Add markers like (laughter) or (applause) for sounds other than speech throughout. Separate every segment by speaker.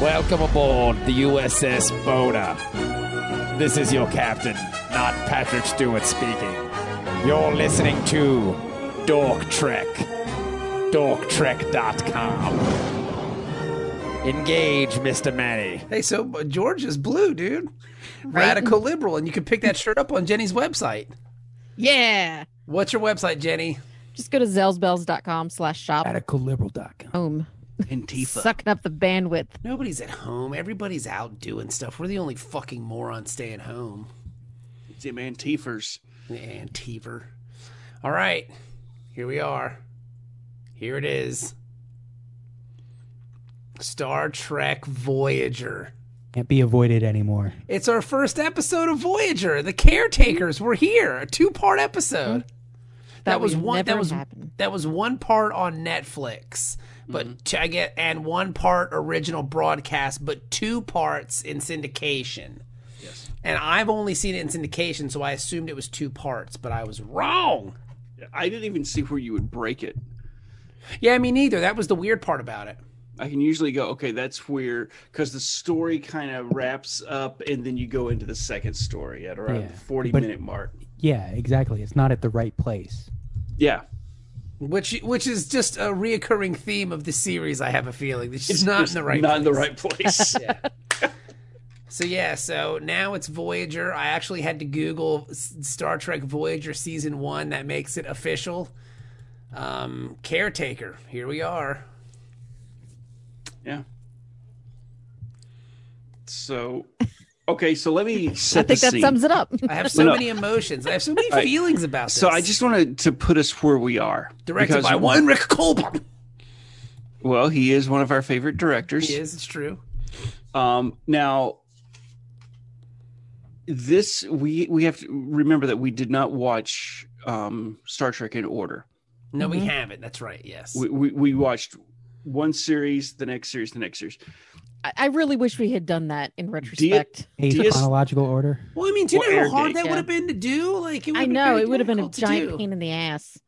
Speaker 1: Welcome aboard the USS Boda. This is your captain, not Patrick Stewart speaking. You're listening to Dork Trek. DorkTrek.com. Engage, Mr. Manny.
Speaker 2: Hey, so uh, George is blue, dude. Radical liberal, and you can pick that shirt up on Jenny's website.
Speaker 3: Yeah.
Speaker 2: What's your website, Jenny?
Speaker 3: Just go to zellsbells.com slash shop
Speaker 2: Radicalliberal.com.
Speaker 3: home.
Speaker 2: Antifa.
Speaker 3: Sucking up the bandwidth.
Speaker 2: Nobody's at home. Everybody's out doing stuff. We're the only fucking morons staying home.
Speaker 4: Them Antifers.
Speaker 2: Antiver. All right, here we are. Here it is. Star Trek Voyager.
Speaker 5: Can't be avoided anymore.
Speaker 2: It's our first episode of Voyager. The caretakers were here. A two-part episode. That, was
Speaker 3: would
Speaker 2: one.
Speaker 3: Never
Speaker 2: that was
Speaker 3: happen.
Speaker 2: that was one part on Netflix, but t- I get and one part original broadcast, but two parts in syndication. Yes. And I've only seen it in syndication, so I assumed it was two parts, but I was wrong.
Speaker 4: I didn't even see where you would break it.
Speaker 2: Yeah, me neither. That was the weird part about it.
Speaker 4: I can usually go, okay, that's where, because the story kind of wraps up and then you go into the second story at around
Speaker 5: Yeah,
Speaker 4: the 40
Speaker 5: but-
Speaker 4: minute mark.
Speaker 5: Yeah, exactly. It's not at the right place.
Speaker 4: Yeah.
Speaker 2: Which which is just a reoccurring theme of the series, I have a feeling. It's just not in the right
Speaker 4: Not in the
Speaker 2: place.
Speaker 4: right place.
Speaker 2: (laughs) So yeah, so now it's Voyager. I actually had to Google S- Star Trek Voyager season one. That makes it official. Um, caretaker. Here we are.
Speaker 4: Yeah. So, okay, so let me
Speaker 3: I
Speaker 4: set
Speaker 3: think
Speaker 4: the
Speaker 3: that
Speaker 4: scene.
Speaker 3: sums it up.
Speaker 2: I
Speaker 4: (laughs)
Speaker 2: have so
Speaker 4: No.
Speaker 2: many emotions. I have so many
Speaker 4: right.
Speaker 2: feelings about this.
Speaker 4: so I just wanted to put us where we are.
Speaker 2: directed
Speaker 4: because
Speaker 2: by one Rick Colbert.
Speaker 4: Well, he is one of our favorite directors.
Speaker 2: He is. It's true.
Speaker 4: Um, now, this we we have to remember that we did not watch um, Star Trek in order.
Speaker 2: No, we haven't. That's right. Yes.
Speaker 4: Mm-hmm. We, we we watched one series, the next series, the next series.
Speaker 3: I, I really wish we had done that in retrospect.
Speaker 5: Eighth
Speaker 4: DS
Speaker 2: (laughs)
Speaker 5: chronological order.
Speaker 2: well, I mean, do you
Speaker 4: Well,
Speaker 2: know how
Speaker 4: air
Speaker 2: hard
Speaker 4: date.
Speaker 2: that
Speaker 3: Yeah.
Speaker 2: would have been to do? Like, it
Speaker 3: I
Speaker 2: would've been
Speaker 3: know
Speaker 2: very
Speaker 3: it would have been a
Speaker 2: difficult to
Speaker 3: giant
Speaker 2: do.
Speaker 3: pain in the ass.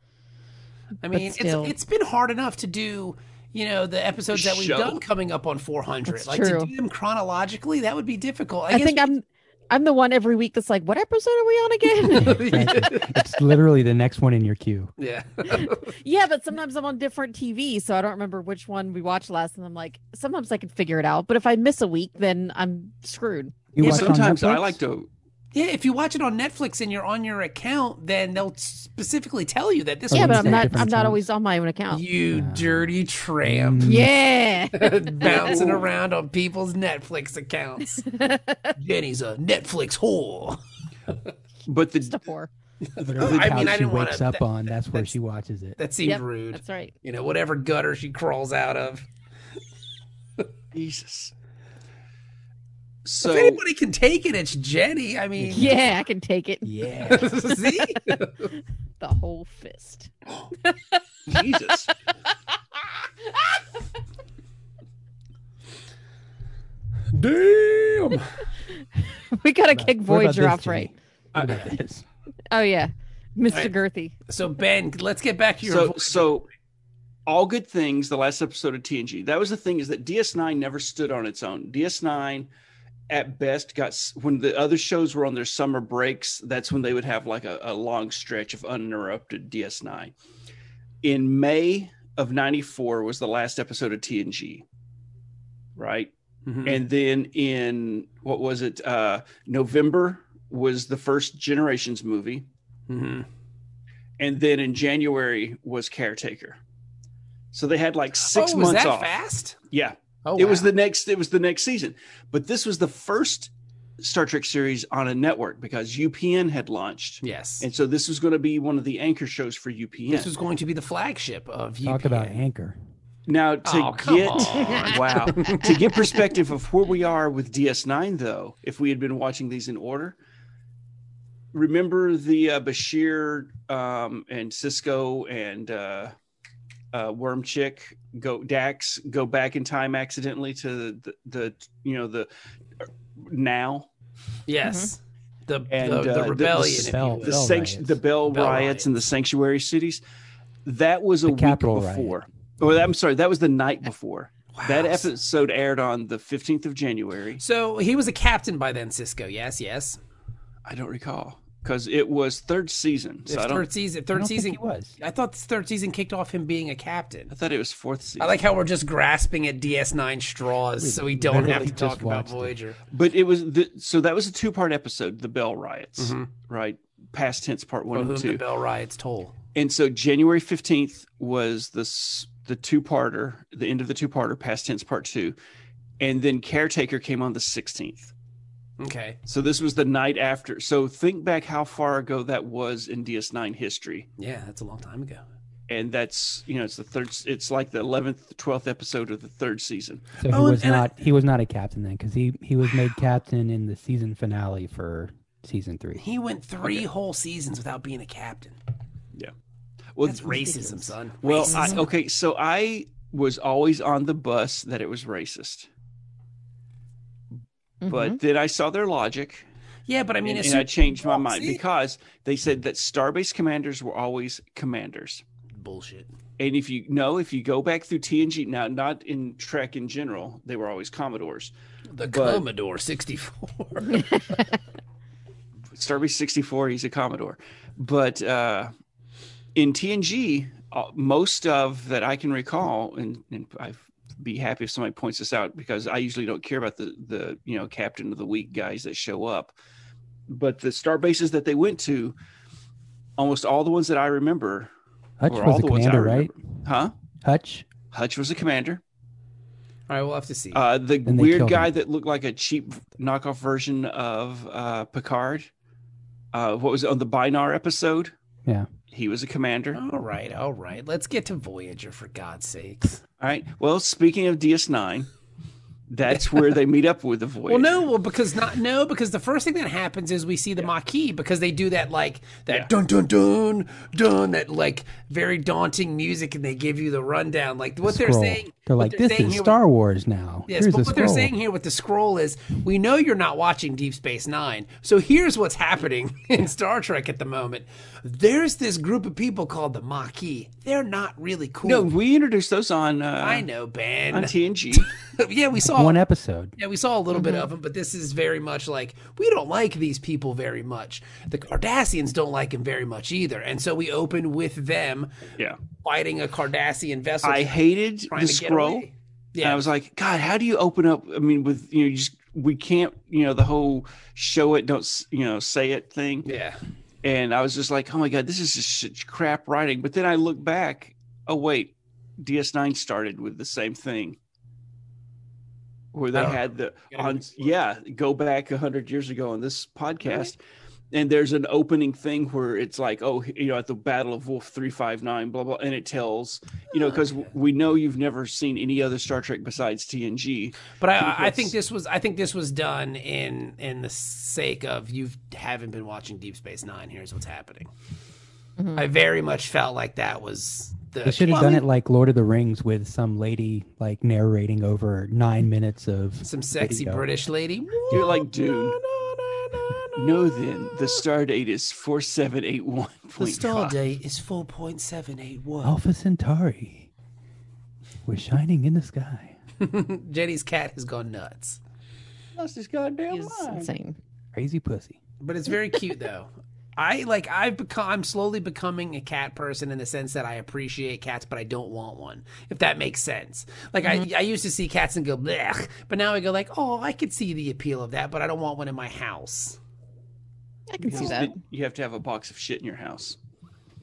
Speaker 2: I mean,
Speaker 3: still.
Speaker 2: it's it's been hard enough to do, you know, the episodes that we've
Speaker 4: Show.
Speaker 2: done coming up on 400.
Speaker 3: That's
Speaker 2: like to
Speaker 3: true.
Speaker 2: do them chronologically, that would be difficult.
Speaker 3: I, think I'm I'm the one every week that's like, what episode are we
Speaker 2: (laughs)
Speaker 3: on again?
Speaker 5: It's literally the next one in your queue.
Speaker 2: yeah.
Speaker 3: yeah, but sometimes I'm on different TV, so I don't remember which one we watched last. And I'm like, sometimes I can figure it out, but if I miss a week, then I'm screwed.
Speaker 5: You
Speaker 4: Yeah,
Speaker 5: watched on
Speaker 4: sometimes I
Speaker 5: Netflix?
Speaker 4: like to.
Speaker 2: (laughs) Yeah, if you watch it on Netflix and you're on your account, then they'll specifically tell you that this
Speaker 5: Oh,
Speaker 3: yeah,
Speaker 5: you
Speaker 3: but
Speaker 2: one's
Speaker 3: I'm
Speaker 5: said
Speaker 3: not
Speaker 5: different
Speaker 3: I'm not
Speaker 5: times.
Speaker 3: always on my own account.
Speaker 2: you dirty tramp
Speaker 3: Yeah.
Speaker 2: (laughs)
Speaker 5: Mm.
Speaker 2: bouncing around on people's Netflix
Speaker 3: (laughs)
Speaker 2: accounts. Jenny's a Netflix whore.
Speaker 4: But the
Speaker 3: Before.
Speaker 5: Whatever
Speaker 2: I mean,
Speaker 5: couch
Speaker 2: I
Speaker 5: she
Speaker 2: didn't wanna-
Speaker 5: wakes up
Speaker 2: that-
Speaker 5: on, that's where she watches it.
Speaker 2: That seemed
Speaker 3: Yep,
Speaker 2: rude.
Speaker 3: That's right.
Speaker 2: You know, whatever gutter she crawls out of.
Speaker 4: Jesus.
Speaker 2: if
Speaker 4: So
Speaker 2: anybody can take it, it's Jenny. I mean,
Speaker 3: (laughs) Yeah, I can take it.
Speaker 5: Yeah.
Speaker 2: (laughs)
Speaker 4: (laughs)
Speaker 2: see?
Speaker 3: The whole fist. (laughs)
Speaker 4: Jesus.
Speaker 2: Damn.
Speaker 3: We gotta kick
Speaker 5: What about
Speaker 3: Voyager
Speaker 5: this,
Speaker 3: off right.
Speaker 5: Jenny?
Speaker 2: Uh,
Speaker 5: What
Speaker 2: (laughs)
Speaker 5: about this?
Speaker 3: Oh yeah. Mr.
Speaker 2: Alright.
Speaker 3: Girthy.
Speaker 2: So Ben, let's get back to your
Speaker 4: so
Speaker 2: voice.
Speaker 4: so all good things the last episode of tng that was the thing is that ds9 never stood on its own ds9 at best got s- when the other shows were on their summer breaks that's when they would have like a, a long stretch of uninterrupted ds9 in may of 94 was the last episode of tng right and then in what was it uh november was the first generations movie mm-hmm.
Speaker 2: Oh,
Speaker 4: and then in January was caretaker. So they had like
Speaker 2: Six
Speaker 4: six
Speaker 2: oh, was
Speaker 4: months
Speaker 2: that
Speaker 4: off.
Speaker 2: fast?
Speaker 4: Yeah,
Speaker 2: Oh,
Speaker 4: it was
Speaker 2: wow.
Speaker 4: the next. It was the next season, but this was the first Star Trek series on a network because UPN had launched,
Speaker 2: yes.
Speaker 4: and so this was going to be one of the anchor shows for UPN.
Speaker 2: This was going to be the flagship of UPN.
Speaker 5: Talk about anchor.
Speaker 4: now to
Speaker 2: Oh, come
Speaker 4: get
Speaker 2: on.
Speaker 4: (laughs) wow to get perspective of where we are with DS9 though, if we had been watching these in order. Remember the uh, Bashir um, and Cisco and uh, uh, Worm Chick go Dax go back in time accidentally to the, the you know the uh, now
Speaker 2: Yes. The,
Speaker 4: And,
Speaker 2: the,
Speaker 4: uh,
Speaker 2: the
Speaker 4: the- the
Speaker 2: rebellion. if you
Speaker 5: spell-
Speaker 2: will.
Speaker 4: the
Speaker 5: Bell
Speaker 4: sanct-
Speaker 5: riots.
Speaker 4: the Bell,
Speaker 2: Bell
Speaker 4: riots,
Speaker 2: riots.
Speaker 4: and the sanctuary cities. That was a
Speaker 5: The
Speaker 4: week
Speaker 5: Capitol riot.
Speaker 4: before. Or I'm sorry, that was the night before. That episode aired on the 15th of January.
Speaker 2: So he was a captain by then, Cisco. Yes, yes.
Speaker 4: I don't recall because it was third season. So I
Speaker 2: His
Speaker 4: don't.
Speaker 2: third season.
Speaker 5: I
Speaker 2: Third
Speaker 5: don't think
Speaker 2: season.
Speaker 5: he was.
Speaker 2: I thought this third season kicked off him being a captain.
Speaker 4: I thought it was fourth season.
Speaker 2: I like how we're just grasping at DS9 straws, so we don't have
Speaker 5: literally
Speaker 2: to
Speaker 5: just
Speaker 2: talk about
Speaker 5: watched it.
Speaker 2: Voyager.
Speaker 4: But it was the so that was a two part episode, the Bell Riots,
Speaker 2: Mhm.
Speaker 4: right? Past tense, part one
Speaker 2: For whom
Speaker 4: and two.
Speaker 2: the bell riots toll.
Speaker 4: And so January fifteenth was this the two parter, the end of the two parter, past tense, part two, and then Caretaker came on the sixteenth.
Speaker 2: Okay.
Speaker 4: So this was the night after. So think back how far ago that was in DS9 history,
Speaker 2: Yeah, that's a long time ago.
Speaker 4: and that's you know it's the third. It's like the eleventh, twelfth episode of the third season.
Speaker 5: So he
Speaker 2: Oh, and-
Speaker 5: was
Speaker 2: and I-
Speaker 5: not he was not a captain then because he he was made captain in the season finale for season three.
Speaker 2: He went three whole seasons without being a captain.
Speaker 4: Well,
Speaker 2: That's racism, son.
Speaker 4: Well,
Speaker 2: racism.
Speaker 4: I, okay, so I was always on the bus that it was racist,
Speaker 3: Mhm.
Speaker 4: but then I saw their logic
Speaker 2: yeah, but Mm-hmm. I mean,
Speaker 4: and,
Speaker 2: it's
Speaker 4: and I changed my mind
Speaker 2: See?
Speaker 4: because they said that Starbase commanders were always commanders.
Speaker 2: bullshit.
Speaker 4: And if you know, if you go back through TNG, now not in Trek in general, they were always Commodores.
Speaker 2: The
Speaker 4: But-
Speaker 2: Commodore 64.
Speaker 4: Starbase 64, he's a Commodore. But uh, in TNG, uh, most of that I can recall, and, and I'd be happy if somebody points this out because I usually don't care about the, the you know captain of the week guys that show up. But the starbases that they went to, almost all the ones that I remember,
Speaker 5: Hutch
Speaker 4: were all
Speaker 5: was a
Speaker 4: the ones I
Speaker 5: commander, right?
Speaker 4: huh?
Speaker 5: Hutch.
Speaker 4: Hutch was a commander.
Speaker 2: (laughs) All right, we'll have to see.
Speaker 4: Uh, the
Speaker 5: Then they
Speaker 4: weird
Speaker 5: killed
Speaker 4: guy
Speaker 5: him.
Speaker 4: that looked like a cheap knockoff version of uh, Picard. Uh, what was it on the Binar episode?
Speaker 5: Yeah.
Speaker 4: He was a commander.
Speaker 2: all right, all right. Let's get to Voyager, for God's sakes.
Speaker 4: All right. Well, speaking of DS9, that's where they meet up with the Voyager.
Speaker 2: (laughs) Well, no, well because not no because the first thing that happens is we see the Maquis because they do that like that
Speaker 4: Yeah.
Speaker 2: dun dun dun dun that like very daunting music and they give you the rundown like what they're
Speaker 5: Scroll.
Speaker 2: saying
Speaker 5: They're
Speaker 2: what
Speaker 5: like, this
Speaker 2: saying
Speaker 5: is
Speaker 2: here with-
Speaker 5: Star Wars now.
Speaker 2: Yes,
Speaker 5: Here's
Speaker 2: but
Speaker 5: a
Speaker 2: what they're
Speaker 5: scroll."
Speaker 2: saying here with the scroll is we know you're not watching Deep Space Nine. So here's what's happening (laughs) in Star Trek at the moment. There's this group of people called the Maquis. They're not really cool.
Speaker 4: No, we introduced those on uh,
Speaker 2: I know,
Speaker 4: on
Speaker 2: Ben.
Speaker 4: TNG.
Speaker 2: (laughs) yeah, we saw
Speaker 5: One episode.
Speaker 2: yeah, we saw a little
Speaker 4: Mm-hmm.
Speaker 2: bit of them, but this is very much like we don't like these people very much. The Cardassians don't like him very much either, and so we open with them
Speaker 4: yeah.
Speaker 2: fighting a Cardassian vessel.
Speaker 4: I hated
Speaker 2: trying
Speaker 4: the
Speaker 2: to get
Speaker 4: scroll.
Speaker 2: away.
Speaker 4: And I
Speaker 2: Yeah,
Speaker 4: was like, God, how do you open up? I mean, with you know, you just we can't, you know, the whole show it, don't s- you know, say it thing.
Speaker 2: yeah.
Speaker 4: And I was just like, oh my God, this is just such crap writing. But then I look back, oh wait, DS9 started with the same thing. Where they
Speaker 2: Oh.
Speaker 4: had the
Speaker 2: Gotta
Speaker 4: on
Speaker 2: read the book.
Speaker 4: yeah, go back a hundred years ago on this podcast. And there's an opening thing where it's like, oh, you know, at the Battle of Wolf 359, blah, blah. And it tells, you
Speaker 2: Ah.
Speaker 4: know, because we know you've never seen any other Star Trek besides TNG.
Speaker 2: But I,
Speaker 4: think
Speaker 2: I- I think
Speaker 4: it's-
Speaker 2: this was I think this was done in in the sake of you haven't been watching Deep Space Nine. Here's what's happening.
Speaker 4: Mm-hmm.
Speaker 3: Mhm.
Speaker 2: I very much felt like that was the
Speaker 5: They should have
Speaker 4: Well, I
Speaker 5: done
Speaker 4: mean-
Speaker 5: it like Lord of the Rings with some lady like narrating over nine minutes of
Speaker 2: some sexy
Speaker 5: video.
Speaker 2: British lady.
Speaker 4: You're like Dune. No, then the star date is 4781.
Speaker 2: The star date is four point seven eight one.
Speaker 5: Alpha Centauri. We're shining in the sky.
Speaker 2: Jenny's cat has gone nuts.
Speaker 4: Lost his goddamn
Speaker 3: He's insane.
Speaker 5: Crazy pussy.
Speaker 2: But it's very cute though. (laughs) I like I've become I'm slowly becoming a cat person in the sense that I appreciate cats but I don't want one. If that makes sense. Like
Speaker 5: Mm-hmm.
Speaker 2: I I used to see cats and go blech, but now I go like, "Oh, I could see the appeal of that, but I don't want one in my house."
Speaker 3: I can see that.
Speaker 4: You have to have a box of shit in your house.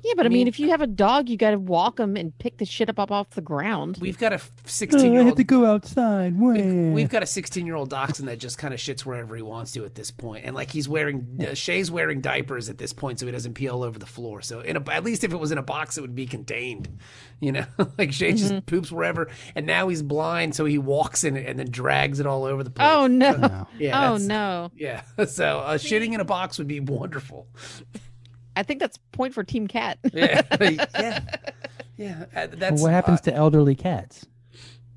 Speaker 3: Yeah, but I mean, if you have a dog, you got to walk them and pick the shit up off the ground.
Speaker 2: We've got a 16
Speaker 5: Oh, I
Speaker 2: year
Speaker 5: have
Speaker 2: old
Speaker 5: to go outside. Wah.
Speaker 2: We've got a 16 year old dachshund that just kind of shits wherever he wants to at this point. And like he's wearing, uh, Shay's wearing diapers at this point so he doesn't pee all over the floor. So in a, at least if it was in a box, it would be contained. You know, (laughs) like Shay
Speaker 3: Mm-hmm.
Speaker 2: just poops wherever. And now he's blind, so he walks in it and then drags it all over the place.
Speaker 3: Oh no!
Speaker 5: No.
Speaker 2: yeah.
Speaker 3: (laughs) oh
Speaker 2: that's-
Speaker 3: no!
Speaker 2: Yeah. (laughs) So uh, shitting in a box would be wonderful.
Speaker 3: I think that's point for Team Cat.
Speaker 2: Yeah. yeah. Yeah. Uh,
Speaker 5: Well,
Speaker 2: That's
Speaker 5: what happens to elderly cats?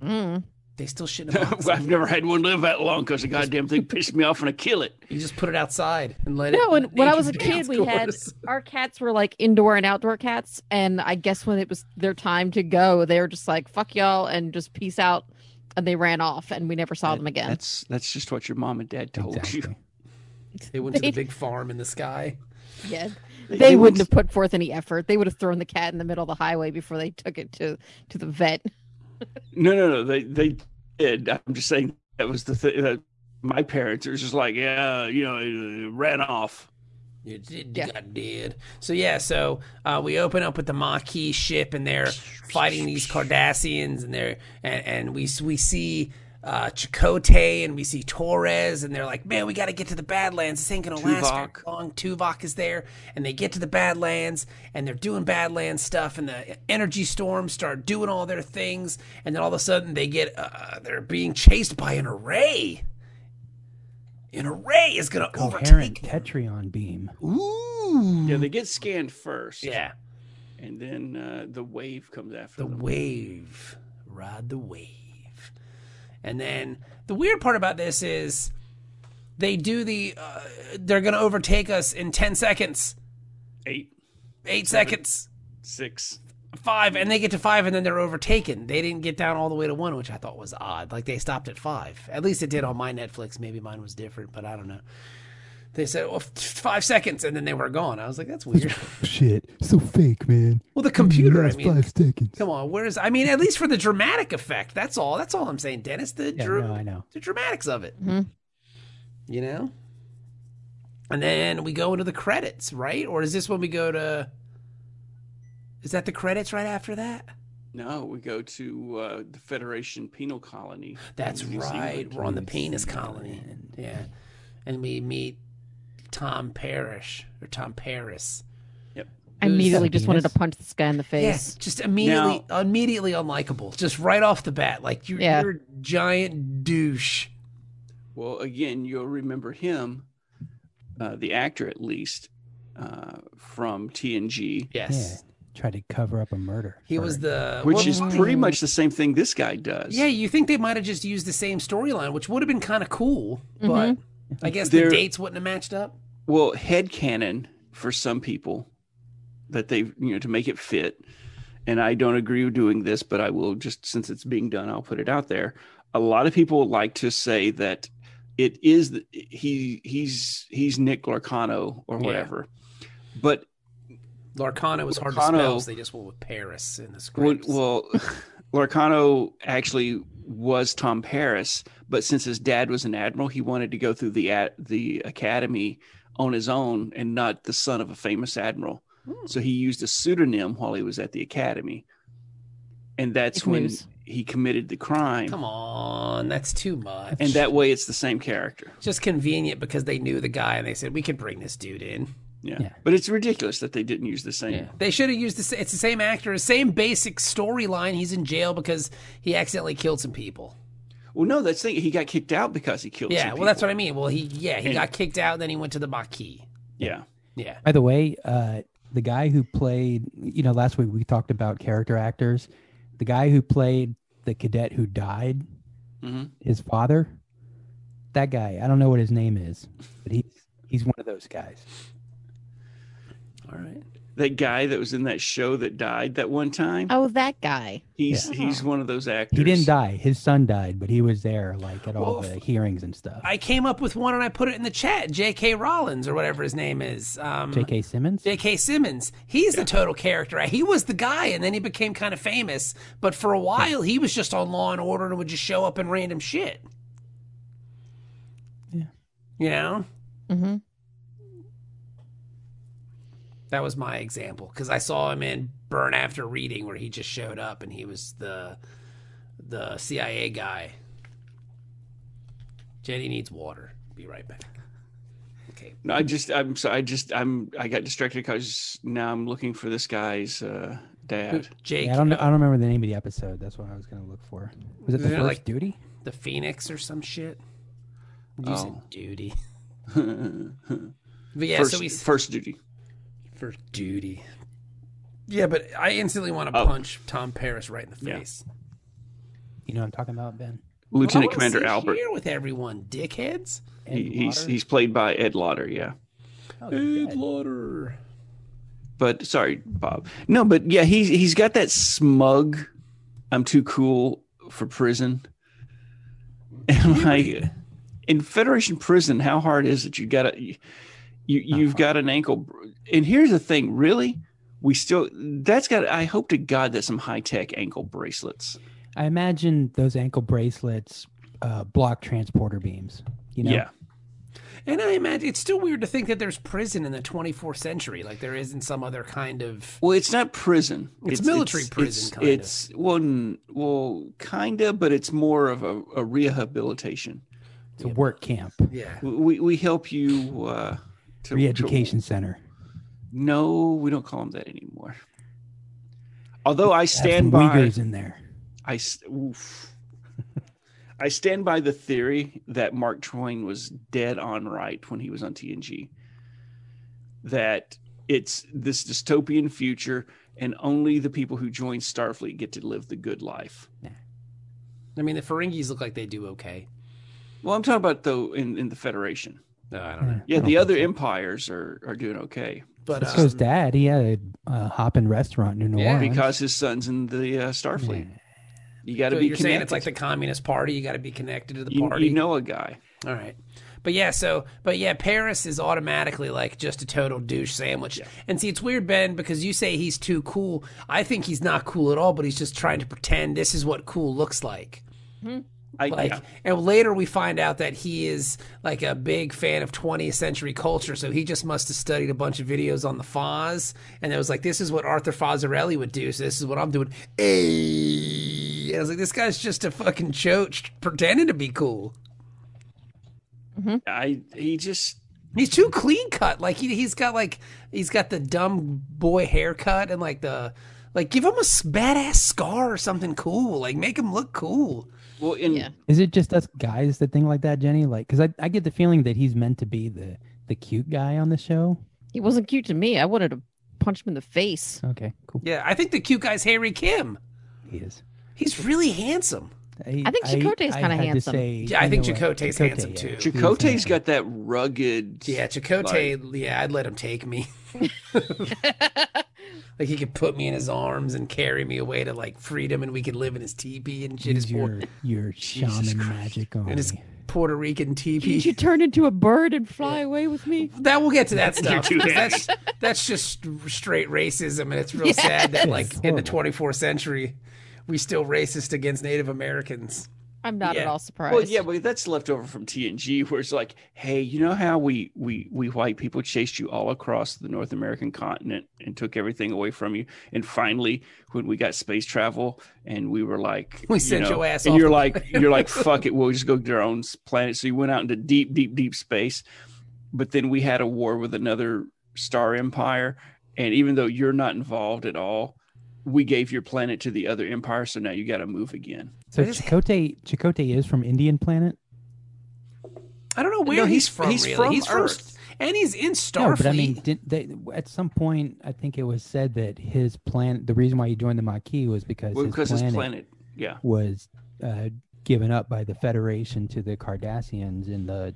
Speaker 3: Mm.
Speaker 2: They still shit in a
Speaker 3: (laughs)
Speaker 2: box.
Speaker 4: (laughs) I've never had one live that long because the goddamn thing pissed me off and I kill it.
Speaker 2: you just put it outside and let it.
Speaker 3: No, when,
Speaker 2: let
Speaker 3: when (laughs) I
Speaker 2: nature
Speaker 3: was a
Speaker 2: do (laughs)
Speaker 3: kid,
Speaker 2: its
Speaker 3: we had
Speaker 2: course.
Speaker 3: our cats were like indoor and outdoor cats, and I guess when it was their time to go, they were just like "fuck y'all" and just peace out. and they ran off, and we never saw
Speaker 4: That-
Speaker 3: them again.
Speaker 4: That's that's just what your mom and dad told
Speaker 5: Exactly.
Speaker 4: you.
Speaker 2: They went to the
Speaker 3: They-
Speaker 2: big farm in the sky.
Speaker 3: Yeah.
Speaker 4: They-
Speaker 3: They,
Speaker 4: they
Speaker 3: wouldn't
Speaker 4: wouldn't-
Speaker 3: have put forth any effort. They would have thrown the cat in the middle of the highway before they took it to to the vet.
Speaker 4: (laughs) No, no, no. They they did. I'm just saying that was the thing that my parents were just like, yeah, you know, it, uh, ran off.
Speaker 2: You did,
Speaker 3: Yeah.
Speaker 2: got did. So yeah, so uh, we open up with the Maquis ship, and they're fighting these Cardassians, and they're and, and we we see uh, Chakotay, and we see Torres, and they're like, man, we got to get to the Badlands. This ain't gonna last very
Speaker 4: Tuvok.
Speaker 2: long. Tuvok is there, and they get to the Badlands, and they're doing Badlands stuff, and the energy storms start doing all their things, and then all of a sudden they get uh, they're being chased by an array. An array is gonna
Speaker 5: Coherent
Speaker 2: overtake. them.
Speaker 5: Tetrion beam.
Speaker 2: Ooh.
Speaker 4: Yeah, they get scanned first.
Speaker 2: Yeah.
Speaker 4: and then uh, the wave comes after
Speaker 2: The
Speaker 4: them.
Speaker 2: wave. Ride the wave. And then the weird part about this is they do the, uh, they're going to overtake us in 10 seconds,
Speaker 4: Eight,
Speaker 2: eight seconds,
Speaker 4: six.
Speaker 2: five, and they get to five and then they're overtaken. They didn't get down all the way to one, which I thought was odd. Like they stopped at five. At least it did on my Netflix. Maybe mine was different, but I don't know. They said, well, f- five seconds, and then they were gone. I was like, that's weird.
Speaker 6: Shit, so fake, man.
Speaker 2: well, the computer, I
Speaker 6: Last
Speaker 2: mean.
Speaker 6: five seconds.
Speaker 2: Come on, where's I mean, at least for the dramatic effect. That's all. That's all I'm saying, Dennis. The
Speaker 5: Yeah,
Speaker 2: dra-
Speaker 5: no, I know.
Speaker 2: the dramatics of it.
Speaker 3: Mhm.
Speaker 2: You know? And then we go into the credits, right? Or is this when we go to Is that the credits right after that?
Speaker 4: No, we go to uh, the Federation penal colony.
Speaker 2: That's
Speaker 4: in New
Speaker 2: right.
Speaker 4: Zealand.
Speaker 2: We're on the penis colony. Yeah. And we meet Tom Parrish or Tom Paris.
Speaker 3: I
Speaker 2: Who's-
Speaker 3: immediately just wanted to
Speaker 5: Venus?
Speaker 3: punch this guy in the face.
Speaker 2: Yes, just immediately immediately unlikable. Just right off the bat. Like you're,
Speaker 3: Yeah.
Speaker 2: you're a giant douche.
Speaker 4: Well, again, you'll remember him, uh, the actor at least, uh, from TNG,
Speaker 2: Yes.
Speaker 5: Yeah. Tried to cover up a murder.
Speaker 2: He was
Speaker 5: Or-
Speaker 2: the
Speaker 4: which
Speaker 2: well,
Speaker 4: is pretty much the same thing this guy does.
Speaker 2: yeah. You think they might have just used the same storyline, which would have been kind of cool,
Speaker 3: Mm-hmm.
Speaker 2: but I guess the
Speaker 4: There-
Speaker 2: dates wouldn't have matched up.
Speaker 4: Well, headcanon for some people that they, you know, to make it fit. And I don't agree with doing this, but I will just since it's being done, I'll put it out there. A lot of people like to say that it is the, he he's he's Nick Larcano or
Speaker 2: Yeah.
Speaker 4: whatever. But
Speaker 2: Larcano was hard to
Speaker 4: Larcano-
Speaker 2: spell, so they just went with Paris in the
Speaker 4: well,
Speaker 2: script.
Speaker 4: well (laughs) Larcano actually was Tom Paris, but since his dad was an admiral, he wanted to go through the at the academy on his own and not the son of a famous admiral.
Speaker 2: Hmm.
Speaker 4: So he used a pseudonym while he was at the academy, and that's
Speaker 3: Fake
Speaker 4: when
Speaker 3: news.
Speaker 4: he committed the crime.
Speaker 2: Come on, that's too much.
Speaker 4: And that way, it's the same character.
Speaker 2: just convenient because they knew the guy and they said we can bring this dude in.
Speaker 4: Yeah.
Speaker 5: Yeah.
Speaker 4: but it's ridiculous that they didn't use the same.
Speaker 2: They should have used the. sa- It's the same actor, same basic storyline. He's in jail because he accidentally killed some people.
Speaker 4: Well, no, that's the thing. He got kicked out because he killed.
Speaker 2: Yeah,
Speaker 4: some
Speaker 2: well, that's
Speaker 4: people.
Speaker 2: what I mean. Well, he yeah he
Speaker 4: And-
Speaker 2: got kicked out, and then he went to the Maquis.
Speaker 4: Yeah,
Speaker 2: Yeah,
Speaker 5: By the way, uh, the guy who played, you know, last week we talked about character actors. The guy who played the cadet who died,
Speaker 4: Mhm.
Speaker 5: his father, that guy, I don't know what his name is, but he's, he's one of those guys.
Speaker 2: all right.
Speaker 4: that guy that was in that show that died that one time.
Speaker 3: Oh, that guy.
Speaker 4: He's
Speaker 3: Yeah.
Speaker 4: he's one of those actors.
Speaker 5: He didn't die. His son died, but he was there like at all
Speaker 2: Well,
Speaker 5: the hearings and stuff.
Speaker 2: I came up with one and I put it in the chat. J.K. Rollins or whatever his name is. Um,
Speaker 5: J.K. Simmons?
Speaker 2: J.K. Simmons. He's the total character. He was the guy, and then he became kind of famous. But for a while, he was just on Law and Order and would just show up in random shit.
Speaker 5: Yeah. Mm-hmm.
Speaker 2: You know,
Speaker 3: hmm
Speaker 2: that was my example because I saw him in Burn After Reading where he just showed up and he was the the CIA guy. Jenny needs water. Be right back. Okay.
Speaker 4: No, I just I'm so I just I'm I got distracted because now I'm looking for this guy's uh, dad.
Speaker 2: Jake,
Speaker 5: Yeah, I don't know. I don't remember the name of the episode. That's what I was going to look for. Was it the
Speaker 2: They're
Speaker 5: first
Speaker 2: like-
Speaker 5: duty?
Speaker 2: the Phoenix or some shit. You
Speaker 4: Oh.
Speaker 2: said duty. (laughs) But yeah,
Speaker 4: first,
Speaker 2: so we
Speaker 4: first duty.
Speaker 2: for duty. Yeah, but I instantly want to
Speaker 4: Oh.
Speaker 2: punch Tom Paris right in the
Speaker 4: Yeah.
Speaker 2: face.
Speaker 5: You know what I'm talking about, Ben?
Speaker 4: Lieutenant
Speaker 2: Well, I wanna
Speaker 4: Commander
Speaker 2: sit
Speaker 4: Albert.
Speaker 2: here with everyone, dickheads.
Speaker 5: Ed
Speaker 4: He, he's
Speaker 5: Lauder?
Speaker 4: he's played by Ed Lauder, yeah.
Speaker 5: Oh, he's
Speaker 2: Ed
Speaker 5: dead.
Speaker 2: Lauder.
Speaker 4: But sorry, Bob. No, but yeah, he's he's got that smug. I'm too cool for prison (laughs) And I'm like, in Federation prison, how hard is it? You got a, you you've got an ankle. br- And here's the thing, really, we still that's got. I hope to God that some high tech ankle bracelets.
Speaker 5: I imagine those ankle bracelets uh, block transporter beams. You know,
Speaker 4: Yeah,
Speaker 2: And I imagine it's still weird to think that there's prison in the 24th century, like there is in some other kind of.
Speaker 4: Well, it's not prison.
Speaker 2: It's military prison,
Speaker 4: It's,
Speaker 2: kinda.
Speaker 4: it's well, n- well, kinda, but it's more of a, a rehabilitation.
Speaker 5: it's a work camp,
Speaker 2: Yeah.
Speaker 4: We- We we help you uh, to
Speaker 5: re-education center.
Speaker 4: to- no, we don't call them that anymore. Although I
Speaker 5: Have
Speaker 4: stand
Speaker 5: some
Speaker 4: by,
Speaker 5: Uyghurs in there.
Speaker 4: I s- oof. I stand by the theory that Mark Twain was dead on right when he was on TNG. That it's this dystopian future, and only the people who join Starfleet get to live the good life.
Speaker 2: I mean, the Ferengis look like they do okay.
Speaker 4: Well, I'm talking about though in, in the Federation.
Speaker 2: No, Uh, I don't know.
Speaker 4: Yeah, the other empires are are doing okay
Speaker 2: But
Speaker 5: Oh, That's 'cause
Speaker 2: um,
Speaker 5: dad. He had a uh, hopping restaurant in New
Speaker 2: Yeah.
Speaker 5: Orleans.
Speaker 4: because his son's in the uh, Starfleet. You got to
Speaker 2: so
Speaker 4: be
Speaker 2: you're
Speaker 4: connected.
Speaker 2: saying it's like the Communist Party. You got to be connected to the
Speaker 4: you,
Speaker 2: party.
Speaker 4: you know a guy.
Speaker 2: All right. But yeah, so but yeah, Paris is automatically like just a total douche sandwich. And see, it's weird, Ben, because you say he's too cool. I think he's not cool at all, but he's just trying to pretend this is what cool looks like.
Speaker 4: I,
Speaker 2: Like,
Speaker 4: yeah.
Speaker 2: and later we find out that he is like a big fan of 20th century culture, so he just must have studied a bunch of videos on the Foz, and it was like, this is what Arthur Fozzarelli would do, so this is what I'm doing. Ayy. And I was like, this guy's just a fucking choach pretending to be cool.
Speaker 4: I he just
Speaker 2: He's too clean cut. Like he he's got like he's got the dumb boy haircut and like the like give him a s- badass scar or something cool. Like make him look cool.
Speaker 4: well in
Speaker 3: Yeah.
Speaker 5: Is it just us guys that think like that, Jenny? Like, because I, I get the feeling that he's meant to be the the cute guy on the show.
Speaker 3: He wasn't cute to me. I wanted to punch him in the face.
Speaker 5: Okay, cool.
Speaker 2: Yeah, I think the cute guy's Harry Kim.
Speaker 5: He is.
Speaker 2: He's really handsome.
Speaker 3: I think Chakotay's
Speaker 5: I
Speaker 3: kinda
Speaker 5: had to
Speaker 3: handsome.
Speaker 5: say,
Speaker 2: Yeah, I
Speaker 5: you
Speaker 2: think
Speaker 5: know what,
Speaker 2: Chakotay's
Speaker 5: Chakotay,
Speaker 2: handsome,
Speaker 5: yeah.
Speaker 2: too.
Speaker 5: He is
Speaker 4: Chakotay's
Speaker 5: handsome.
Speaker 4: got that rugged.
Speaker 2: Mm-hmm. Yeah, Chakotay. Yeah, I'd let him take me. (laughs) like he could put me in his arms and carry me away to like freedom, and we could live in his teepee and shit. His
Speaker 5: Use
Speaker 2: Puerto,
Speaker 5: your your shaman magic on
Speaker 2: and his
Speaker 5: me.
Speaker 2: (laughs) Puerto Rican teepee.
Speaker 3: Did you turn into a bird and fly away with me?
Speaker 2: That we'll get to that stuff.
Speaker 4: too
Speaker 2: 'cause that's
Speaker 5: (laughs)
Speaker 2: that's just straight racism, and it's real sad that like in the
Speaker 5: horrible.
Speaker 2: 24th century, we still racist against Native Americans.
Speaker 3: I'm not at
Speaker 2: Yeah.
Speaker 3: all surprised.
Speaker 4: Well, yeah, but that's left over from TNG, (laughs) where it's like, hey, you know how we we we white people chased you all across the North American continent and took everything away from you, and finally, when we got space travel, and we were like,
Speaker 2: (laughs) We
Speaker 4: you
Speaker 2: sent
Speaker 4: know,
Speaker 2: your ass
Speaker 4: and
Speaker 2: off
Speaker 4: you're
Speaker 2: the-
Speaker 4: like,
Speaker 2: (laughs)
Speaker 4: you're like, fuck it, we'll just go to our own s- planet. So you went out into deep, deep, deep space, but then we had a war with another star empire, and even though you're not involved at all. We gave your planet to the other empire, so now you got to move again.
Speaker 5: So
Speaker 2: I just-
Speaker 5: Chakotay Chakotay is from Indian planet.
Speaker 2: I don't know where
Speaker 4: No,
Speaker 2: he's,
Speaker 4: he's-
Speaker 2: from.
Speaker 4: he's
Speaker 2: really,
Speaker 4: from
Speaker 2: he's
Speaker 4: Earth.
Speaker 2: from, and he's in Starfleet.
Speaker 5: No, but I mean, did they, at some point, I think it was said that his planet, the reason why he joined the Maquis was because,
Speaker 4: Well,
Speaker 5: his,
Speaker 4: because
Speaker 5: planet
Speaker 4: his planet, yeah.
Speaker 5: was uh, given up by the Federation to the Cardassians in the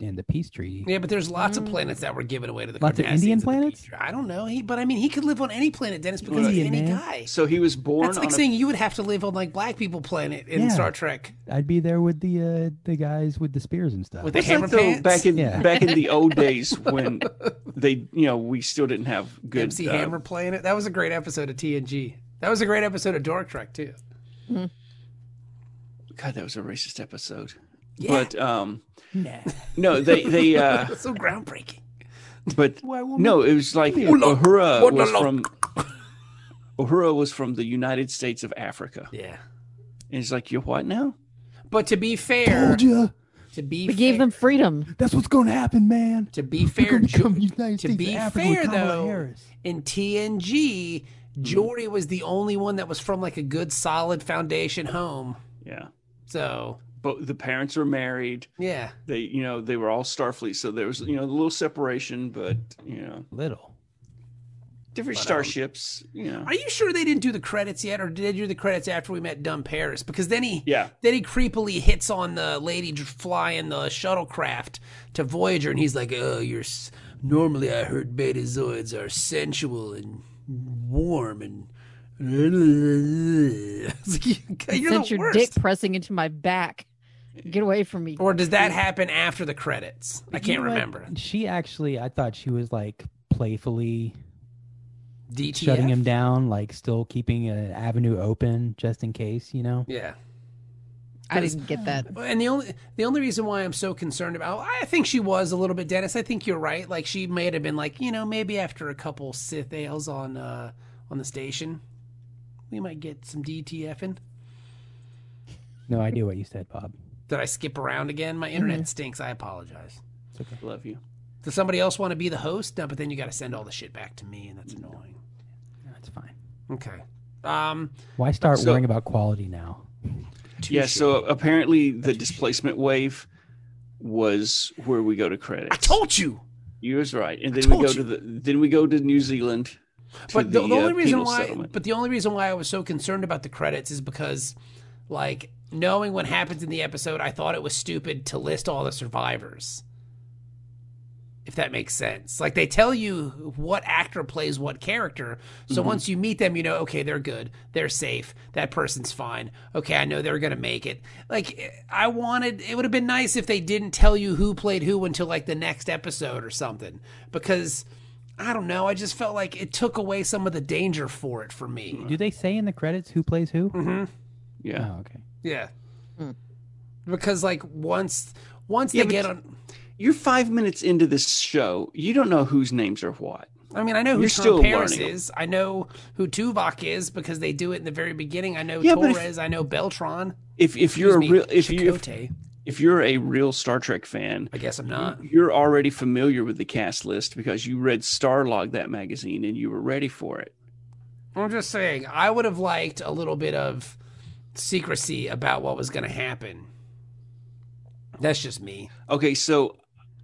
Speaker 5: in the peace treaty.
Speaker 2: yeah, but there's lots of planets that were given away to the
Speaker 5: Lots of
Speaker 2: Cardassians
Speaker 5: Indian
Speaker 2: in the
Speaker 5: planets?
Speaker 2: future. I don't know. He, but I mean, he could live on any planet, Dennis, because he's
Speaker 5: Indian,
Speaker 2: any
Speaker 5: man.
Speaker 2: guy.
Speaker 4: So he was born
Speaker 2: That's
Speaker 4: on
Speaker 2: like
Speaker 4: a-
Speaker 2: saying you would have to live on like black people planet in
Speaker 5: Yeah.
Speaker 2: Star Trek.
Speaker 5: I'd be there with the uh, the guys with the spears and stuff.
Speaker 2: With the
Speaker 4: It's like
Speaker 2: hammer
Speaker 4: though
Speaker 2: pants?
Speaker 4: back in
Speaker 5: Yeah.
Speaker 4: back in the old days when they you know we still didn't have good
Speaker 2: MC
Speaker 4: uh,
Speaker 2: Hammer Planet. That was a great episode of TNG. That was a great episode of Dork Trek too.
Speaker 4: God, that was a racist episode.
Speaker 2: Yeah.
Speaker 4: But um, no, they they uh,
Speaker 2: (laughs) That's so groundbreaking.
Speaker 4: but no, it was like
Speaker 2: Oolong.
Speaker 4: Uhura was
Speaker 2: Oolong.
Speaker 4: from Uhura was from the United States of Africa,
Speaker 2: Yeah.
Speaker 4: and it's like you what now?
Speaker 2: But to be fair,
Speaker 6: Told ya.
Speaker 2: to be
Speaker 3: we gave
Speaker 2: fair-
Speaker 3: them freedom.
Speaker 6: That's what's gonna happen, man.
Speaker 2: to be fair,
Speaker 6: gonna
Speaker 2: Jo-
Speaker 6: become United
Speaker 2: to
Speaker 6: States
Speaker 2: be
Speaker 6: of Africa with
Speaker 2: fair
Speaker 6: Kamala
Speaker 2: though,
Speaker 6: Harris. Hmm.
Speaker 2: in TNG, Jory was the only one that was from like a good solid foundation home.
Speaker 4: Yeah,
Speaker 2: So,
Speaker 4: but the parents were married.
Speaker 2: yeah.
Speaker 4: They you know they were all Starfleet, so there was you know a little separation, but you know
Speaker 5: Little.
Speaker 4: different
Speaker 2: um,
Speaker 4: starships. You know,
Speaker 2: Are you sure they didn't do the credits yet or did they do the credits after we met Dumb Paris? Because then he
Speaker 4: yeah.
Speaker 2: Then he creepily hits on the lady dr- flying the shuttlecraft to Voyager, and he's like, "Oh, you're s- normally I heard Betazoids are sensual and warm and." (laughs) It's like, you- you're
Speaker 3: Sent
Speaker 2: the
Speaker 3: your
Speaker 2: worst.
Speaker 3: dick pressing into my back. Get away from me.
Speaker 2: Or does that happen after the credits? I
Speaker 5: You
Speaker 2: can't
Speaker 5: know what?
Speaker 2: remember.
Speaker 5: She actually, I thought she was like playfully
Speaker 2: DTF?
Speaker 5: shutting him down, like still keeping an avenue open just in case, you know?
Speaker 2: Yeah.
Speaker 3: I didn't
Speaker 2: (laughs)
Speaker 3: get that.
Speaker 2: And the only the only reason why I'm so concerned about I think she was a little bit Dennis. I think you're right. Like she may have been like, you know, maybe after a couple Sith ales on uh on the station, we might get some DTFing.
Speaker 5: No idea what you said, Bob.
Speaker 2: Did I skip around again? My internet stinks. I apologize.
Speaker 4: Love you.
Speaker 2: Does somebody else want to be the host? No, but then you got to send all the shit back to me, and that's annoying.
Speaker 5: That's fine.
Speaker 2: Okay. Um.
Speaker 5: Why start
Speaker 4: So-
Speaker 5: worrying about quality now?
Speaker 4: Yeah. So apparently the displacement wave was where we go to credits.
Speaker 2: I told you.
Speaker 4: you was right, and then
Speaker 2: told
Speaker 4: we go
Speaker 2: you.
Speaker 4: to the then we go to New Zealand. to
Speaker 2: But the, the,
Speaker 4: uh,
Speaker 2: only reason
Speaker 4: penal
Speaker 2: why,
Speaker 4: settlement.
Speaker 2: but the only reason why I was so concerned about the credits is because, like, knowing what happens in the episode, I thought it was stupid to list all the survivors. If that makes sense, like they tell you what actor plays what character, so
Speaker 4: Mm-hmm.
Speaker 2: once you meet them, you know, okay, they're good, they're safe, that person's fine. Okay, I know they're gonna make it. Like, I wanted it would have been nice if they didn't tell you who played who until like the next episode or something, because I don't know. I just felt like it took away some of the danger for it for me.
Speaker 4: Mm-hmm.
Speaker 5: Do they say in the credits who plays who?
Speaker 4: yeah.
Speaker 5: Oh, okay.
Speaker 2: Yeah. Because like once once
Speaker 4: Mm. Yeah,
Speaker 2: they
Speaker 4: but
Speaker 2: get
Speaker 4: you-
Speaker 2: on
Speaker 4: You're five minutes into this show. You don't know whose names are what.
Speaker 2: I mean, I know who
Speaker 4: You're
Speaker 2: Tom
Speaker 4: still
Speaker 2: Paris
Speaker 4: learning 'em.
Speaker 2: is. I know who Tuvok is because they do it in the very beginning. I know
Speaker 4: Yeah, but if-
Speaker 2: Torres, I know Beltron.
Speaker 4: If if you're
Speaker 2: Excuse
Speaker 4: a
Speaker 2: me,
Speaker 4: real if you if,
Speaker 2: Chakotay.
Speaker 4: if you're a real Star Trek fan,
Speaker 2: I guess I'm not.
Speaker 4: you're already familiar with the cast list because you read Starlog that magazine and you were ready for it.
Speaker 2: I'm just saying I would have liked a little bit of secrecy about what was going to happen. That's just me.
Speaker 4: Okay, so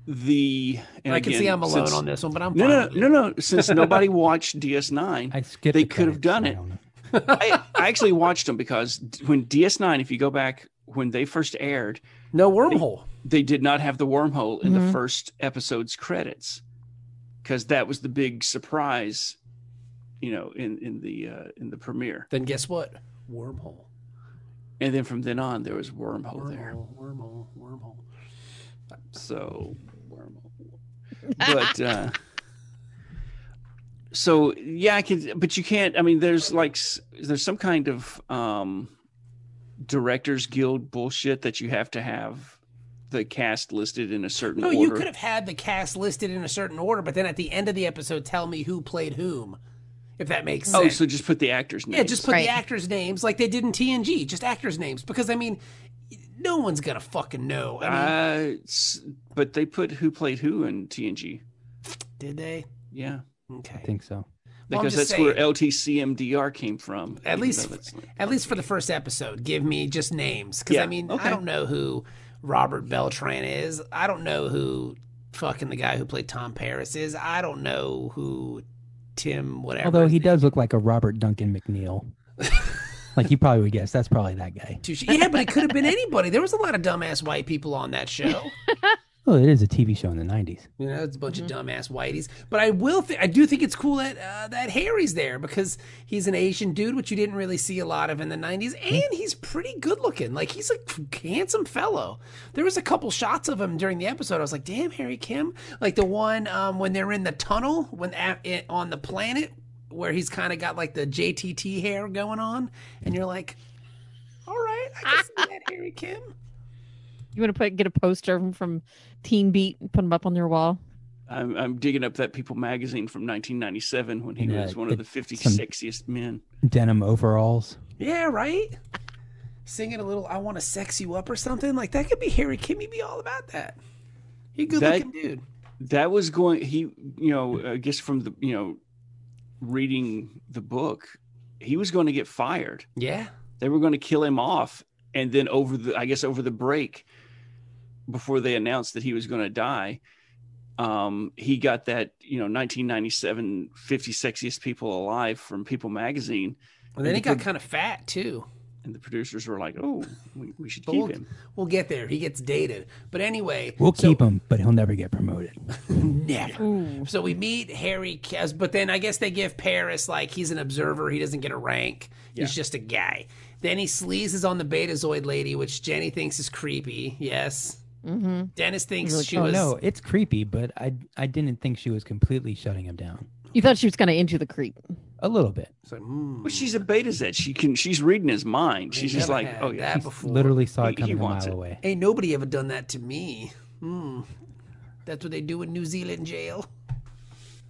Speaker 4: the and
Speaker 2: I can
Speaker 4: again,
Speaker 2: see I'm alone
Speaker 4: since-
Speaker 2: on this one, but I'm
Speaker 4: No,
Speaker 2: fine
Speaker 4: no,
Speaker 2: with it.
Speaker 4: no, no. Since nobody watched DS9,
Speaker 5: I skipped.
Speaker 4: They
Speaker 5: the
Speaker 4: could have
Speaker 5: credits,
Speaker 4: done
Speaker 5: so I
Speaker 4: it.
Speaker 5: don't know.
Speaker 4: I, I actually watched them because d- when DS9, if you go back when they first aired,
Speaker 2: No wormhole.
Speaker 4: they did not have the wormhole in the first episode's credits because that was the big surprise, you know, in in the uh, in the premiere.
Speaker 2: Then guess what? Wormhole.
Speaker 4: And then from then on, there was wormhole there.
Speaker 2: Wormhole, wormhole, wormhole. (laughs)
Speaker 4: So, wormhole. but uh, so yeah, I can. But you can't. I mean, there's like s- there's some kind of um, directors guild bullshit that you have to have the cast listed in a certain
Speaker 2: No,
Speaker 4: order.
Speaker 2: Oh, you could have had the cast listed in a certain order, but then at the end of the episode, tell me who played whom, if that makes sense.
Speaker 4: Oh, so just put the actors' names.
Speaker 2: yeah, just put
Speaker 3: Right.
Speaker 2: the actors' names like they did in TNG, just actors' names, because I mean, no one's gonna fucking know. I mean,
Speaker 4: Uh, s- but they put who played who in TNG.
Speaker 2: did they?
Speaker 4: Yeah,
Speaker 5: I
Speaker 2: Okay.
Speaker 5: think so.
Speaker 2: Well, I'm
Speaker 4: because
Speaker 2: just
Speaker 4: that's where
Speaker 2: saying.
Speaker 4: LTCMDR came from.
Speaker 2: At
Speaker 4: even
Speaker 2: least,
Speaker 4: though it's-
Speaker 2: at least for the first episode, give me just names, because
Speaker 4: Yeah,
Speaker 2: I mean,
Speaker 4: okay.
Speaker 2: I don't know who Robert Beltran is. I don't know who fucking the guy who played Tom Paris is. I don't know who Tim whatever.
Speaker 5: Although
Speaker 2: his
Speaker 5: he
Speaker 2: name
Speaker 5: does look like a Robert Duncan McNeil.
Speaker 4: (laughs)
Speaker 5: like you probably would guess, that's probably that guy.
Speaker 2: Touche. Yeah, but it could have been anybody. There was a lot of dumbass white people on that show.
Speaker 5: Oh, it is a TV show in the '90s.
Speaker 2: You know, it's a bunch of dumbass whiteys. But I will, th- I do think it's cool that uh, that Harry's there because he's an Asian dude, which you didn't really see a lot of in the '90s, and he's pretty good looking. Like he's a handsome fellow. There was a couple shots of him during the episode. I was like, damn, Harry Kim. Like the one um, when they're in the tunnel when a- it- on the planet where he's kind of got like the JTT hair going on, and you're like, all right, I can see that Harry Kim.
Speaker 3: You want to put get a poster of him from Teen Beat and put him up on your wall?
Speaker 4: I'm, I'm digging up that People magazine from 1997 when he
Speaker 5: And, uh,
Speaker 4: was one of
Speaker 5: the-
Speaker 4: the 50
Speaker 5: some-
Speaker 4: sexiest men.
Speaker 5: Denim overalls.
Speaker 2: Yeah, right? Singing a little I want to sex you up or something. Like that could be Harry Kim. He'd be all about that. He good
Speaker 4: That-
Speaker 2: looking dude.
Speaker 4: That was going. He, you know, I guess from the, you know, reading the book, he was going to get fired.
Speaker 2: Yeah.
Speaker 4: They were going to kill him off, and then over the, I guess over the break, before they announced that he was going to die, um, he got that, you know, 1997 50 sexiest people alive from People magazine.
Speaker 2: And then he got kind of fat too.
Speaker 4: and the producers were like, "Oh, we, we should
Speaker 2: But
Speaker 4: keep
Speaker 2: we'll,
Speaker 4: him."
Speaker 2: we'll get there. He gets dated. But anyway,
Speaker 5: We'll
Speaker 2: so-
Speaker 5: keep him, but he'll never
Speaker 4: (laughs)
Speaker 5: get promoted.
Speaker 2: Never. So we meet Harry, Kes- but then I guess they give Paris like he's an observer. He doesn't get a rank. He's just a guy. Then he sleazes on the Betazoid lady, which Jenny thinks is creepy. Yes.
Speaker 3: Mm-hmm.
Speaker 2: Dennis thinks she
Speaker 5: oh
Speaker 2: was.
Speaker 5: no, it's creepy, but I I didn't think she was completely shutting him down.
Speaker 3: You thought she was going to into the creep.
Speaker 5: A little bit.
Speaker 2: It's like, mm,
Speaker 4: But she's a beta Z. She can. She's reading his mind.
Speaker 2: I
Speaker 4: She's just
Speaker 2: never
Speaker 4: like,
Speaker 2: had
Speaker 4: "Oh yeah."
Speaker 2: that
Speaker 4: he's-
Speaker 2: before.
Speaker 5: Literally saw
Speaker 4: He-
Speaker 5: it coming
Speaker 4: he
Speaker 5: a
Speaker 4: wants
Speaker 5: mile
Speaker 4: it.
Speaker 5: away.
Speaker 2: Ain't nobody ever done that to me. Hmm. That's what they do in New Zealand jail.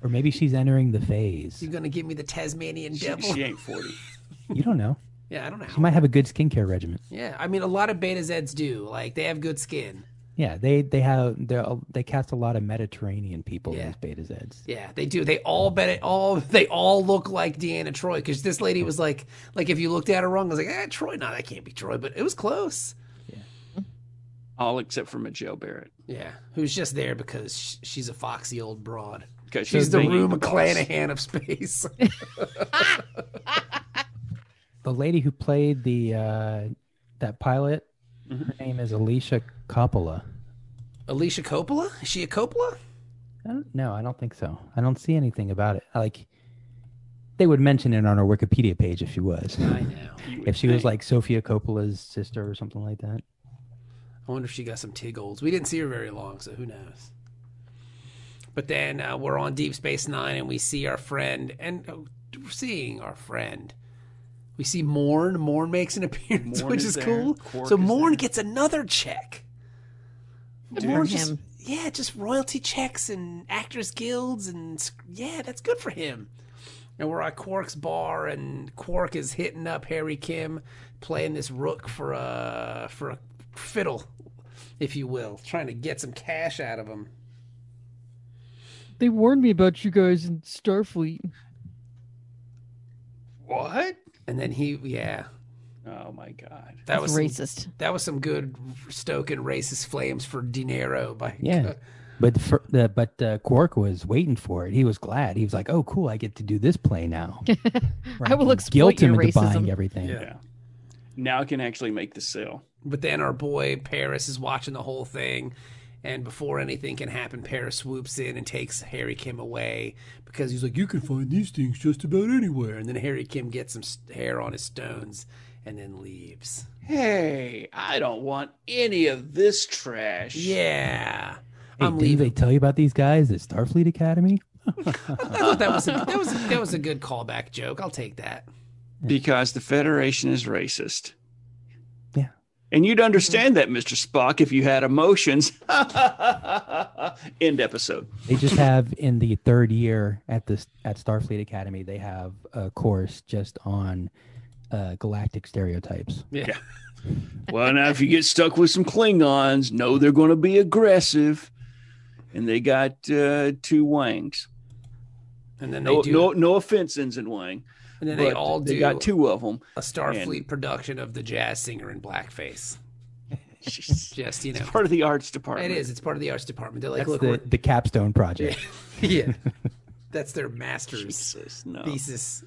Speaker 5: Or maybe she's entering the
Speaker 4: (laughs)
Speaker 5: phase.
Speaker 2: You're gonna give me the Tasmanian
Speaker 4: She,
Speaker 2: devil.
Speaker 4: she ain't forty.
Speaker 5: You don't know.
Speaker 2: yeah, I don't know.
Speaker 5: She might have a good skincare regimen.
Speaker 2: Yeah, I mean, a lot of Beta Zeds do. Like they have good skin.
Speaker 5: Yeah, they they have they they cast a lot of Mediterranean people
Speaker 2: Yeah.
Speaker 5: as beta zeds.
Speaker 2: Yeah, they do. They all bet it all. (laughs) They all look like Deanna Troy because this lady was like, like if you looked at her wrong, I was like, ah, Troy. No, that can't be Troy, but it was close.
Speaker 4: All except for Majel Barrett
Speaker 2: Yeah, who's just there because sh- she's a foxy old broad.
Speaker 4: because
Speaker 2: She's the
Speaker 4: big
Speaker 2: Rue
Speaker 4: boss.
Speaker 2: McClanahan of space. (laughs)
Speaker 5: The lady who played the uh, that pilot, her name is Alicia Coppola.
Speaker 2: Alicia Coppola? Is she a Coppola?
Speaker 5: I don't, no, I don't think so. I don't see anything about it. Like they would mention it on her Wikipedia page if she was,
Speaker 2: I know.
Speaker 4: You would
Speaker 5: if she was
Speaker 4: think.
Speaker 5: like Sofia Coppola's sister or something like that.
Speaker 2: I wonder if she got some tiggles. We didn't see her very long, so who knows. But then uh, we're on Deep Space Nine, and we see our friend, and uh, we're seeing our friend. We see Morn. Morn makes an (laughs) appearance,
Speaker 4: Morn
Speaker 2: which
Speaker 4: is
Speaker 2: is,
Speaker 4: there.
Speaker 2: cool.
Speaker 4: Quark
Speaker 2: so
Speaker 4: is
Speaker 2: Morn
Speaker 4: there.
Speaker 2: gets another check.
Speaker 3: Good
Speaker 2: Morn
Speaker 3: for
Speaker 2: just-
Speaker 3: him.
Speaker 2: yeah, just royalty checks and actors guilds, and sc- yeah, that's good for him. And we're at Quark's bar, and Quark is hitting up Harry Kim, playing this rook for a for a fiddle, if you will, trying to get some cash out of him.
Speaker 3: They warned me about you guys in Starfleet.
Speaker 4: what?
Speaker 2: And then he, yeah,
Speaker 4: Oh my god.
Speaker 2: that was
Speaker 3: That's
Speaker 2: some-
Speaker 3: racist.
Speaker 2: that was some good stoking racist flames for Dinero by
Speaker 5: Yeah. But for, the but uh, Quark was waiting for it. He was glad. He was like, "Oh, cool! I get to do this play now." Where
Speaker 3: I will
Speaker 5: can
Speaker 3: exploit
Speaker 5: guilt him
Speaker 3: your
Speaker 5: into
Speaker 3: racism.
Speaker 5: buying everything.
Speaker 2: Yeah.
Speaker 4: Yeah. Now I can actually make the sale.
Speaker 2: But then our boy Paris is watching the whole thing. And before anything can happen, Paris swoops in and takes Harry Kim away because he's like, You can find these things just about anywhere. And then Harry Kim gets some st- hair on his stones and then leaves.
Speaker 4: Hey, I don't want any of this trash.
Speaker 2: Yeah.
Speaker 5: Hey,
Speaker 2: I'm
Speaker 5: didn't
Speaker 2: leaving.
Speaker 5: they tell you about these guys at Starfleet Academy?
Speaker 2: I thought that was, a,
Speaker 5: (laughs)
Speaker 2: that, was a, that was a good callback joke. I'll take that.
Speaker 4: Because the Federation is racist.
Speaker 5: Yeah.
Speaker 4: And you'd understand that, Mr. Spock, if you had emotions. (laughs) End episode.
Speaker 5: They just have in the third year at this at Starfleet Academy, they have a course just on uh, galactic stereotypes.
Speaker 2: Yeah.
Speaker 4: Well, now if you get stuck with some Klingons, know they're going to be aggressive. And they got uh, two Wangs.
Speaker 2: And then they
Speaker 4: No,
Speaker 2: do.
Speaker 4: no, no offense, Ensign Wang.
Speaker 2: and then they
Speaker 4: but
Speaker 2: all do
Speaker 4: They got two of
Speaker 2: (laughs)
Speaker 4: them.
Speaker 2: a Starfleet production of the jazz singer in blackface. Just, you know.
Speaker 4: Part of the arts department.
Speaker 2: It is. It's part of the arts department. They're like,
Speaker 5: That's
Speaker 2: look,
Speaker 5: the, the capstone project.
Speaker 2: we're- yeah, (laughs) that's their master's
Speaker 4: Jesus, no.
Speaker 2: thesis.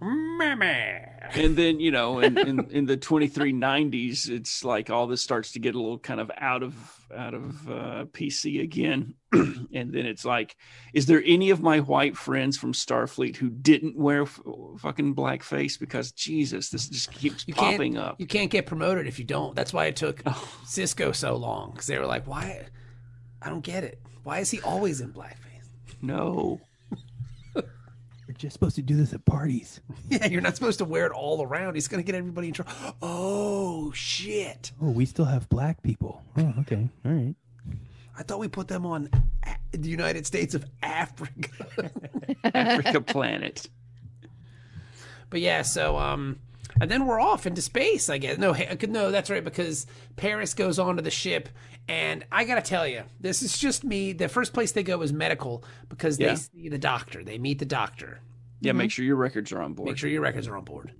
Speaker 2: Mama.
Speaker 4: and then you know in, in, in the 2390s it's like all this starts to get a little kind of out of out of uh, pc again (clears throat) and then it's like is there any of my white friends from starfleet who didn't wear f- fucking blackface because jesus this just keeps
Speaker 2: You can't-
Speaker 4: popping up
Speaker 2: You can't get promoted if you don't. That's why it took Cisco so long because they were like, why? I don't get it. Why is he always in blackface? (laughs)
Speaker 4: no
Speaker 5: You're just supposed to do this at parties.
Speaker 2: Yeah, you're not supposed to wear it all around. He's gonna get everybody in trouble. Oh shit!
Speaker 5: Oh, we still have black people. Oh, okay, all right.
Speaker 2: I thought we put them on A- the United States of Africa. (laughs)
Speaker 4: africa planet
Speaker 2: But yeah, so um, and then we're off into space. I guess no, hey, no, that's right because Paris goes onto the ship, and I gotta tell you, this is just me. The first place they go is medical because they
Speaker 4: Yeah.
Speaker 2: see the doctor. They meet the doctor.
Speaker 4: yeah make sure your records are on board
Speaker 2: Mm-hmm. Make sure your records are on board.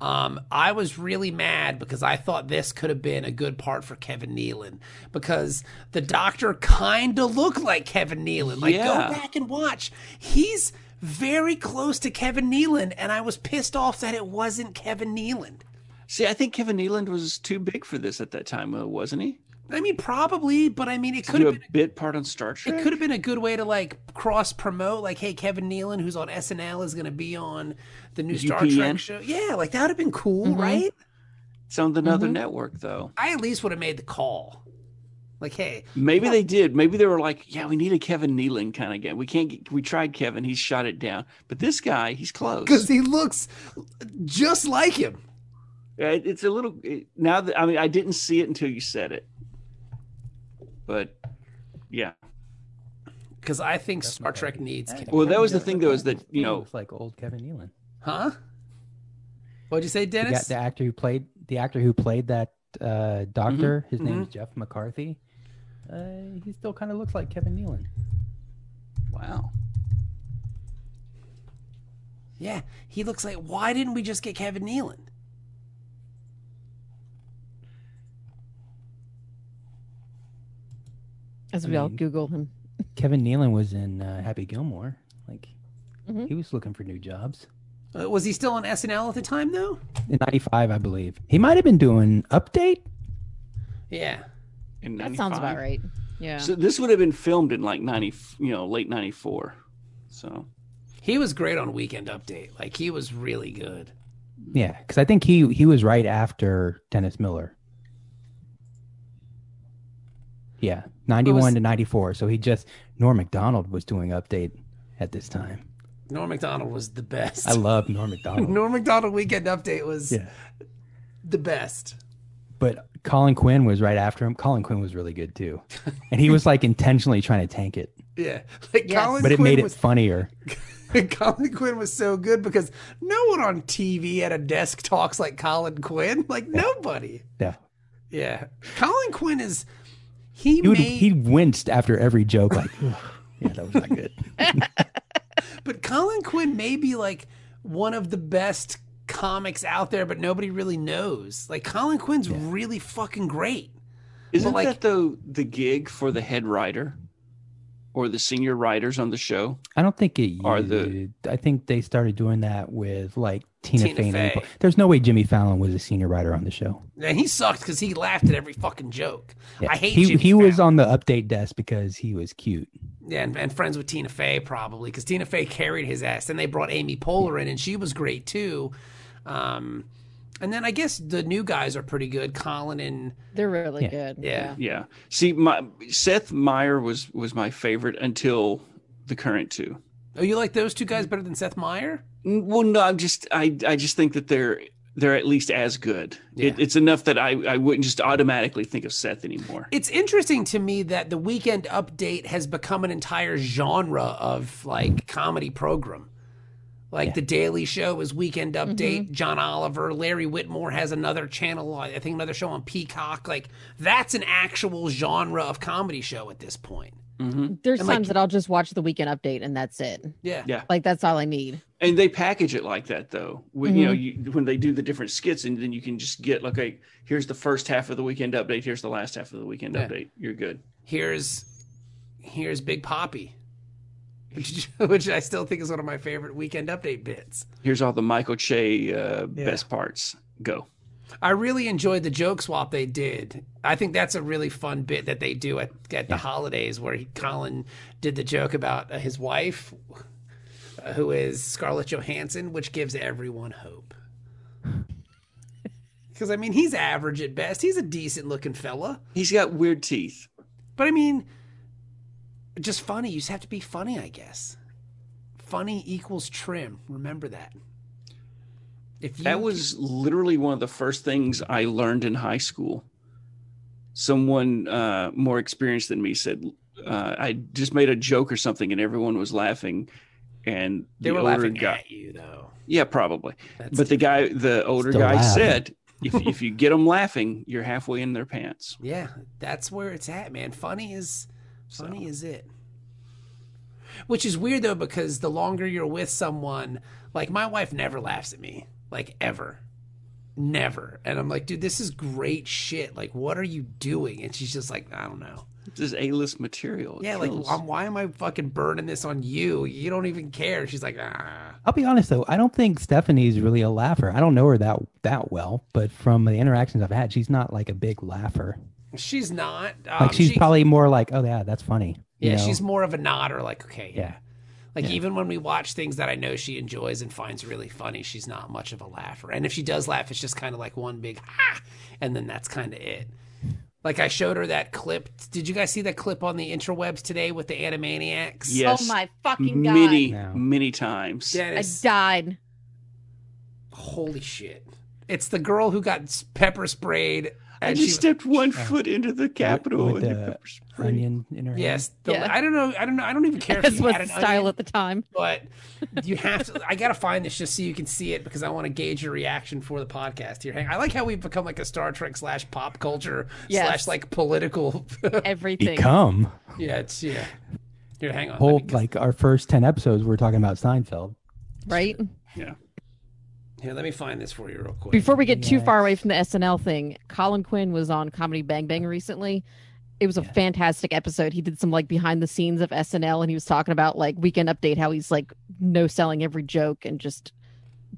Speaker 2: Um, I was really mad because I thought this could have been a good part for Kevin Nealon because the doctor kind of looked like Kevin Nealon. Like,
Speaker 4: Yeah.
Speaker 2: go back and watch. He's very close to Kevin Nealon, and I was pissed off that it wasn't Kevin Nealon.
Speaker 4: See, I think Kevin Nealon was too big for this at that time, uh, wasn't he?
Speaker 2: I mean, probably, but I mean, it
Speaker 4: To
Speaker 2: could
Speaker 4: do a
Speaker 2: have been.
Speaker 4: bit part on Star Trek.
Speaker 2: It could have been a good way to like cross promote, like, hey, Kevin Nealon, who's on SNL, is going to be on the new Star
Speaker 4: UPN?
Speaker 2: Trek show. Yeah, like that would have been cool,
Speaker 3: Mhm.
Speaker 2: right?
Speaker 4: It's on another
Speaker 2: Mm-hmm.
Speaker 3: Mhm.
Speaker 4: network, though.
Speaker 2: I at least would have made the call. Like, hey,
Speaker 4: Maybe they did. Maybe they were like, "Yeah, we need a Kevin Nealon kind of guy. We can't. Get, we tried Kevin. He's shot it down. But this guy, he's close.
Speaker 2: because he looks just like him.
Speaker 4: Yeah, it- It's a little it- now that I mean I didn't see it until you said it, but yeah.
Speaker 2: Because I think Star
Speaker 5: not
Speaker 2: Trek
Speaker 5: right.
Speaker 2: needs, Kevin.
Speaker 4: Well, that was the thing though is that you
Speaker 5: He
Speaker 4: know
Speaker 5: looks like old Kevin Nealon.
Speaker 2: huh? What'd you say,
Speaker 5: The, guy-
Speaker 2: Dennis?
Speaker 5: the actor who played the actor who played that uh, doctor, his name
Speaker 4: mhm.
Speaker 5: is Jeff McCarthy. Uh, he still kind of looks like Kevin Nealon.
Speaker 4: wow.
Speaker 2: Yeah, he looks like. Why didn't we just get Kevin Nealon?
Speaker 3: As
Speaker 5: I
Speaker 3: we all
Speaker 5: mean-
Speaker 3: Google him.
Speaker 5: Kevin Nealon was in uh, Happy Gilmore. Like
Speaker 2: Mm-hmm.
Speaker 3: Mhm.
Speaker 5: he was looking for new jobs
Speaker 2: Uh, was he still on SNL at the time though?
Speaker 5: in '95, I believe. He might have been doing update.
Speaker 2: Yeah.
Speaker 4: In
Speaker 3: That sounds
Speaker 4: 95.
Speaker 3: about right. Yeah.
Speaker 4: So this would have been filmed in like ninety, you know, late ninety four. So
Speaker 2: He was great on Weekend Update. Like he was really good.
Speaker 5: Yeah, because I think he he was right after Dennis Miller. Yeah, ninety-one to ninety-four. So he just Norm Macdonald was doing update at this time.
Speaker 2: Norm Macdonald was the best.
Speaker 5: I love Norm
Speaker 2: (laughs)
Speaker 5: Macdonald.
Speaker 2: Norm Macdonald Weekend Update was
Speaker 5: Yeah.
Speaker 2: the best.
Speaker 5: But Colin Quinn was right after him. Colin Quinn was really good too, and he was like intentionally trying to tank it,
Speaker 2: Yeah. Like
Speaker 3: Yes.
Speaker 2: Colin
Speaker 5: but it
Speaker 2: Quinn
Speaker 5: made it
Speaker 2: was
Speaker 5: funnier.
Speaker 2: (laughs) Colin Quinn was so good because no one on TV at a desk talks like Colin Quinn. Like nobody.
Speaker 5: Yeah,
Speaker 2: Yeah. Colin Quinn is he,
Speaker 5: he would,
Speaker 2: made
Speaker 5: he winced after every joke. Like, yeah, that was not good.
Speaker 2: But Colin Quinn may be like one of the best comics out there, but nobody really knows. Like Colin Quinn's really fucking great.
Speaker 4: isn't
Speaker 2: like-
Speaker 4: that though the gig for the head writer or the senior writers on the show?
Speaker 5: I don't think it.
Speaker 4: Or
Speaker 5: Or
Speaker 4: the-
Speaker 5: I think they started doing that with like Tina,
Speaker 2: Tina
Speaker 5: Fey. and
Speaker 2: Fey.
Speaker 5: April. There's no way Jimmy Fallon was a senior writer on the show.
Speaker 2: And he sucked because he laughed at every fucking joke.
Speaker 5: Yeah.
Speaker 2: I hate
Speaker 5: he.
Speaker 2: Jimmy
Speaker 5: he was
Speaker 2: Fallon.
Speaker 5: on the update desk because he was cute.
Speaker 2: yeah, and, and friends with Tina Fey probably because Tina Fey carried his ass. Then they brought Amy Poehler in, and she was great too. Um, and then I guess the new guys are pretty good. Colin and
Speaker 3: They're really good.
Speaker 2: Yeah.
Speaker 4: Yeah. See, my Seth Meyer was was my favorite until the current two.
Speaker 2: oh, you like those two guys better than Seth Meyer?
Speaker 4: N- Mm, Well, no, I'm just I I just think that they're they're at least as good.
Speaker 2: Yeah.
Speaker 4: It, it's enough that I I wouldn't just automatically think of Seth anymore.
Speaker 2: It's interesting to me that the weekend update has become an entire genre of like comedy program. Like the Daily Show is Weekend Update, John Oliver, Larry Whitmore has another channel, I think another show on Peacock. Like that's an actual genre of comedy show at this point.
Speaker 3: There's
Speaker 2: And, like-
Speaker 3: times that I'll just watch the weekend update and that's it.
Speaker 2: Yeah.
Speaker 4: Yeah.
Speaker 3: Like that's all I need.
Speaker 4: and they package it like that though when you know you, when they do the different skits and then you can just get like okay here's the first half of the weekend update here's the last half of the weekend
Speaker 2: Yeah.
Speaker 4: update you're good
Speaker 2: Here's here's Big Poppy. Which, (laughs) which I still think is one of my favorite weekend update bits.
Speaker 4: here's all the michael che uh,
Speaker 2: Yeah.
Speaker 4: best parts go
Speaker 2: I really enjoyed the joke swap they did. I think that's a really fun bit that they do at, at the holidays where he, Colin did the joke about uh, his wife, uh, who is Scarlett Johansson, which gives everyone hope. (laughs) Because, I mean, he's average at best. He's a decent looking fella.
Speaker 4: he's got weird teeth
Speaker 2: But, I mean, just funny. You just have to be funny, I guess. Funny equals trim. Remember that. If you
Speaker 4: that was literally one of the first things i learned in high school someone uh, more experienced than me said uh, i just made a joke or something and everyone was laughing and
Speaker 2: they
Speaker 4: the
Speaker 2: were
Speaker 4: older
Speaker 2: laughing
Speaker 4: guy-
Speaker 2: at you, though.
Speaker 4: yeah probably
Speaker 2: That's
Speaker 4: but the guy, the older
Speaker 5: Still
Speaker 4: guy
Speaker 5: laugh.
Speaker 4: said,
Speaker 2: (laughs)
Speaker 4: if, if you get them laughing, you're halfway in their pants.
Speaker 2: Yeah, that's where it's at, man. Funny is funny is it. Which is weird though because the longer you're with someone, like my wife never laughs at me, like ever. never. And I'm like, dude, this is great shit. Like, what are you doing? And she's just like, I don't know.
Speaker 4: This is A-list material. It
Speaker 2: Yeah, like,
Speaker 4: kills.
Speaker 2: um, why am I fucking burning this on you? You don't even care. She's like, ah.
Speaker 5: I'll be honest though, I don't think Stephanie's really a laugher. I don't know her that that well, but from the interactions I've had, she's not like a big laugher.
Speaker 2: She's not. Um,
Speaker 5: Like she's
Speaker 2: she-
Speaker 5: probably more like, oh yeah, that's funny. you
Speaker 2: Yeah,
Speaker 5: know?
Speaker 2: she's more of a nodder. Like, okay,
Speaker 5: yeah.
Speaker 2: Like even when we watch things that I know she enjoys and finds really funny, she's not much of a laugher. And if she does laugh, it's just kind of like one big ha, and then that's kind of it. Like I showed her that clip. Did you guys see that clip on the interwebs today with the Animaniacs?
Speaker 4: Yes.
Speaker 3: Oh my fucking god!
Speaker 4: many,
Speaker 5: No.
Speaker 4: many times.
Speaker 3: I
Speaker 2: Dennis,
Speaker 3: died. (laughs)
Speaker 2: holy shit! It's the girl who got s- pepper sprayed.
Speaker 4: I
Speaker 2: and
Speaker 4: just
Speaker 2: she-
Speaker 4: stepped one foot into the Capitol
Speaker 5: with
Speaker 4: and
Speaker 5: the
Speaker 4: the pepper spray.
Speaker 5: Onion in her.
Speaker 2: Yes, the-
Speaker 3: Mm-hmm. Yeah.
Speaker 2: I don't know. I don't know. I don't even care if
Speaker 3: This
Speaker 2: you
Speaker 3: was
Speaker 2: had
Speaker 3: the
Speaker 2: an
Speaker 3: style
Speaker 2: onion.
Speaker 3: at the
Speaker 2: (laughs)
Speaker 3: time.
Speaker 2: but you have to. I gotta find this just so you can see it because I want to gauge your reaction for the podcast here. Hang, I like how we've become like a Star Trek slash pop culture
Speaker 3: Yes.
Speaker 2: slash like political. (laughs)
Speaker 3: Everything.
Speaker 5: Become
Speaker 2: yeah, it's yeah. Here, hang on. let me
Speaker 5: whole
Speaker 2: get-
Speaker 5: like our first ten episodes, we're talking about Seinfeld.
Speaker 3: right?
Speaker 2: here, let me find this for you real quick.
Speaker 3: Before we get too
Speaker 5: Yeah,
Speaker 3: far
Speaker 5: it's-
Speaker 3: away from the SNL thing, Colin Quinn was on Comedy Bang Bang recently. It was a fantastic episode. He did some like behind the scenes of SNL and he was talking about like weekend update how he's like no selling every joke and just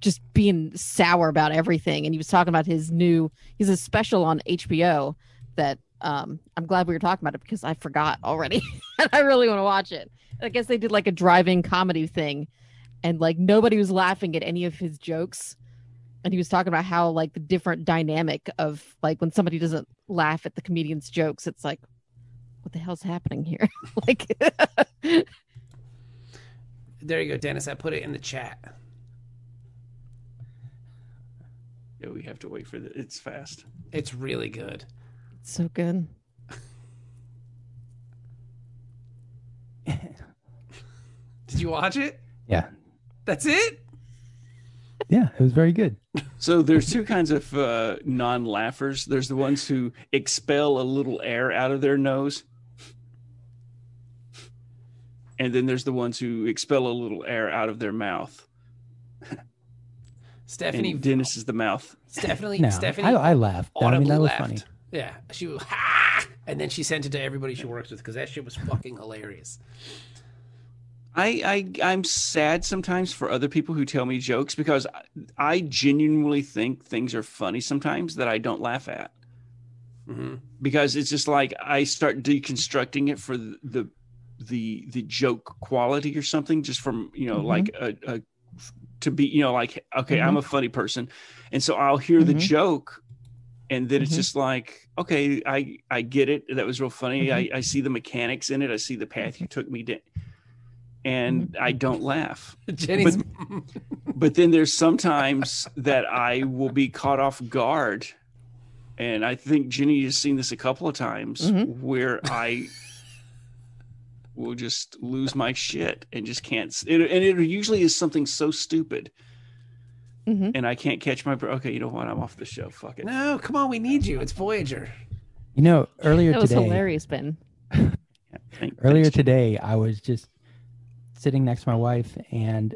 Speaker 3: just being sour about everything and he was talking about his new he's a special on HBO that um I'm glad we were talking about it because I forgot already (laughs) and I really want to watch it. I guess they did like a driving comedy thing and like nobody was laughing at any of his jokes and he was talking about how like the different dynamic of like when somebody doesn't laugh at the comedian's jokes it's like what the hell's happening here (laughs) like
Speaker 2: there you go, Dennis. I put it in the chat.
Speaker 4: Yeah, we have to wait for the. It's fast.
Speaker 2: It's really good.
Speaker 3: so good
Speaker 2: Did you watch it?
Speaker 5: Yeah.
Speaker 2: That's it.
Speaker 5: Yeah, it was very good.
Speaker 4: So there's two kinds of uh, non-laughers. There's the ones who expel a little air out of their nose, and then there's the ones who expel a little air out of their mouth.
Speaker 2: Stephanie.
Speaker 4: And Dennis is the mouth.
Speaker 2: Stephanie.
Speaker 5: No,
Speaker 2: Stephanie.
Speaker 5: I, I laughed. I mean,
Speaker 2: audibly
Speaker 5: that was
Speaker 2: laughed.
Speaker 5: funny.
Speaker 2: Yeah, she was ha, and then she sent it to everybody she works with because that shit was fucking hilarious.
Speaker 4: I, I I'm sad sometimes for other people who tell me jokes because I, I genuinely think things are funny sometimes that I don't laugh at.
Speaker 2: hmm
Speaker 4: because it's just like I start deconstructing it for the the the, the joke quality or something just from you know
Speaker 3: Mhm.
Speaker 4: like a, a to be you know like okay I'm a funny person and so I'll hear the
Speaker 3: Mhm.
Speaker 4: joke and then it's
Speaker 3: Mhm.
Speaker 4: just like okay I I get it that was real funny I, I see the mechanics in it I see the path you took me down and I don't laugh
Speaker 2: Jenny's
Speaker 4: but then there's sometimes that I will be caught off guard. And I think Jenny has seen this a couple of times
Speaker 3: Mhm.
Speaker 4: where I will just lose my shit and just can't. s- It, and it usually is something so stupid
Speaker 3: Mhm.
Speaker 4: and I can't catch my breath. Okay, you know what? I'm off the show. Fuck it.
Speaker 2: No, come on, we need you. It's Voyager.
Speaker 5: (laughs) You know, earlier
Speaker 3: that was
Speaker 5: today,
Speaker 3: hilarious ben
Speaker 4: Thank-
Speaker 5: earlier
Speaker 4: thanks,
Speaker 5: today, I was just sitting next to my wife, and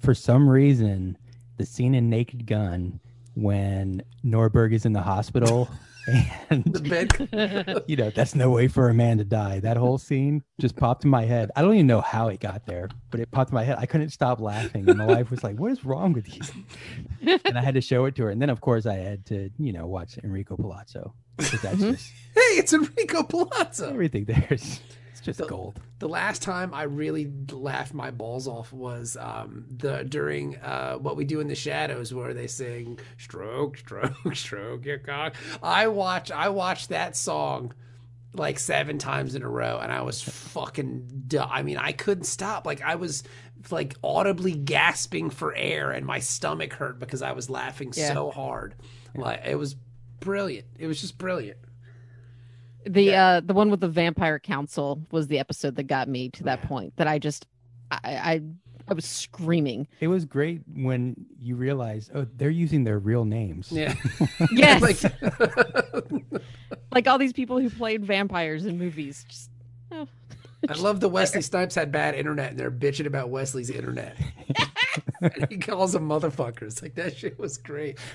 Speaker 5: for some reason, the scene in Naked Gun when Norberg is in
Speaker 2: (laughs)
Speaker 5: the hospital,
Speaker 2: The
Speaker 5: and
Speaker 2: bed. (laughs)
Speaker 5: you know, that's no way for a man to die. That whole scene just popped in my head. I don't even know how it got there, but it popped in my head. I couldn't stop laughing, and my wife was like, "What is wrong with you?"
Speaker 2: (laughs)
Speaker 5: And I had to show it to her, and then of course I had to, you know, watch Enrico Palazzo. 'cause That's
Speaker 2: Mm-hmm.
Speaker 3: Mhm.
Speaker 5: just
Speaker 2: Hey, it's Enrico Palazzo.
Speaker 5: everything. There's it's just
Speaker 2: The-
Speaker 5: gold.
Speaker 2: The last time I really laughed my balls off was um, the during uh, what we do in the shadows, where they sing "stroke, stroke, (laughs) stroke your cock." I watch, I watched that song like seven times in a row, and I was fucking. Du- I mean, I couldn't stop. Like I was like audibly gasping for air, and my stomach hurt because I was laughing
Speaker 3: Yeah.
Speaker 2: so hard. Like it was brilliant. It was just brilliant.
Speaker 3: the uh the one with the vampire council was the episode that got me to that point that i just i i, I was screaming
Speaker 5: It was great when you realize, oh, they're using their real names.
Speaker 2: (laughs) Yeah.
Speaker 3: (laughs) yes (laughs) like,
Speaker 2: Like-
Speaker 3: all these people who played vampires in movies just oh.
Speaker 2: I love the Wesley Snipes had bad internet and they're bitching about Wesley's
Speaker 4: (laughs)
Speaker 2: internet. and he calls them motherfuckers. Like that shit was great. (sighs)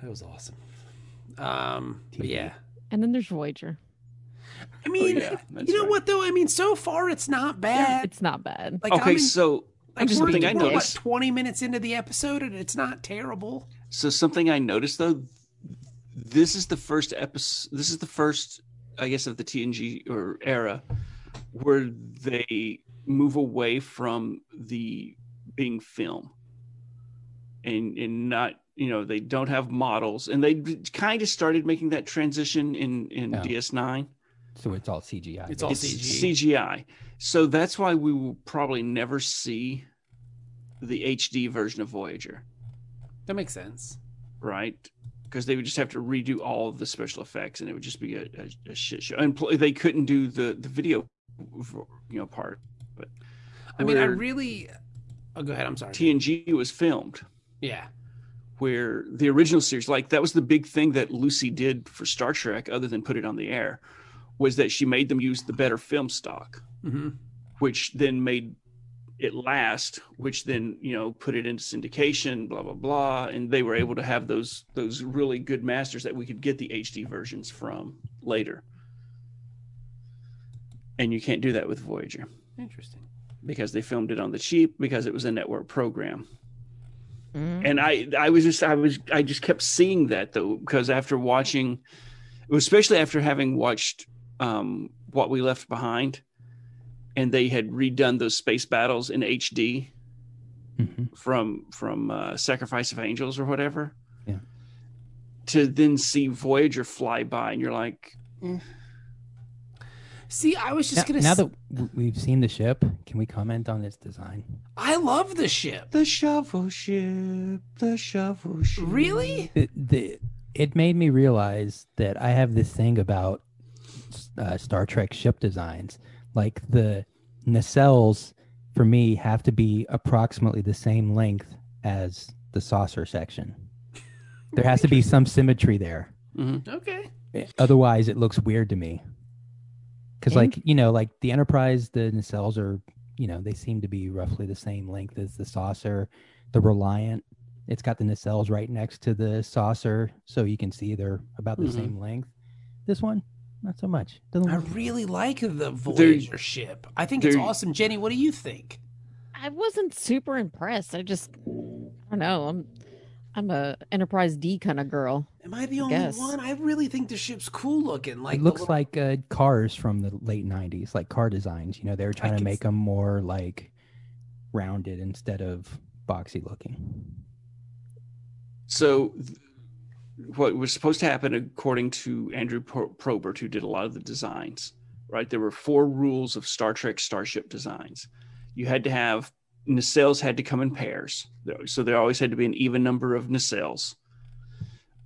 Speaker 2: That was awesome. Um, but yeah. Oh,
Speaker 3: And then there's Voyager.
Speaker 2: I mean,
Speaker 4: yeah, that's
Speaker 2: you know
Speaker 4: right.
Speaker 2: what though? I mean, so far it's not bad.
Speaker 3: It's not bad.
Speaker 2: like
Speaker 4: okay,
Speaker 2: I'm in-
Speaker 4: so
Speaker 2: like,
Speaker 4: just
Speaker 2: we're,
Speaker 4: something I
Speaker 2: we're, what,
Speaker 4: noticed.
Speaker 2: twenty minutes into the episode, and it's not terrible.
Speaker 4: so something I noticed though, this is the first episode. This is the first, I guess, of the TNG or era where they move away from the being film and and not you know they don't have models and they kind of started making that transition in in
Speaker 5: Yeah.
Speaker 4: DS9.
Speaker 5: So it's all CGI.
Speaker 2: It's all
Speaker 4: it's
Speaker 2: CG.
Speaker 4: CGI. So that's why we will probably never see the HD version of Voyager,
Speaker 2: That makes sense.
Speaker 4: right? Because they would just have to redo all of the special effects, and it would just be a, a, a shit show. And pl- they couldn't do the the video, v- you know, part. But
Speaker 2: I mean, I
Speaker 4: where
Speaker 2: really. Oh, go ahead. I'm sorry.
Speaker 4: TNG was filmed,
Speaker 2: yeah.
Speaker 4: where the original series, like that was the big thing that Lucy did for Star Trek, other than put it on the air, was that she made them use the better film stock.
Speaker 2: hmm
Speaker 4: which then made it last, which then you know put it into syndication, blah blah blah, and they were able to have those those really good masters that we could get the HD versions from later. And you can't do that with Voyager
Speaker 2: Interesting.
Speaker 4: because they filmed it on the cheap because it was a network program.
Speaker 3: Mm.
Speaker 4: And I I was just I was I just kept seeing that though because after watching, especially after having watched um, what we left behind, and they had redone those space battles in HD
Speaker 5: Mhm.
Speaker 4: from from uh, Sacrifice of Angels or whatever.
Speaker 5: Yeah.
Speaker 4: To then see Voyager fly by, and you're like,
Speaker 2: See, I was just
Speaker 5: now,
Speaker 2: gonna.
Speaker 5: now
Speaker 2: s-
Speaker 5: that w- we've seen the ship, can we comment on its design?
Speaker 2: I love the ship.
Speaker 4: the shovel ship, the shovel ship.
Speaker 2: Really?
Speaker 5: The, the, it made me realize that I have this thing about uh, Star Trek ship designs. Like the nacelles, for me, have to be approximately the same length as the saucer section. There has to be some symmetry there.
Speaker 4: Mm-hmm.
Speaker 2: Okay.
Speaker 5: Otherwise, it looks weird to me. Because, like, you know, like the Enterprise, the nacelles are, you know, they seem to be roughly the same length as the saucer. The Reliant, it's got the nacelles right next to the saucer, so you can see they're about the
Speaker 4: Mhm.
Speaker 5: same length. This one, not so much. Doesn't
Speaker 2: Mm-hmm. I
Speaker 5: look-
Speaker 2: really like the Voyager ship. I think it's
Speaker 4: they're-
Speaker 2: awesome. Jenny, what do you think?
Speaker 3: I wasn't super impressed. I just I don't know. I'm I'm a Enterprise D kind of girl.
Speaker 2: Am I the only
Speaker 3: guess.
Speaker 2: one? I really think the ship's cool looking. Like
Speaker 5: it
Speaker 2: the
Speaker 5: looks
Speaker 2: little-
Speaker 5: like uh, cars from the late 90s, like car designs. You know, they were trying
Speaker 2: can
Speaker 5: to make
Speaker 2: s-
Speaker 5: them more like rounded instead of boxy looking.
Speaker 4: So, th- what was supposed to happen, according to Andrew Pro- Probert, who did a lot of the designs, right? There were four rules of Star Trek starship designs. You had to have nacelles had to come in pairs, so there always had to be an even number of nacelles.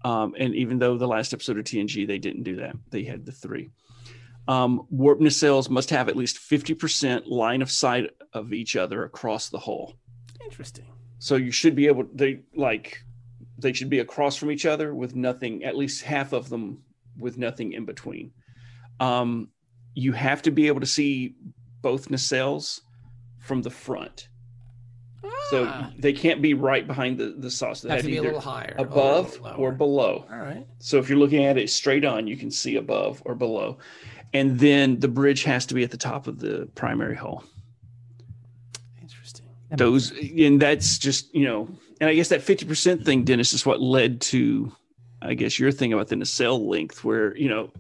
Speaker 4: Um, and even though the last episode of TNG they didn't do that, they had the three. Um, warp nacelles must have at least fifty percent line of sight of each other across the hull.
Speaker 2: interesting.
Speaker 4: So you should be able they like they should be across from each other with nothing at least half of them with nothing in between. Um you have to be able to see both nacelles from the front. So
Speaker 2: Ah,
Speaker 4: they can't be right behind the the sauce. They
Speaker 2: have
Speaker 4: have
Speaker 2: to be a
Speaker 4: either
Speaker 2: little higher, or a
Speaker 4: above
Speaker 2: little lower.
Speaker 4: or below.
Speaker 2: All right.
Speaker 4: So if you're looking at it straight on, you can see above or below. And then the bridge has to be at the top of the primary hole
Speaker 2: Interesting.
Speaker 5: That makes
Speaker 4: those and that's just you know and i guess that 50% thing dennis is what led to i guess your thing about the nacelle length where you know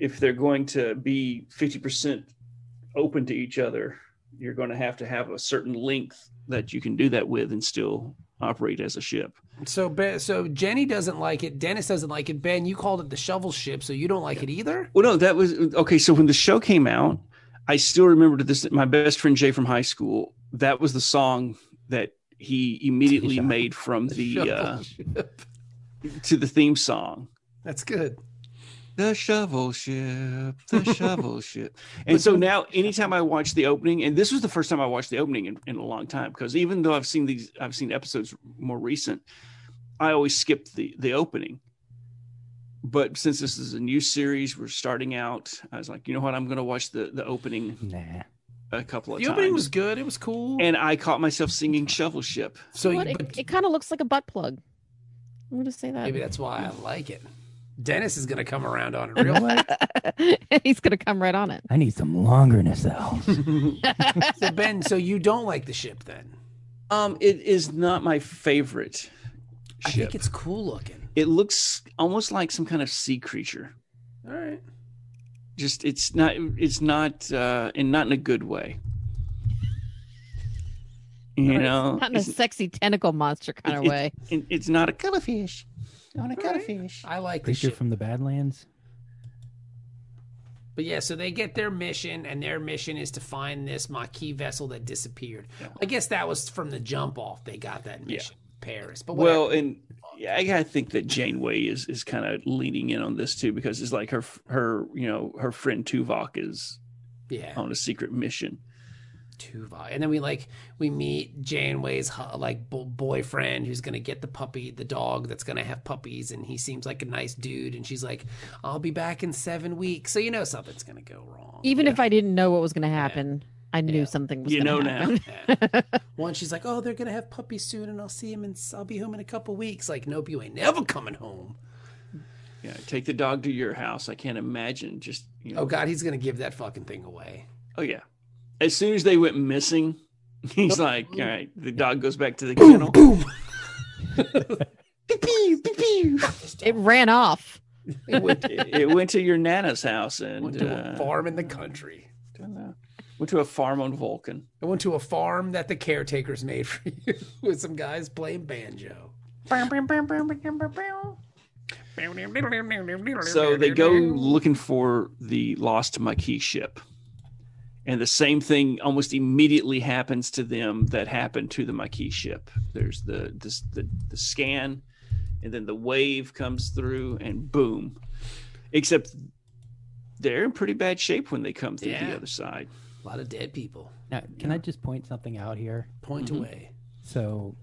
Speaker 4: if they're going to be 50% open to each other you're going to have to have a certain length that you can do that with and still operate as a ship
Speaker 2: So Ben, so Jenny doesn't like it. Dennis doesn't like it. Ben, you called it the shovel ship, so you don't like it either.
Speaker 4: Well, no, that was okay. So when the show came out, I still remember to this. My best friend Jay from high school. That was the song that he immediately
Speaker 5: Yeah.
Speaker 4: made from the
Speaker 2: shovel
Speaker 4: uh,
Speaker 2: ship.
Speaker 4: to the theme song.
Speaker 2: That's good.
Speaker 4: The shovel ship, the shovel ship. And so now, anytime I watch the opening, and this was the first time I watched the opening in, in a long time, because even though I've seen these, I've seen episodes more recent, I always skip the the opening. But since this is a new series, we're starting out. I was like, you know what? I'm going to watch the the opening
Speaker 5: Nah.
Speaker 4: a couple of
Speaker 2: The
Speaker 4: times.
Speaker 2: opening was good. It was cool.
Speaker 4: and I caught myself singing Shovel Ship.
Speaker 2: so you,
Speaker 3: What? It,
Speaker 2: but
Speaker 3: it kind of looks like a butt plug. I'm gonna say that. (laughs)
Speaker 2: maybe that's why I like it. Dennis is gonna come around on it
Speaker 5: You know
Speaker 2: real
Speaker 5: (laughs) what?
Speaker 3: He's gonna come right on it.
Speaker 5: I need some longer nacelles.
Speaker 2: (laughs) So Ben, so you don't like the ship then?
Speaker 4: Um, it is not my favorite
Speaker 2: I
Speaker 4: ship.
Speaker 2: think it's cool looking.
Speaker 4: it looks almost like some kind of sea creature.
Speaker 2: All right.
Speaker 4: Just it's not it's not uh and not in a good way. You know,
Speaker 3: Not in a
Speaker 4: it's,
Speaker 3: sexy tentacle monster
Speaker 2: (laughs)
Speaker 3: kind of
Speaker 4: it-
Speaker 3: way.
Speaker 4: it- it's not a cuttlefish. Not a cuttlefish.
Speaker 2: I like the
Speaker 5: Creature
Speaker 2: ship.
Speaker 5: from the Badlands.
Speaker 2: But yeah, so they get their mission, and their mission is to find this Maquis vessel that disappeared. I guess that was from the jump off. They got that mission, Paris. But whatever.
Speaker 4: Well, and yeah, I gotta think that Janeway is is kind of leaning in on this too because it's like her her you know her friend Tuvok is
Speaker 2: yeah,
Speaker 4: on a secret mission.
Speaker 2: Tuva. And then we like we meet Janeway's hu- like bo- boyfriend who's gonna get the puppy, the dog that's gonna have puppies, and he seems like a nice dude. And she's like, "I'll be back in seven weeks," so you know something's gonna go wrong.
Speaker 3: Even if I didn't know what was gonna happen, I knew
Speaker 2: Yeah.
Speaker 3: something was
Speaker 4: You
Speaker 3: gonna
Speaker 4: know
Speaker 3: happen. (laughs)
Speaker 4: now.
Speaker 2: (laughs) One, she's like, "Oh, they're gonna have puppies soon, and I'll see him, and I'll be home in a couple weeks." Like, nope, you ain't never coming home.
Speaker 4: Yeah, take the dog to your house. I can't imagine just you know.
Speaker 2: Oh God, he's gonna give that fucking thing away.
Speaker 4: Oh yeah. As soon as they went missing, (laughs) he's like, all right, the dog goes back to
Speaker 2: (laughs)
Speaker 4: the kennel.
Speaker 3: It ran off.
Speaker 4: it, went, it went to your nana's house and
Speaker 2: Went to a
Speaker 4: uh,
Speaker 2: farm in the country.
Speaker 4: went to a farm on Vulcan.
Speaker 2: I went to a farm that the caretakers made (laughs) for you with some guys playing banjo.
Speaker 4: So they go looking for the lost Maquis ship. And the same thing almost immediately happens to them that happened to the Maquis ship. There's the this, the the scan, and then the wave comes through, and boom. Except they're in pretty bad shape when they come through
Speaker 2: Yeah.
Speaker 4: the other side.
Speaker 2: A lot of dead people.
Speaker 5: Now, can I just point something out here?
Speaker 2: Point
Speaker 4: Mm-hmm.
Speaker 2: away.
Speaker 5: So,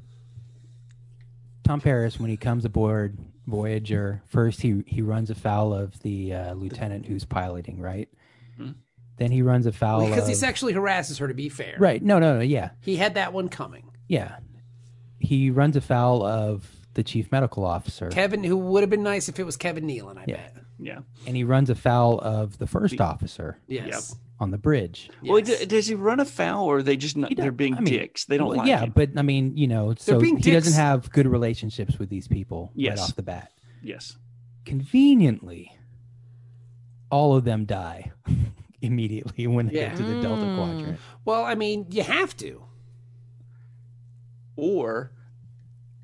Speaker 5: Tom Paris, when he comes aboard Voyager, first he he runs afoul of the uh, lieutenant who's piloting, right? Then he runs afoul
Speaker 2: Because
Speaker 5: of
Speaker 2: he sexually harasses her. To be fair,
Speaker 5: uh, right. No, no, no. Yeah,
Speaker 2: He had that one coming.
Speaker 5: yeah. He runs afoul of the chief medical officer,
Speaker 2: Kevin, who would have been nice if it was Kevin Nealon, I
Speaker 5: Yeah.
Speaker 2: bet.
Speaker 4: Yeah.
Speaker 5: and he runs afoul of the first officer
Speaker 2: Yes.
Speaker 5: on the bridge.
Speaker 4: Well,
Speaker 2: Yes.
Speaker 4: d- does he run afoul, or are they just not,
Speaker 5: He don't-
Speaker 4: they're being
Speaker 5: I mean,
Speaker 4: dicks? They don't
Speaker 5: Well,
Speaker 4: like
Speaker 5: yeah,
Speaker 4: him.
Speaker 5: but I mean, you know, so he
Speaker 2: being
Speaker 5: doesn't
Speaker 2: dicks.
Speaker 5: have good relationships with these people
Speaker 4: Yes.
Speaker 5: right off the bat.
Speaker 4: Yes.
Speaker 5: conveniently, all of them die (laughs) immediately when they
Speaker 2: Yeah.
Speaker 5: get to the Delta
Speaker 3: Mm.
Speaker 5: Quadrant.
Speaker 2: Well, I mean, you have to.
Speaker 4: Or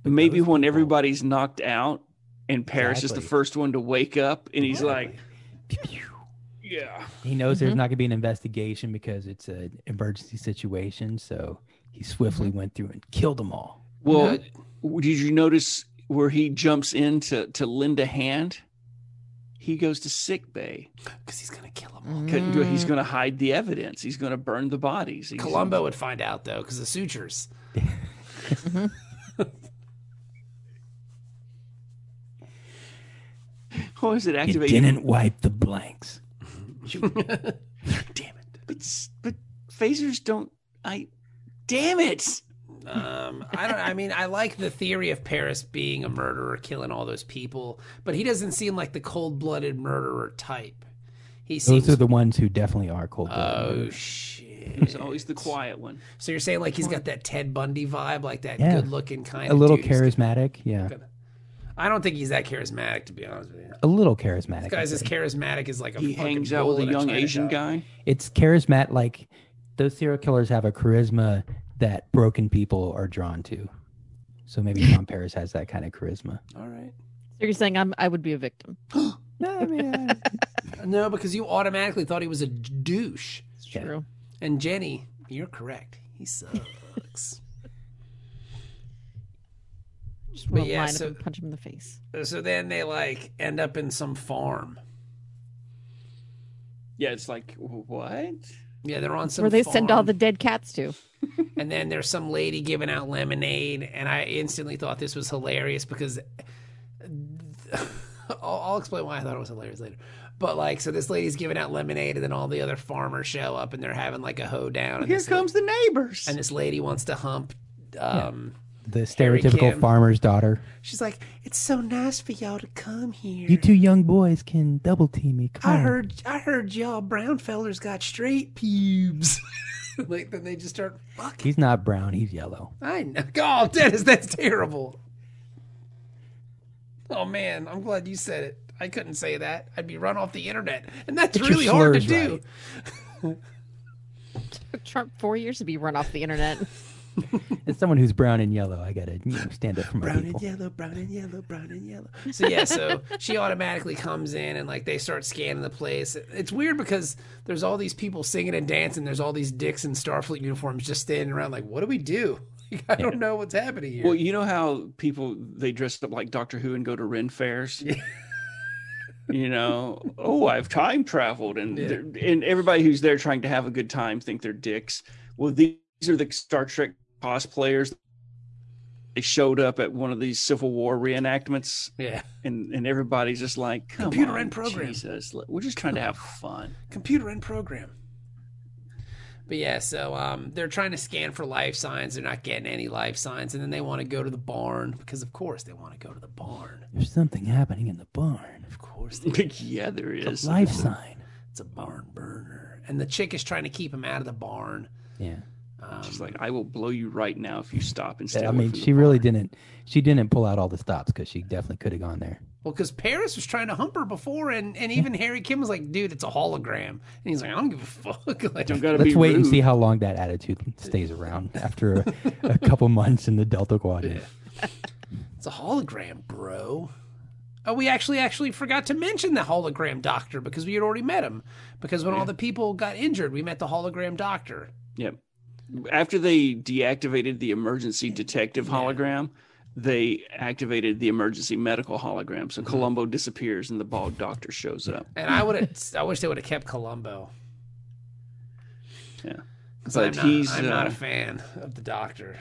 Speaker 4: maybe
Speaker 5: those
Speaker 4: when
Speaker 5: people-
Speaker 4: everybody's knocked out and Paris is the
Speaker 5: Exactly.
Speaker 4: first one to wake up and he's like, yeah.
Speaker 5: He knows there's not going to be an investigation because it's an emergency situation. So he swiftly went through and killed them all.
Speaker 4: Well, w- did you notice where he jumps in to, to lend a hand? He goes to sick bay.
Speaker 2: Because he's going to kill him.
Speaker 4: 'Cause He's going to hide the evidence. He's going to burn the bodies. He's-
Speaker 2: Columbo would find out, though, because the sutures.
Speaker 4: What was Oh, it?
Speaker 5: You
Speaker 4: Activate.
Speaker 5: didn't wipe the blanks.
Speaker 4: (laughs) Damn it. But, s- but phasers don't. I. Damn it.
Speaker 2: Um, I don't. I mean, I like the theory of Paris being a murderer, killing all those people, but he doesn't seem like the cold-blooded murderer type. He seems.
Speaker 5: Those are the ones who definitely are cold.
Speaker 2: oh shit!
Speaker 4: It's always the quiet one.
Speaker 2: So you're saying like he's got that Ted Bundy vibe, like that
Speaker 5: Yeah.
Speaker 2: good-looking
Speaker 4: Oh,
Speaker 2: kind
Speaker 5: a
Speaker 2: of
Speaker 5: little
Speaker 2: dude who's-
Speaker 5: charismatic. Yeah.
Speaker 2: I don't think he's that charismatic, to be honest with you.
Speaker 5: A little charismatic.
Speaker 2: Guy's
Speaker 5: I'd
Speaker 2: as
Speaker 5: say.
Speaker 2: charismatic as like a
Speaker 4: He
Speaker 2: fucking
Speaker 4: hangs out with
Speaker 2: bull
Speaker 4: a
Speaker 2: in
Speaker 4: young
Speaker 2: china
Speaker 4: Asian
Speaker 2: shop.
Speaker 4: guy.
Speaker 5: It's charismatic. Like those serial killers have a charisma that broken people are drawn to. So
Speaker 4: (laughs)
Speaker 5: maybe Tom Paris has that kind of charisma.
Speaker 4: All right.
Speaker 3: So you're saying I'm I would be a victim.
Speaker 5: No, I mean, uh,
Speaker 2: No, because you automatically thought he was a douche.
Speaker 3: It's
Speaker 5: Yeah.
Speaker 3: true.
Speaker 2: And Jenny, you're correct. He sucks.
Speaker 3: Just
Speaker 2: But
Speaker 3: one
Speaker 2: yeah,
Speaker 3: line
Speaker 2: so-
Speaker 3: up and punch him in the face.
Speaker 2: so then they like end up in some farm.
Speaker 4: Yeah, it's like wh- what?
Speaker 2: Yeah, they're on some.
Speaker 3: Where they send all
Speaker 2: farm,
Speaker 3: the dead cats to. (laughs)
Speaker 2: And then there's some lady giving out lemonade, and I instantly thought this was hilarious because (laughs) I'll, I'll explain why I thought it was hilarious later. But like, so this lady's giving out lemonade, and then all the other farmers show up, and they're having like a hoedown. And
Speaker 4: Here
Speaker 2: this la-
Speaker 4: comes the neighbors.
Speaker 2: and this lady wants to hump. Um,
Speaker 5: (laughs) The
Speaker 2: Harry
Speaker 5: stereotypical
Speaker 2: Kim.
Speaker 5: farmer's daughter.
Speaker 2: She's like, "It's so nice for y'all to come here."
Speaker 5: You two young boys can double team me. Come
Speaker 2: I
Speaker 5: on.
Speaker 2: heard, I heard y'all brown fellers got straight pubes. (laughs) like then they just start fucking.
Speaker 5: He's not brown. He's yellow.
Speaker 2: I know. (laughs) God, Dennis, that's terrible. Oh man, I'm glad you said it. I couldn't say that. I'd be run off the internet, and that's
Speaker 5: Get your
Speaker 2: really hard to do.
Speaker 5: slurs right.
Speaker 3: Took Trump four years to be run off the internet.
Speaker 5: It's someone who's brown and yellow. I gotta you know, stand up for my
Speaker 2: brown
Speaker 5: people.
Speaker 2: and yellow, brown and yellow, brown and yellow. So yeah, so she automatically comes in and like they start scanning the place. It's weird because there's all these people singing and dancing. There's all these dicks in Starfleet uniforms just standing around. Like, what do we do? (laughs) Like, I don't know what's happening here.
Speaker 4: Well, you know how people they dress up like Doctor Who and go to Ren fairs. (laughs) you know, oh, I've time traveled, and
Speaker 2: Yeah.
Speaker 4: they're- and everybody who's there trying to have a good time think they're dicks. Well, these are the Star Trek cosplayers. They showed up at one of these Civil War reenactments,
Speaker 2: yeah,
Speaker 4: and and everybody's just like, Come
Speaker 2: Computer
Speaker 4: on,
Speaker 2: and program.
Speaker 4: Jesus, look, we're just trying to
Speaker 2: (laughs)
Speaker 4: have fun. (laughs)
Speaker 2: computer and program. But yeah, so um, they're trying to scan for life signs. They're not getting any life signs, and then they want to go to the barn because, of course, they want to go to the barn.
Speaker 5: There's something happening in the barn.
Speaker 2: Of course, they
Speaker 4: yeah, there
Speaker 5: It's
Speaker 4: is.
Speaker 5: a life sign.
Speaker 2: It's a barn burner. And the chick is trying to keep him out of the barn.
Speaker 5: Yeah.
Speaker 2: Um,
Speaker 4: She's like, I will blow you right now if you stop and stay.
Speaker 5: I
Speaker 4: away
Speaker 5: mean,
Speaker 4: from the
Speaker 5: she really
Speaker 4: barn."
Speaker 5: didn't. She didn't pull out all the stops because she definitely could have gone there.
Speaker 2: well, because Paris was trying to hump her before, and, and (laughs) even Harry Kim was like, dude, it's a hologram. And he's like, I don't give a fuck. (laughs) like,
Speaker 4: Don't gotta
Speaker 5: Let's
Speaker 4: be
Speaker 5: wait and
Speaker 4: rude.
Speaker 5: see how long that attitude stays around (laughs) after a, a couple months in the Delta Quadrant.
Speaker 2: it's a hologram, bro. Oh, we actually actually forgot to mention the hologram doctor because we had already met him. Because when all the people got injured, we met the hologram doctor.
Speaker 4: Yep. After they deactivated the emergency detective hologram, they activated the emergency medical hologram.
Speaker 2: Mm-hmm.
Speaker 4: So Columbo disappears and the bald doctor shows up.
Speaker 2: And I would have, (laughs) I wish they would have kept Columbo.
Speaker 4: Yeah.
Speaker 2: 'Cause
Speaker 4: But
Speaker 2: I'm not,
Speaker 4: he's,
Speaker 2: I'm not
Speaker 4: uh,
Speaker 2: a fan of the doctor.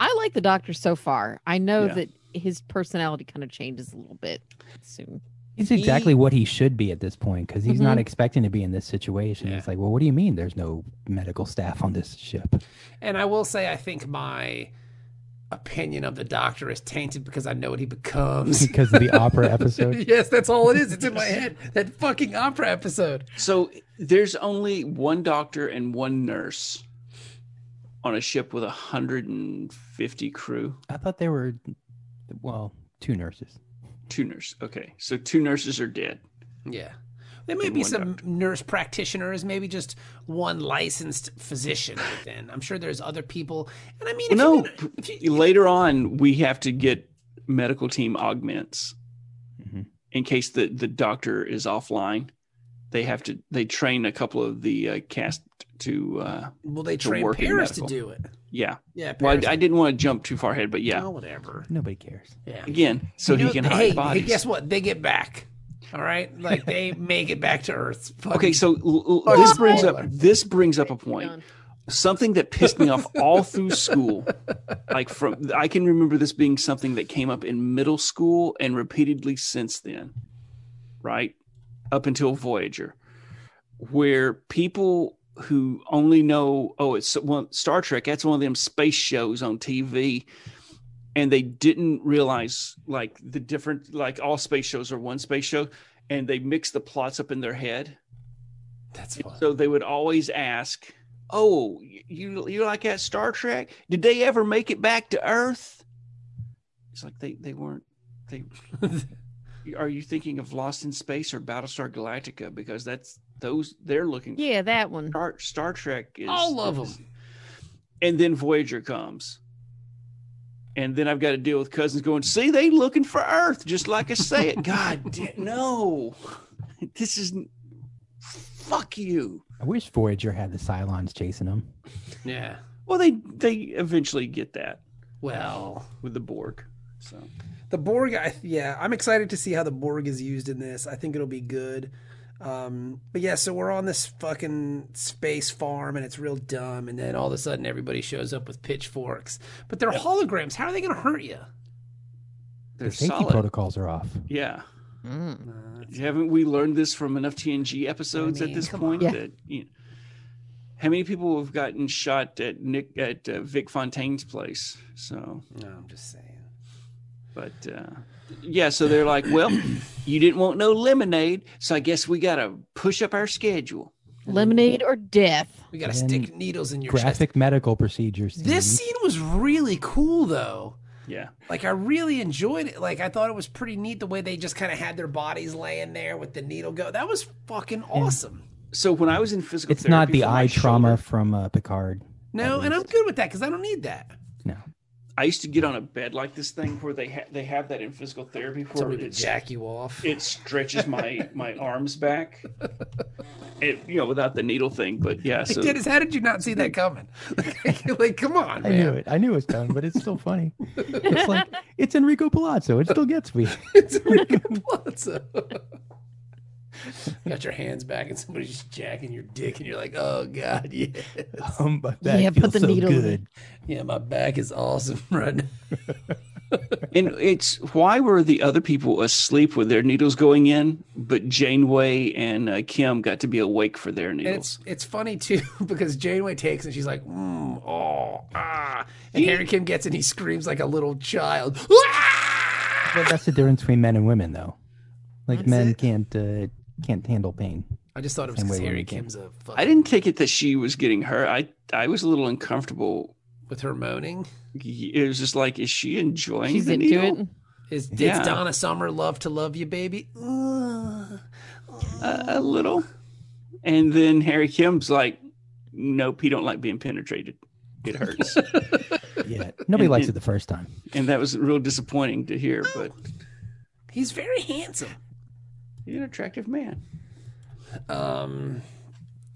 Speaker 3: I like the doctor so far. I know
Speaker 4: Yeah.
Speaker 3: that his personality kind of changes a little bit soon.
Speaker 5: He's exactly what he should be at this point because he's not expecting to be in this situation. It's like, well, what do you mean there's no medical staff on this
Speaker 4: (laughs)
Speaker 5: ship?
Speaker 2: And I will say, I think my opinion of the Doctor is tainted because I know what he
Speaker 4: (laughs)
Speaker 2: becomes. (laughs)
Speaker 5: Because of the opera episode.
Speaker 2: yes, that's all it is. It's in my head. That fucking opera episode.
Speaker 4: So there's only one doctor and one nurse on a ship with 150 crew.
Speaker 5: I thought there were, well, two nurses.
Speaker 4: Two nurses. Okay. So two nurses are dead.
Speaker 2: Yeah. There may
Speaker 4: And
Speaker 2: be
Speaker 4: one
Speaker 2: some nurse practitioners, maybe just one licensed physician. Then I'm sure there's other people. And I mean, if
Speaker 4: No.
Speaker 2: you get- if you-
Speaker 4: Later on, we have to get medical team augments.
Speaker 5: Mhm.
Speaker 4: in case the the doctor is offline they have to they train a couple of the uh, cast to uh
Speaker 2: well, they
Speaker 4: to
Speaker 2: train
Speaker 4: work in
Speaker 2: Paris to
Speaker 4: medical.
Speaker 2: do it.
Speaker 4: yeah
Speaker 2: Yeah,
Speaker 4: well
Speaker 2: Paris.
Speaker 4: I, I didn't want to jump too far ahead but yeah
Speaker 2: Oh, whatever.
Speaker 5: Nobody cares.
Speaker 2: Yeah.
Speaker 4: again so
Speaker 2: You
Speaker 4: he
Speaker 2: know,
Speaker 4: can
Speaker 2: hey,
Speaker 4: hide
Speaker 2: hey,
Speaker 4: bodies
Speaker 2: guess what? They get back. All right, like they (laughs) make it back to Earth. Fucking
Speaker 4: okay so l- l-
Speaker 2: Fucking
Speaker 4: this brings up
Speaker 2: spoiler.
Speaker 4: this brings up a
Speaker 3: Done.
Speaker 4: point something that pissed me off all through school like from i can remember this being something that came up in middle school and repeatedly since then right up until voyager where people who only know oh it's one star trek that's one of them space shows on tv and they didn't realize like the different like all space shows are one space show and they mix the plots up in their head
Speaker 2: that's fun.
Speaker 4: so they would always ask, "Oh, you you like that Star Trek? Did they ever make it back to Earth?" It's like they they weren't. They are you thinking of Lost in Space or Battlestar Galactica? Because that's those they're looking. for.
Speaker 3: Yeah, that one.
Speaker 4: Star, Star Trek is
Speaker 2: (laughs) All of 'em.
Speaker 4: is- and then Voyager comes. And then I've got to deal with cousins going, see, they looking for Earth, just like I say it. God, (laughs) da- no, this is fuck you.
Speaker 5: I wish Voyager had the Cylons chasing them.
Speaker 2: Yeah.
Speaker 4: Well, they they eventually get that
Speaker 2: Well,
Speaker 4: with the Borg. So
Speaker 2: the Borg. I, yeah, I'm excited to see how the Borg is used in this. I think it'll be good. Um, but yeah, so we're on this fucking space farm, and it's real dumb. And then all of a sudden, everybody shows up with pitchforks. But they're holograms. How are they going to hurt you?
Speaker 4: they're
Speaker 5: the safety
Speaker 4: solid.
Speaker 5: protocols are off.
Speaker 4: Yeah,
Speaker 3: Mm.
Speaker 2: Uh,
Speaker 4: Haven't we learned this from enough TNG episodes
Speaker 2: mean,
Speaker 4: at this
Speaker 2: come
Speaker 4: point?
Speaker 3: on. Yeah.
Speaker 4: That, you know, how many people have gotten shot at Nick at uh, Vic Fontaine's place? So,
Speaker 2: no, I'm just saying.
Speaker 4: but uh, yeah, so they're like, well, you didn't want no lemonade, so I guess we gotta push up our schedule.
Speaker 3: Lemonade or death?
Speaker 2: We gotta
Speaker 5: And
Speaker 2: stick needles in your chest.
Speaker 5: Graphic medical procedures. Mm-hmm.
Speaker 2: This
Speaker 5: Steve.
Speaker 2: scene was really cool though.
Speaker 4: Yeah,
Speaker 2: Like I really enjoyed it. Like I thought it was pretty neat the way they just kind of had their bodies laying there with the needle go. That was fucking
Speaker 5: Hmm.
Speaker 2: awesome.
Speaker 4: So when I was in physical,
Speaker 5: It's not
Speaker 4: therapy
Speaker 5: the
Speaker 4: for my
Speaker 5: eye trauma
Speaker 4: shoulder,
Speaker 5: from uh, Picard.
Speaker 2: No, and I'm good with that because I don't need that.
Speaker 5: No.
Speaker 4: I used to get on a bed like this thing where they ha- they have that in physical therapy
Speaker 2: So
Speaker 4: where
Speaker 2: we
Speaker 4: it,
Speaker 2: could
Speaker 4: s-
Speaker 2: jack you off. (laughs)
Speaker 4: it stretches my my arms back. It you know without the needle thing, but yeah. So
Speaker 2: Dennis, how did you not see that coming? (laughs) like, come on,
Speaker 5: I
Speaker 2: man.
Speaker 5: knew it. I knew it was coming, but it's still funny. It's like it's Enrico Palazzo. It still gets me.
Speaker 2: It's Rico (laughs) Palazzo. Got your hands back and somebody's just jacking your dick, and you're like, "Oh God, yeah,
Speaker 5: (laughs) Um, but that
Speaker 3: Yeah, put
Speaker 5: feels
Speaker 3: the
Speaker 5: so
Speaker 3: needle in.
Speaker 5: good.
Speaker 2: yeah, my back is awesome (laughs) right now."
Speaker 4: and it's why were the other people asleep with their needles going in, but Janeway and uh, Kim got to be awake for their
Speaker 2: And
Speaker 4: needles.
Speaker 2: it's it's funny too (laughs) because Janeway takes and she's like, mm, "Oh, ah," and Harry Kim gets and he screams like a little child. Ah!
Speaker 5: But that's the difference between men and women, though. Like
Speaker 2: That's
Speaker 5: men
Speaker 2: it.
Speaker 5: can't uh, can't handle pain.
Speaker 2: I just thought it was
Speaker 5: Same way
Speaker 2: because
Speaker 5: women
Speaker 2: Harry
Speaker 5: can.
Speaker 2: Kim's a fuck
Speaker 4: I didn't take it that she was getting hurt. I I was a little uncomfortable.
Speaker 2: with her moaning.
Speaker 4: It was just like, is she enjoying
Speaker 3: She's
Speaker 4: the
Speaker 3: into
Speaker 4: needle?
Speaker 3: it.
Speaker 2: Is it's
Speaker 4: Yeah.
Speaker 2: Donna Summer love to love you, baby? Ugh.
Speaker 4: a, a little. And then Harry Kim's like, nope, he don't like being penetrated. It
Speaker 5: (laughs)
Speaker 4: hurts.
Speaker 5: Yeah, nobody
Speaker 4: And-
Speaker 5: likes
Speaker 4: and-
Speaker 5: it the first time.
Speaker 4: and that was real disappointing to hear, but
Speaker 2: He's very handsome.
Speaker 4: he's an attractive man.
Speaker 2: Um,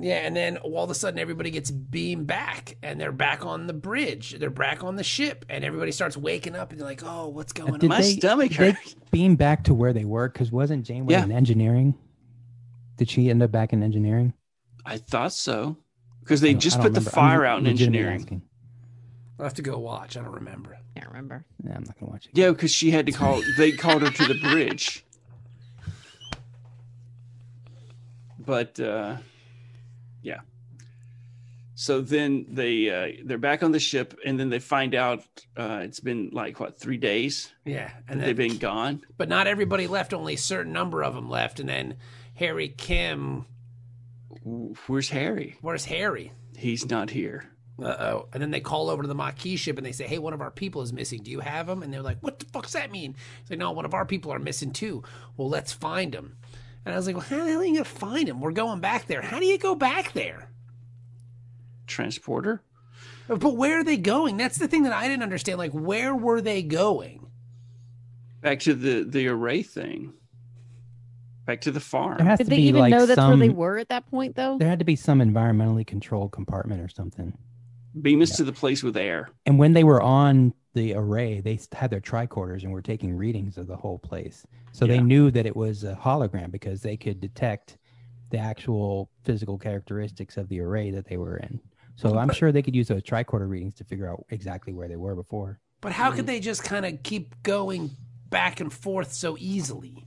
Speaker 2: yeah, and then all of a sudden everybody gets beamed back, and they're back on the bridge. They're back on the ship, and everybody starts waking up, and they're like, "Oh, what's going
Speaker 5: Did
Speaker 2: on?"
Speaker 4: My
Speaker 5: they-
Speaker 4: stomach
Speaker 5: did they
Speaker 4: hurt.
Speaker 5: Beam back to where they were, because wasn't Janeway
Speaker 4: Yeah.
Speaker 5: in engineering? Did she end up back in engineering?
Speaker 4: I thought so. Because they
Speaker 5: No,
Speaker 4: just
Speaker 5: I
Speaker 4: put
Speaker 5: don't
Speaker 4: the
Speaker 5: remember. I'm
Speaker 4: fire out in
Speaker 5: legitimately
Speaker 4: engineering.
Speaker 5: asking.
Speaker 2: I'll have to go watch. I don't remember.
Speaker 3: Can't remember.
Speaker 5: Nah, I'm not gonna watch it.
Speaker 4: Yeah, because she had to call, they called her to the bridge. But, uh, yeah. So then they, uh, they're back on the ship and then they find out, uh, it's been like, what, three days?
Speaker 2: Yeah, and
Speaker 4: And
Speaker 2: then,
Speaker 4: they've been gone.
Speaker 2: but not everybody left. Only a certain number of them left, and then Harry Kim.
Speaker 4: W- Where's Harry?
Speaker 2: Where's Harry?
Speaker 4: He's not here.
Speaker 2: Uh oh. And then they call over to the Maquis ship and they say, Hey, one of our people is missing. Do you have him? And they're like, What the fuck's that mean? It's like, No, one of our people are missing too. Well, let's find him. And I was like, Well, how the hell are you going to find him? We're going back there. How do you go back there?
Speaker 4: Transporter?
Speaker 2: But where are they going? That's the thing that I didn't understand. Like, where were they going?
Speaker 4: Back to the the array thing. Back to the
Speaker 5: There
Speaker 4: farm.
Speaker 5: has
Speaker 3: Did
Speaker 5: to
Speaker 3: they
Speaker 5: be
Speaker 3: even
Speaker 5: like
Speaker 3: know that's
Speaker 5: some.
Speaker 3: where they were at that point, though?
Speaker 5: There had to be some environmentally controlled compartment or something.
Speaker 4: Beam us to the place with air.
Speaker 5: And when they were on the array, they s- had their tricorders and were taking readings of the whole place. So
Speaker 4: Yeah.
Speaker 5: they knew that it was a hologram because they could detect the actual physical characteristics of the array that they were in. So I'm sure they could use those tricorder readings to figure out exactly where they were before.
Speaker 2: But how could they just kind of keep going back and forth so easily?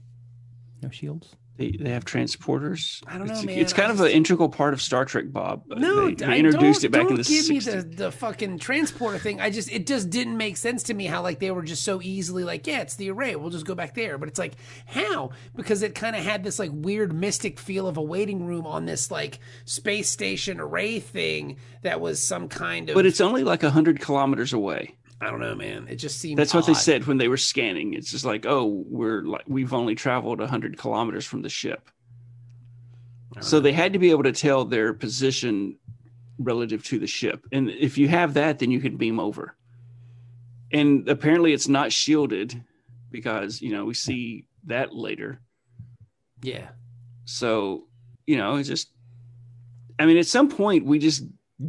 Speaker 5: No shields.
Speaker 4: They, they have transporters.
Speaker 2: I don't
Speaker 4: it's,
Speaker 2: know,
Speaker 4: It's
Speaker 2: man.
Speaker 4: kind
Speaker 2: I
Speaker 4: of
Speaker 2: just-
Speaker 4: an integral part of Star Trek, Bob. Uh,
Speaker 2: No,
Speaker 4: they, they
Speaker 2: I
Speaker 4: introduced
Speaker 2: don't,
Speaker 4: it back
Speaker 2: don't
Speaker 4: in the
Speaker 2: give
Speaker 4: 60s.
Speaker 2: me the, the fucking transporter thing. I just it just didn't make sense to me how like they were just so easily like yeah it's the array we'll just go back there. But it's like how because it kind of had this like weird mystic feel of a waiting room on this like space station array thing that was some kind of
Speaker 4: But it's only like 100 kilometers away.
Speaker 2: I don't know man it just seemed
Speaker 4: That's what they
Speaker 2: odd.
Speaker 4: said when they were scanning. It's just like, oh, we're like we've only traveled 100 kilometers from the ship. So they had to be able to tell their position relative to the ship. And if you have that, then you can beam over. And apparently it's not shielded because, you know, we see that later.
Speaker 2: yeah
Speaker 4: So, you know, it's just I mean, at some point we just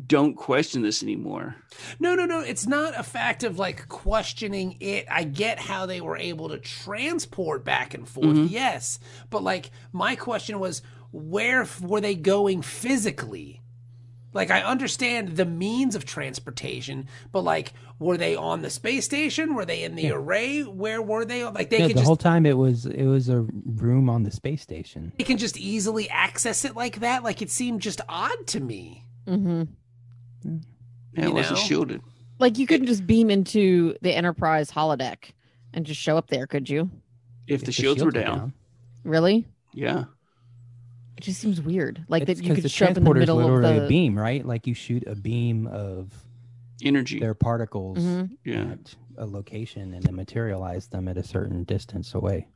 Speaker 4: don't question this anymore.
Speaker 2: No, no, no. It's not a fact of like questioning it. I get how they were able to transport back and forth.
Speaker 5: Mm-hmm.
Speaker 4: Mhm.
Speaker 2: Yes. But like, my question was where f- were they going physically? Like I understand the means of transportation, but like were they on the space station? Were they in the array? Where were they? Like they
Speaker 5: No,
Speaker 2: could
Speaker 5: the
Speaker 2: just
Speaker 5: whole time it was it was a room on the space station.
Speaker 2: they can just easily access it like that. Like it seemed just odd to me.
Speaker 5: Mm-hmm.
Speaker 3: hmm
Speaker 4: Yeah,
Speaker 2: You
Speaker 4: it wasn't
Speaker 2: know?
Speaker 4: shielded.
Speaker 3: Like you couldn't just beam into the Enterprise holodeck and just show up there, could you?
Speaker 4: If, the, shields, were down,
Speaker 3: Really?
Speaker 4: yeah,
Speaker 3: It just seems weird. Like
Speaker 5: It's
Speaker 3: that you
Speaker 5: 'cause
Speaker 3: could show up in the
Speaker 5: transporter's
Speaker 3: middle of
Speaker 5: literally
Speaker 3: the
Speaker 5: a beam, right? Like you shoot a beam of
Speaker 4: energy.
Speaker 5: their particles
Speaker 3: Mhm.
Speaker 4: Yeah,
Speaker 5: at a location and then materialize them at a certain distance away.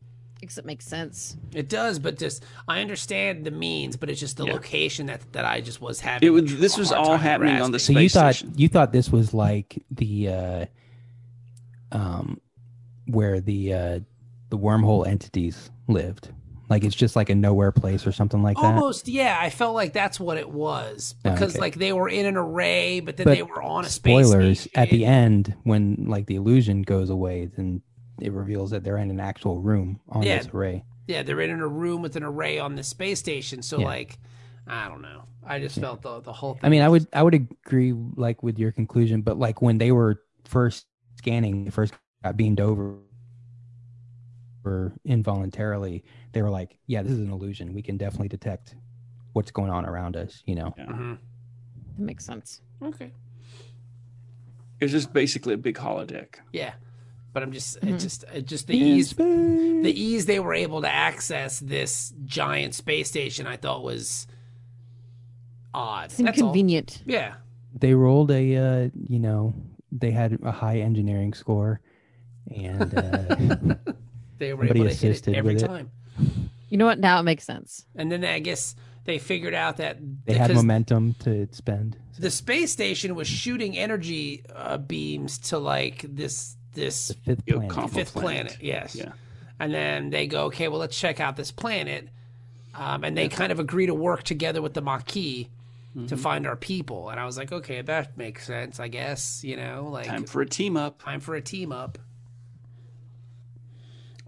Speaker 3: Makes it makes sense.
Speaker 2: It does, but just I understand the means, but it's just the
Speaker 4: Yeah.
Speaker 2: location that that I just was having.
Speaker 4: it was. This
Speaker 2: a
Speaker 4: was
Speaker 2: hard
Speaker 4: all
Speaker 2: time
Speaker 4: happening on the
Speaker 2: grasping.
Speaker 5: So
Speaker 4: space
Speaker 5: you thought
Speaker 4: station.
Speaker 5: you thought this was like the uh um where the uh the wormhole entities lived. Like it's just like a nowhere place or something like that.
Speaker 2: Almost, yeah. I felt like that's what it was
Speaker 5: Oh,
Speaker 2: because
Speaker 5: okay.
Speaker 2: like they were in an array, but then
Speaker 5: But
Speaker 2: they were on a space
Speaker 5: spoilers
Speaker 2: station.
Speaker 5: at the end when like the illusion goes away then it reveals that they're in an actual room on
Speaker 2: Yeah.
Speaker 5: this array
Speaker 2: Yeah, they're in a room with an array on the space station. So
Speaker 5: Yeah.
Speaker 2: like, I don't know. I just felt the the whole. Thing
Speaker 5: i mean i
Speaker 2: was-
Speaker 5: would i would agree like with your conclusion but like when they were first scanning they first got beamed over or involuntarily they were like yeah this is an illusion we can definitely detect what's going on around us you know
Speaker 2: Mhm.
Speaker 3: That makes sense.
Speaker 2: Okay.
Speaker 4: It was just basically a big holodeck.
Speaker 2: Yeah, but I'm just it
Speaker 5: Mm-hmm.
Speaker 3: Mhm.
Speaker 2: just it just the ease the ease they were able to access this giant space station. I thought was odd.
Speaker 3: It's
Speaker 2: That's all.
Speaker 3: inconvenient.
Speaker 2: Yeah.
Speaker 5: they rolled a uh, you know they had a high engineering score and uh, (laughs)
Speaker 2: they were
Speaker 5: Somebody
Speaker 2: able to hit it
Speaker 5: assisted
Speaker 2: every
Speaker 5: with it.
Speaker 2: time.
Speaker 3: You know what? Now it makes sense.
Speaker 2: And then I guess they figured out that
Speaker 5: they had
Speaker 2: because
Speaker 5: momentum to spend.
Speaker 2: the space station was shooting energy uh, beams to like this this
Speaker 5: The fifth
Speaker 4: Yo,
Speaker 5: planet.
Speaker 4: comp- Alpha
Speaker 2: fifth planet.
Speaker 4: planet.
Speaker 2: Yes.
Speaker 4: Yeah.
Speaker 2: And then they go, okay, well let's check out this planet, um, and they kind of agree to work together with the Maquis. To find our people, and I was like, okay, that makes sense, I guess. You know, like
Speaker 4: Time for a team up.
Speaker 2: time for a team up.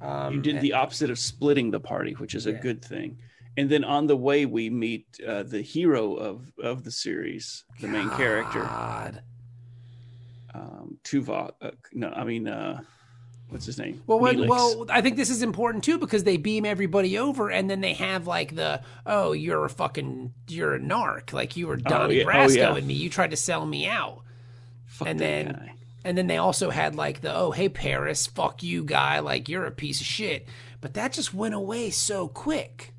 Speaker 4: You did the opposite of splitting the party, which is a
Speaker 2: Um, Yeah.
Speaker 4: good thing. And then on the way, we meet uh, the hero of of the series, the main character,
Speaker 2: God.
Speaker 4: um, Tuvok. Uh, no, I mean, uh, what's his name?
Speaker 2: Well, what,
Speaker 4: Neelix.
Speaker 2: well, I think this is important too because they beam everybody over, and then they have like the oh, you're a fucking you're a narc, like you were Donnie
Speaker 4: yeah. Oh,
Speaker 2: Brasco
Speaker 4: yeah.
Speaker 2: and me. You tried to sell me out,
Speaker 4: Fuck
Speaker 2: and
Speaker 4: that
Speaker 2: then-
Speaker 4: guy.
Speaker 2: and then they also had like the oh, hey Paris, fuck you guy, like you're a piece of shit. But that just went away so quick,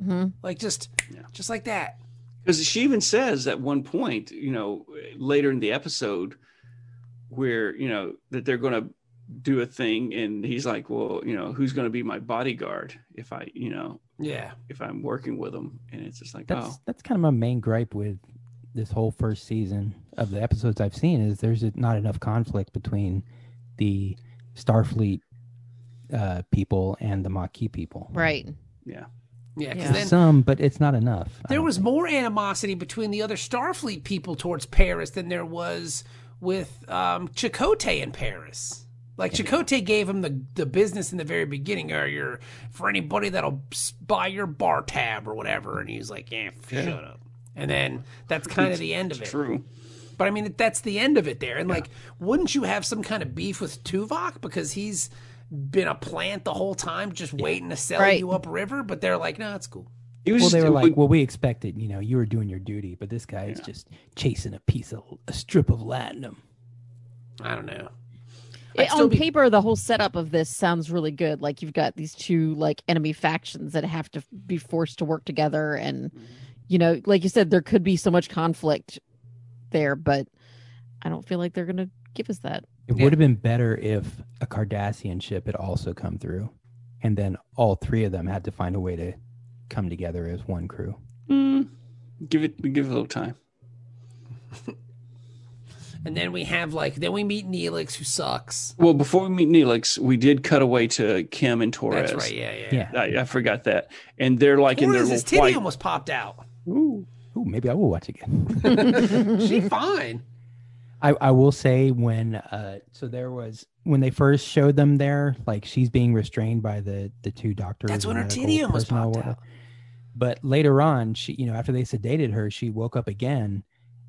Speaker 3: hmm
Speaker 2: like just just like that.
Speaker 4: because she even says at one point you know later in the episode where you know that they're going to do a thing and he's like well you know who's going to be my bodyguard if i you know
Speaker 2: Yeah,
Speaker 4: if i'm working with him and it's just like
Speaker 5: That's
Speaker 4: oh
Speaker 5: that's kind of my main gripe with this whole first season of the episodes I've seen is there's not enough conflict between the Starfleet uh, people and the Maquis people.
Speaker 3: Right.
Speaker 2: yeah. Because
Speaker 3: Yeah.
Speaker 2: then
Speaker 5: Some, but it's not enough. I
Speaker 2: there
Speaker 5: don't
Speaker 2: was
Speaker 5: think.
Speaker 2: more animosity between the other Starfleet people towards Paris than there was with um, Chakotay in Paris. Like Chakotay gave him the the business in the very beginning, or your for anybody that'll s- buy your bar tab or whatever, and he was like, "Yeah, f- shut up." And then that's kind of the end of it.
Speaker 4: true
Speaker 2: But I mean, that's the end of it there. And like, wouldn't you have some kind of beef with Tuvok because he's been a plant the whole time, just waiting to sell
Speaker 3: Right.
Speaker 2: you upriver? But they're like, "No, it's cool."
Speaker 4: it was
Speaker 5: Well,
Speaker 4: just,
Speaker 5: they were
Speaker 4: like
Speaker 5: like, "Well, we expected, you know, you were doing your duty, but this guy is just chasing a piece of a strip of latinum."
Speaker 2: I don't know. I'd
Speaker 3: It,
Speaker 2: still
Speaker 3: on
Speaker 2: be-
Speaker 3: paper, the whole setup of this sounds really good. Like you've got these two like enemy factions that have to f- be forced to work together, and
Speaker 2: Mm-hmm.
Speaker 3: you know, like you said, there could be so much conflict there, but I don't feel like they're gonna give us that.
Speaker 5: It
Speaker 2: Yeah.
Speaker 5: would have been better if a Cardassian ship had also come through, and then all three of them had to find a way to come together as one crew.
Speaker 4: mm, give it give it a little time
Speaker 2: And then we have like then we meet Neelix who sucks.
Speaker 4: well before we meet neelix we did cut away to kim and torres
Speaker 2: That's right, yeah, yeah.
Speaker 5: Yeah.
Speaker 4: I, I forgot that and they're like in their
Speaker 2: Torres, his
Speaker 4: little
Speaker 2: titty
Speaker 4: white
Speaker 2: almost popped out.
Speaker 5: Ooh, ooh, maybe I will watch again.
Speaker 3: (laughs)
Speaker 5: (laughs)
Speaker 2: She fine.
Speaker 5: I, I will say when uh, so there was when they first showed them there, like she's being restrained by the the two doctors.
Speaker 2: That's when her
Speaker 5: and medical
Speaker 2: titty almost
Speaker 5: personnel,
Speaker 2: popped
Speaker 5: whatever.
Speaker 2: out.
Speaker 5: But later on, she you know after they sedated her, she woke up again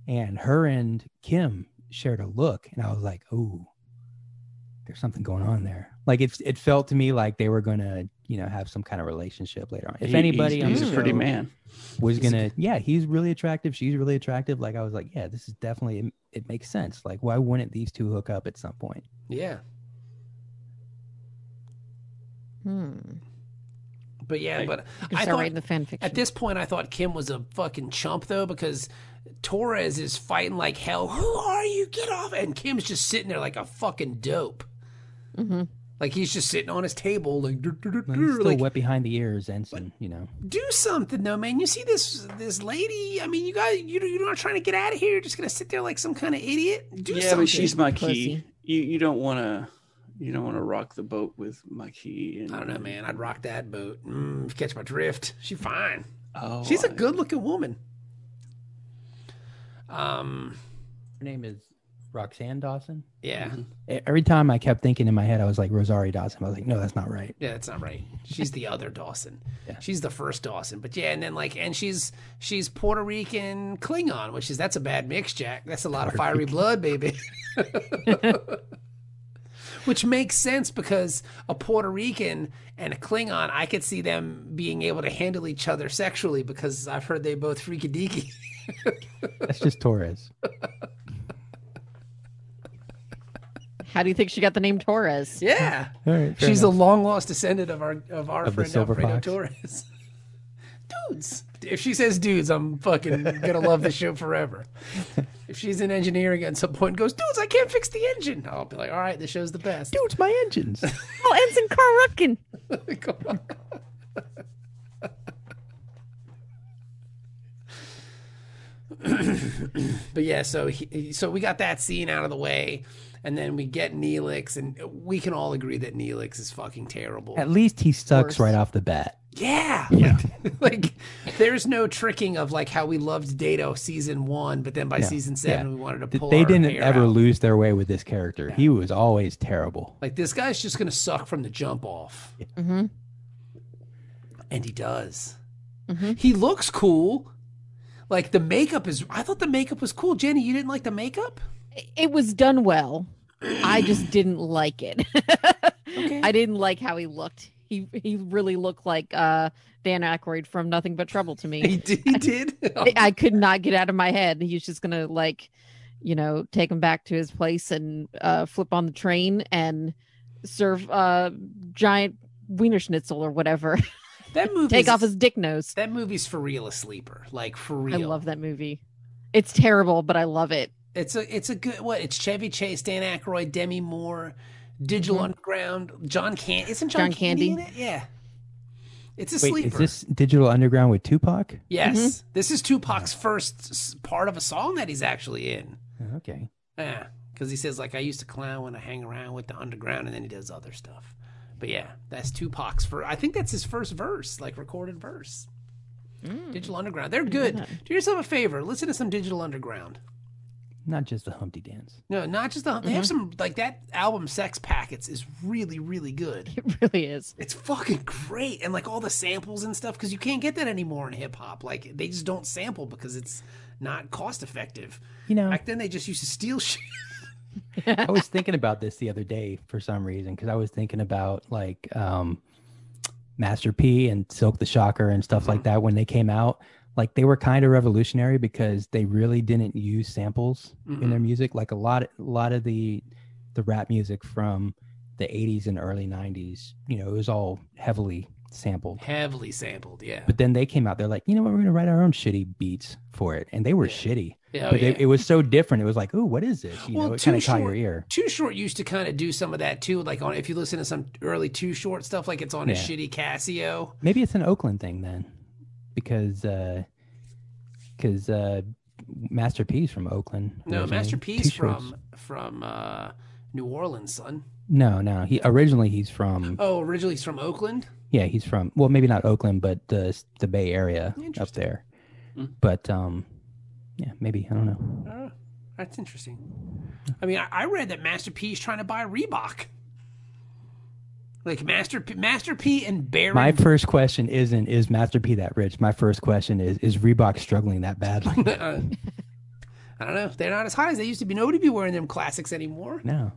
Speaker 5: and her and Kim shared a look, and I was like, "Oh, there's something going on there." Like it, it felt to me like they were gonna, you know, have some kind of relationship later on. If
Speaker 4: He-
Speaker 5: anybody
Speaker 4: he's,
Speaker 5: on
Speaker 4: he's
Speaker 5: the
Speaker 4: a pretty
Speaker 5: show
Speaker 4: man.
Speaker 5: was
Speaker 4: He's a
Speaker 5: gonna, yeah, he's really attractive, she's really attractive. Like I was like, yeah, this is definitely it, it makes sense. Like why wouldn't these two hook up at some point?
Speaker 2: Yeah.
Speaker 3: Hmm.
Speaker 2: But yeah,
Speaker 4: Hey.
Speaker 2: but
Speaker 3: You can
Speaker 2: I
Speaker 3: start
Speaker 2: thought
Speaker 3: writing the fan fiction.
Speaker 2: At this point, I thought Kim was a fucking chump though, because Torres is fighting like hell. Who are you? Get off! And Kim's just sitting there like a fucking dope.
Speaker 3: Mhm.
Speaker 2: Like he's just sitting on his table, like, "Dur, dur, dur,
Speaker 5: Like,
Speaker 2: dur,"
Speaker 5: he's still
Speaker 2: like,
Speaker 5: wet behind the ears, ensign. You know,
Speaker 2: do something though, man. You see this this lady? I mean, you guys, you you're not trying to get out of here. You're just gonna sit there like some kind of idiot. Do
Speaker 4: yeah,
Speaker 2: something.
Speaker 4: but she's my key.
Speaker 3: Pussy.
Speaker 4: You you don't want to you don't want to rock the boat with my key. And,
Speaker 2: I don't know, man. I'd rock that boat. Mm, catch my drift. She fine.
Speaker 4: Oh,
Speaker 2: She's a
Speaker 4: I-
Speaker 2: good looking woman. Um.
Speaker 5: her name is Roxanne Dawson.
Speaker 2: Yeah.
Speaker 5: E, Every time I kept thinking in my head, I was like Rosario Dawson. I was like, no, that's not right.
Speaker 2: Yeah, that's not right. She's the other Dawson.
Speaker 5: Yeah.
Speaker 2: She's the first Dawson. But yeah, and then like, and she's she's Puerto Rican Klingon, which is that's a bad mix, Jack. That's a lot of fiery blood, baby. which makes sense because a Puerto Rican and a Klingon, I could see them being able to handle each other sexually because I've heard they both freaky deaky.
Speaker 5: That's just Torres.
Speaker 3: How do you think she got the name Torres?
Speaker 2: Yeah,
Speaker 5: (laughs) All right, fair
Speaker 2: she's
Speaker 5: enough.
Speaker 2: a long lost descendant of our of our
Speaker 5: Of the
Speaker 2: friend
Speaker 5: silver
Speaker 2: Alfredo
Speaker 5: fox?
Speaker 2: Torres. (laughs) dudes, if she says dudes, I'm fucking gonna love this show
Speaker 5: (laughs)
Speaker 2: forever. If she's in engineering at some point and goes, dudes, I can't fix the engine, I'll be like, all right, this show's the best.
Speaker 5: dude. It's my (laughs) engines.
Speaker 3: Oh, Ensign Karrukin.
Speaker 2: (laughs) Come on. (clears throat) but yeah, so he, so we got that scene out of the way, and then we get Neelix, and we can all agree that Neelix is fucking terrible.
Speaker 5: At least he sucks
Speaker 3: Worse.
Speaker 5: right off the bat.
Speaker 2: Yeah. Yeah. (laughs) like there's no tricking of like how we loved Dato season one, but then by
Speaker 5: Yeah,
Speaker 2: season seven
Speaker 5: yeah.
Speaker 2: we wanted to
Speaker 5: Th-
Speaker 2: pull
Speaker 5: They
Speaker 2: our
Speaker 5: didn't
Speaker 2: hair
Speaker 5: ever
Speaker 2: out.
Speaker 5: lose their way with this character. He was always terrible.
Speaker 2: Like this guy's just gonna suck from the jump off.
Speaker 3: Mm-hmm.
Speaker 2: And he does.
Speaker 3: Mhm.
Speaker 2: He looks cool. Like the makeup is I thought the makeup was cool. Jenny, you didn't like the
Speaker 3: (laughs)
Speaker 2: makeup?
Speaker 3: It was done well. I just didn't like it. (laughs) I didn't like how he looked. He he really looked like uh, Dan Aykroyd from Nothing But Trouble to me.
Speaker 2: He did he did. (laughs)
Speaker 3: I- I could not get out of my head. He was just gonna like, you know, take him back to his place and uh, flip on the train and serve uh, giant wiener schnitzel or whatever. (laughs)
Speaker 2: that movie
Speaker 3: Take off his dick nose.
Speaker 2: that movie's for real a sleeper. Like for real.
Speaker 3: I love that movie. It's terrible, but I love it. (laughs)
Speaker 2: It's a it's a good what? It's Chevy Chase, Dan Aykroyd, Demi Moore, Digital
Speaker 3: Mhm.
Speaker 2: Underground, John Candy. Isn't John,
Speaker 3: John
Speaker 2: Candy,
Speaker 3: Candy.
Speaker 2: in it? Yeah. It's a
Speaker 5: Wait,
Speaker 2: sleeper.
Speaker 5: is this Digital Underground with Tupac?
Speaker 2: yes, this is Tupac's first s- part of a song that he's actually in.
Speaker 5: Oh, Okay.
Speaker 2: Yeah, because he says like I used to clown when I hang around with the underground, and then he does other stuff. But yeah, that's Tupac's for. I think that's his first verse, like recorded verse. Digital Underground, they're good. Do yourself a favor, listen to some Digital Underground.
Speaker 5: Not just the Humpty Dance.
Speaker 2: No, not just the. They
Speaker 5: Mm-hmm.
Speaker 2: have some like that album. Sex Packets is really, really good.
Speaker 3: It really is.
Speaker 2: It's fucking great, and like all the samples and stuff, because you can't get that anymore in hip hop. Like they just don't sample because it's not cost effective.
Speaker 5: You know,
Speaker 2: Back then, they just used to steal (laughs) shit.
Speaker 5: I was thinking about this the other day for some reason because I was thinking about like um, Master P and Silk the Shocker and stuff
Speaker 2: Mm-hmm.
Speaker 5: like that when they came out. Like they were kind of revolutionary because they really didn't use samples in
Speaker 2: Mm-hmm.
Speaker 5: their music. Like a lot, a lot of the the rap music from the '80s and early '90s, you know, it was all heavily sampled.
Speaker 2: Heavily sampled, yeah.
Speaker 5: But then they came out. They're like, you know what? We're gonna write our own shitty beats for it, and they were shitty.
Speaker 2: Yeah, oh,
Speaker 5: but
Speaker 2: yeah.
Speaker 5: It, it was so different. It was like, oh, what is this? You
Speaker 2: Well,
Speaker 5: know, it
Speaker 2: Too
Speaker 5: kind of caught your
Speaker 2: Short-
Speaker 5: ear.
Speaker 2: Too Short used to kind of do some of that too. Like on if you listen to some early Too Short stuff, like it's on a
Speaker 5: Yeah.
Speaker 2: shitty Casio.
Speaker 5: Maybe it's an Oakland thing then, because because uh, Master P's from Oakland.
Speaker 2: No,
Speaker 5: originally.
Speaker 2: Master
Speaker 5: Two
Speaker 2: P's
Speaker 5: Mm-hmm. Shorts-
Speaker 2: from from uh, New Orleans, son.
Speaker 5: No, no. He originally he's from
Speaker 2: Oh, originally he's from Oakland.
Speaker 5: yeah he's from well maybe not Oakland but the the Bay Area up
Speaker 2: Interesting. Hmm.
Speaker 5: there,
Speaker 4: Mm.
Speaker 5: but um yeah maybe I don't know.
Speaker 2: Oh, that's interesting. I mean, I, I read that Master P is trying to buy Reebok. Like Master P, Master P and Barry.
Speaker 5: My first question isn't is Master P that rich? My first question is is Reebok struggling that badly?
Speaker 2: uh, (laughs) I don't know. They're not as high as they used to be. Nobody be wearing them classics anymore.
Speaker 5: (laughs) No,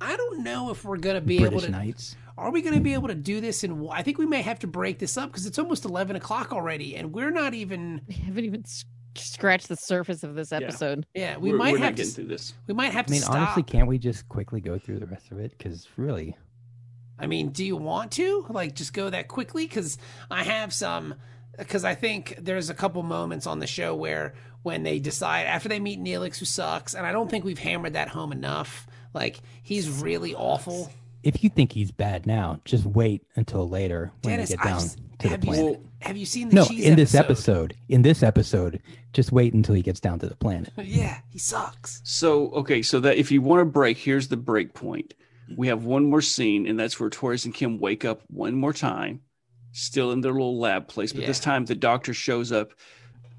Speaker 2: I don't know if we're gonna be able
Speaker 5: British
Speaker 2: to.
Speaker 5: Knights.
Speaker 2: Are we gonna be able to do this? And I think we may have to break this up because it's almost eleven o'clock already, and we're not even.
Speaker 3: We haven't even s- scratched the surface of this episode.
Speaker 2: Yeah, we
Speaker 4: We're-
Speaker 2: might
Speaker 4: we're not
Speaker 2: have to.
Speaker 4: getting through this.
Speaker 2: We might have
Speaker 5: I mean,
Speaker 2: to stop.
Speaker 5: honestly, can't we just quickly go through the rest of it? Because really,
Speaker 2: I mean, do you want to like just go that quickly? Because I have some. Because I think there's a couple moments on the show where when they decide after they meet Neelix, who sucks, and I don't think we've hammered that home enough. Like he's really awful.
Speaker 5: if you think he's bad now, just wait until later when
Speaker 2: Dennis,
Speaker 5: we get
Speaker 2: I've
Speaker 5: down
Speaker 2: s-
Speaker 5: to the
Speaker 2: have you
Speaker 5: planet.
Speaker 2: seen, have you seen the
Speaker 5: No,
Speaker 2: cheese
Speaker 5: in this episode, in this episode, just wait until he gets down to the planet.
Speaker 2: (laughs) Yeah, he sucks.
Speaker 4: So okay, so that if you want a break, here's the break point. We have one more scene, and that's where Torres and Kim wake up one more time, still in their little lab place. But this
Speaker 2: Yeah.
Speaker 4: time, the doctor shows up,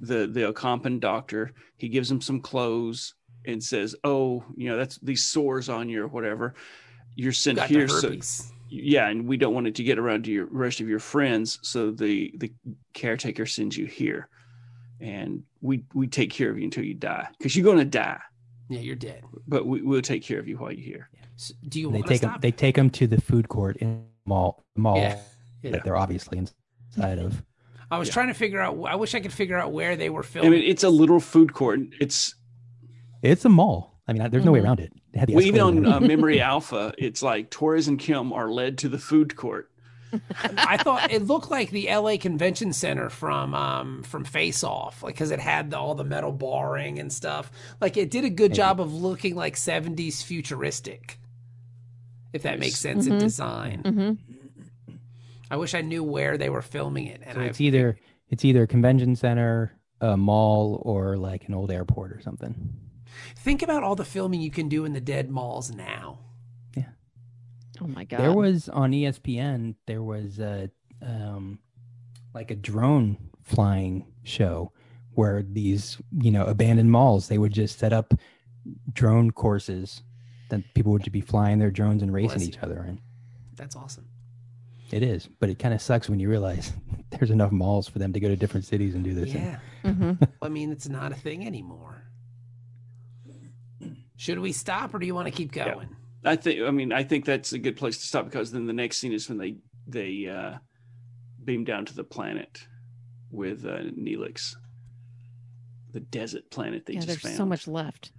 Speaker 4: the the Ocampan doctor. He gives them some clothes and says, "Oh, you know, that's these sores on you or whatever. You're sent
Speaker 2: Got the
Speaker 4: here, so
Speaker 2: herpes.
Speaker 4: yeah, and we don't want it to get around to your rest of your friends. So the the caretaker sends you here, and we we take care of you until you die because you're going to die."
Speaker 2: Yeah, you're dead.
Speaker 4: but we, we'll take care of you while you're here.
Speaker 2: So, do you
Speaker 5: They
Speaker 2: want to
Speaker 5: take him.
Speaker 2: stop?
Speaker 5: They take him to the food court in the mall. Mall
Speaker 2: yeah. Yeah.
Speaker 5: that they're obviously inside of.
Speaker 2: I was
Speaker 4: Yeah.
Speaker 2: trying to figure out. I wish I could figure out where they were
Speaker 4: I
Speaker 2: filming.
Speaker 4: mean, it's a little food court. It's
Speaker 5: It's a mall. I mean, I- there's no way
Speaker 2: Mm-hmm.
Speaker 3: Mhm.
Speaker 5: around it. They had the
Speaker 4: well, even
Speaker 5: escalator
Speaker 4: on
Speaker 5: and
Speaker 4: uh, Memory Alpha, it's like Torres and Kim are led to the food court.
Speaker 2: I thought it looked like the L.A. Convention Center from um, from Face Off, like because it had the, all the metal barring and stuff. Like it did a
Speaker 4: Mm-hmm.
Speaker 2: good job of looking like '70s futuristic, if that makes sense in
Speaker 4: Mm-hmm.
Speaker 3: Mhm.
Speaker 2: design.
Speaker 3: hmm
Speaker 2: I wish I knew where they were filming it, and
Speaker 5: So
Speaker 2: I
Speaker 5: it's either it's either a convention center, a mall, or like an old airport or something.
Speaker 2: think about all the filming you can do in the dead malls now.
Speaker 3: Oh my god.
Speaker 5: There was on E ESPN. There was a um, like a drone flying show where these you know abandoned malls they would just set up drone courses that people would just be flying their drones and racing
Speaker 2: Bless
Speaker 5: each other in.
Speaker 2: That's awesome.
Speaker 5: It is, but it kind of sucks when you realize (laughs) there's enough malls for them to go to different cities and do this. thing.
Speaker 2: Yeah,
Speaker 3: hmm
Speaker 2: I mean it's not a thing anymore. Should we stop, or do you want to keep
Speaker 4: Yeah.
Speaker 2: going?
Speaker 4: I think. I mean, I think that's a good place to stop because then the next scene is when they they uh, beam down to the planet with uh, Neelix, the desert planet they
Speaker 3: Yeah,
Speaker 4: just
Speaker 3: there's
Speaker 4: found.
Speaker 3: so much left.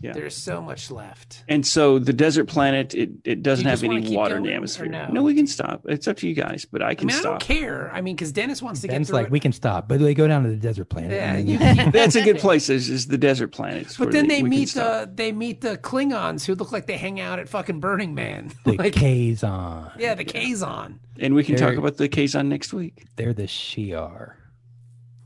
Speaker 4: Yeah.
Speaker 2: There's so much left.
Speaker 4: And so the desert planet, it, it doesn't
Speaker 2: you
Speaker 4: have
Speaker 2: just wanna
Speaker 4: any
Speaker 2: keep
Speaker 4: water in
Speaker 2: going
Speaker 4: the
Speaker 2: or
Speaker 4: atmosphere.
Speaker 2: no?
Speaker 4: No? we can stop. It's up to you guys, but I
Speaker 2: I
Speaker 4: can
Speaker 2: mean, I don't
Speaker 4: stop.
Speaker 2: care. I mean, because Dennis wants to get
Speaker 5: Ben's
Speaker 2: through
Speaker 5: like,
Speaker 2: it.
Speaker 5: we can stop, but they go down to the desert planet.
Speaker 2: Yeah,
Speaker 5: and
Speaker 4: (laughs)
Speaker 5: then
Speaker 2: you- (laughs)
Speaker 5: you-
Speaker 4: That's a good place. Is, is the desert planet? It's
Speaker 2: But
Speaker 4: where
Speaker 2: then they
Speaker 4: we can
Speaker 2: meet
Speaker 4: stop.
Speaker 2: the they meet the Klingons who look like they hang out at fucking Burning Man. (laughs)
Speaker 5: the
Speaker 2: like,
Speaker 5: Kazon.
Speaker 2: yeah, the Kazon.
Speaker 4: and we can talk
Speaker 5: They're-
Speaker 4: about the Kazon next week.
Speaker 5: They're the Shi'ar.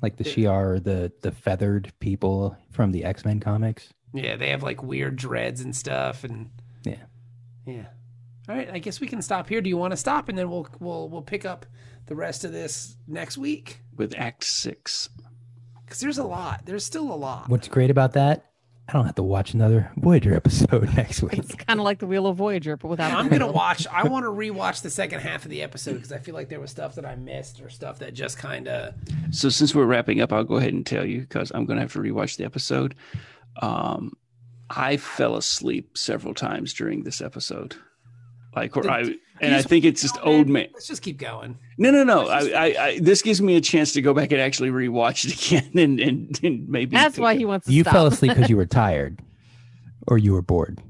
Speaker 5: Like the
Speaker 2: Yeah.
Speaker 5: Shi'ar are the, the feathered people from the X Men comics.
Speaker 2: Yeah, they have like weird dreads and stuff, and
Speaker 5: Yeah.
Speaker 2: yeah. All right, I guess we can stop here. Do you want to stop, and then we'll we'll we'll pick up the rest of this next week?
Speaker 4: with Act Six.
Speaker 2: Because there's a lot. There's still a lot.
Speaker 5: What's great about that, I don't have to watch another Voyager (laughs) episode next week.
Speaker 3: It's kind of like the Wheel of Voyager, but without.
Speaker 2: And
Speaker 3: the
Speaker 2: I'm gonna
Speaker 3: wheel.
Speaker 2: watch.
Speaker 4: (laughs)
Speaker 2: I want to rewatch the second half of the episode because I feel like there was stuff that I missed or stuff that just kind of.
Speaker 4: So since we're wrapping up, I'll go ahead and tell you because I'm going to have to rewatch the episode. Um, I fell asleep several times during this episode. Like, or I and I think it's just old man.
Speaker 2: Let's just keep going.
Speaker 4: No, no, no. I, I, I, this gives me a chance to go back and actually rewatch it again, (laughs) and and, and maybe
Speaker 3: That's
Speaker 4: pick
Speaker 3: why
Speaker 4: up.
Speaker 3: he wants to
Speaker 5: You
Speaker 3: stop.
Speaker 5: fell asleep because you were tired or you were bored.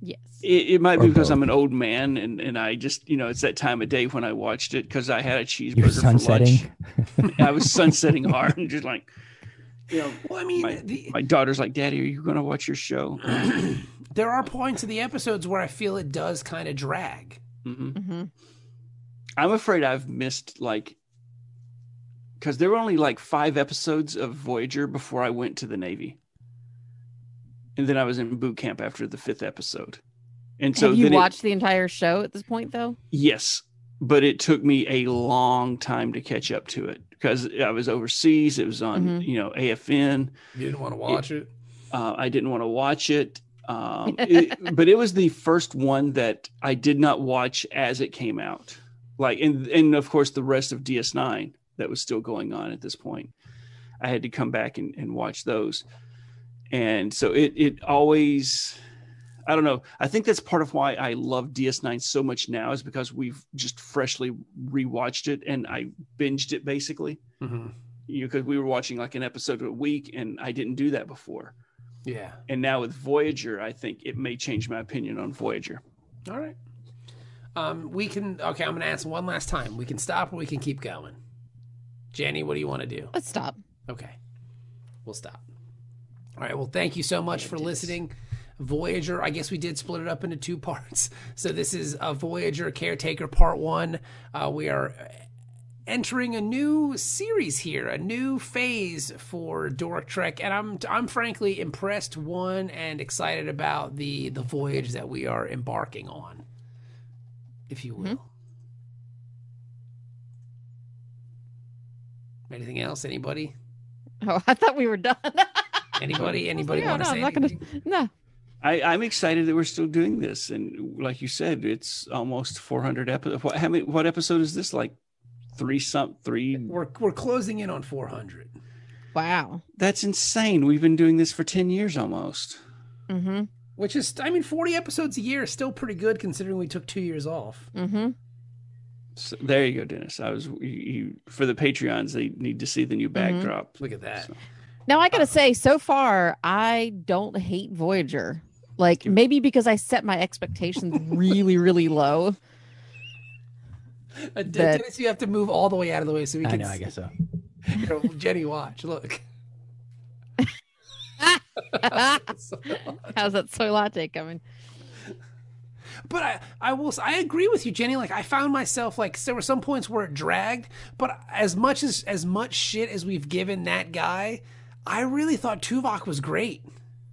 Speaker 3: Yes.
Speaker 4: (laughs) It, it might
Speaker 5: Or
Speaker 4: be because
Speaker 5: both.
Speaker 4: I'm an old man, and and I just you know it's that time of day when I watched it because I had a
Speaker 5: You were
Speaker 4: cheeseburger for lunch.
Speaker 5: sunsetting.
Speaker 4: (laughs) I was sunsetting hard and just like, you know,
Speaker 2: Well, I mean,
Speaker 4: My-
Speaker 2: the,
Speaker 4: my daughter's like, Daddy, are you going to watch your show?
Speaker 2: there are points of the episodes where I feel it does kind of drag.
Speaker 4: hmm
Speaker 3: hmm
Speaker 4: I'm afraid I've missed like because there were only like five episodes of Voyager before I went to the Navy, and then I was in boot camp after the fifth episode. And so
Speaker 3: Have you
Speaker 4: then it-
Speaker 3: watched the entire show at this point, though?
Speaker 4: yes, but it took me a long time to catch up to it because I was overseas. It was on
Speaker 3: Mhm.
Speaker 4: you know AFN.
Speaker 2: You didn't want to
Speaker 4: watch
Speaker 2: it.
Speaker 4: Uh, I didn't want to watch it. Um, it- but it was the first one that I did not watch as it came out. Like, and, and of course, the rest of DS9 that was still going on at this point. I had to come back and, and watch those. and so it it always i don't know i think that's part of why i love ds9 so much now is because we've just freshly rewatched it and i binged it basically
Speaker 2: Mhm.
Speaker 4: you because we were watching like an episode a week and i didn't do that before
Speaker 2: Yeah.
Speaker 4: and now with voyager i think it may change my opinion on voyager
Speaker 2: All right. Um, we can. Okay, I'm going to ask one last time. We can stop or we can keep going. Jenny, what do you want to do?
Speaker 3: Let's stop. (laughs)
Speaker 2: Okay. We'll stop. All right. Well, thank you so much for listening. Voyager, I guess we did split it up into two (laughs) parts. So this is a Voyager Caretaker Part 1. Uh, we are entering a new series here, a new phase for Dork Trek, and I'm I'm frankly impressed one and excited about the the voyage that we are embarking on. If you will. Anything else? Anybody?
Speaker 3: Oh, I thought we were done. (laughs)
Speaker 2: Anybody? Anybody
Speaker 3: Yeah,
Speaker 2: want to
Speaker 3: no,
Speaker 2: say
Speaker 3: I'm not gonna-
Speaker 2: anything?
Speaker 3: (laughs) no.
Speaker 4: I, I'm excited that we're still doing this, and like you said, it's almost 400 episodes. What, how many? What episode is this? Like three some three?
Speaker 2: We're we're closing in on 400.
Speaker 3: Wow.
Speaker 4: That's insane. We've been doing this for 10 years almost.
Speaker 3: Mm-hmm.
Speaker 2: Which is, I mean, 40 episodes a year is still pretty good considering we took two years off.
Speaker 3: Mm-hmm.
Speaker 4: So, there you go, Dennis. I was you, you, for the Patreons. They need to see the new
Speaker 2: Mm-hmm.
Speaker 4: backdrop.
Speaker 2: Look at that.
Speaker 4: So-
Speaker 3: Now I gotta say, so far I don't hate Voyager. Like maybe because I set my
Speaker 2: (laughs)
Speaker 3: expectations really, really low.
Speaker 2: Uh, Dennis, you have to move all the way out of the way so we
Speaker 5: I
Speaker 2: can
Speaker 5: know. I
Speaker 2: see-
Speaker 5: guess so.
Speaker 2: you know, Jenny watch. Look.
Speaker 3: (laughs) How's that soy latte coming?
Speaker 2: But I, I will. s- I agree with you, Jenny. Like I found myself like there were some points where it dragged. But as much as as much shit as we've given that guy, I really thought Tuvok was great.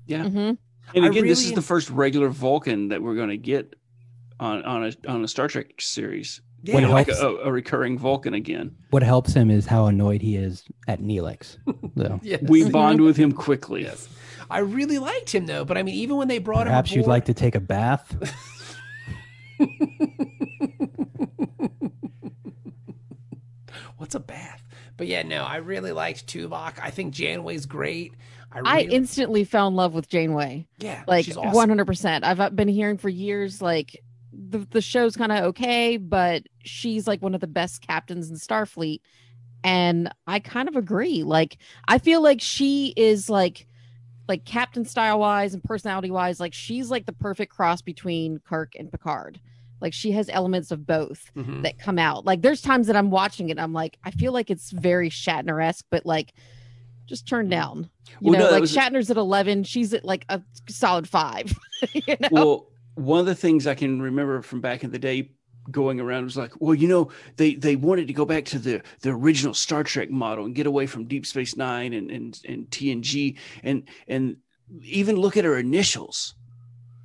Speaker 4: Yeah.
Speaker 3: Mhm.
Speaker 4: And
Speaker 2: I
Speaker 4: again, this
Speaker 2: really-
Speaker 4: is the first regular Vulcan that we're going to get on on a on a Star Trek series.
Speaker 2: Yeah.
Speaker 5: When
Speaker 4: Like a,
Speaker 5: helps-
Speaker 4: a recurring Vulcan again.
Speaker 5: What helps him is how annoyed he is at Neelix. So
Speaker 2: (laughs) Yes.
Speaker 4: We bond with him quickly.
Speaker 2: Yes. I really liked him though. But I mean, even when they brought
Speaker 5: perhaps
Speaker 2: him,
Speaker 5: you'd
Speaker 2: aboard,
Speaker 5: like to take a bath.
Speaker 2: What's a bath? But yeah, no, I really liked Tuvok. I think Janeway's great. I
Speaker 3: I
Speaker 2: really,
Speaker 3: instantly fell in love with Janeway.
Speaker 2: yeah,
Speaker 3: like
Speaker 2: she's awesome.
Speaker 3: one hundred percent. I've uh, been hearing for years like the the show's kind of okay, but she's like one of the best captains in Starfleet, and I kind of agree. Like I feel like she is like like captain style wise and personality wise, like she's like the perfect cross between Kirk and Picard. Like she has elements of both
Speaker 2: Mhm.
Speaker 3: that come out. Like there's times that I'm watching it, and I'm like, I feel like it's very Shatner esque, but like just turned down. You
Speaker 4: Mm. Well, no,
Speaker 3: know,
Speaker 4: that
Speaker 3: like
Speaker 4: was-
Speaker 3: Shatner's at eleven, she's at like a solid five. (laughs) you know?
Speaker 4: Well, one of the things I can remember from back in the day going around was like, well, you know, they they wanted to go back to the the original Star Trek model and get away from Deep Space Nine and and and TNG and and even look at her initials,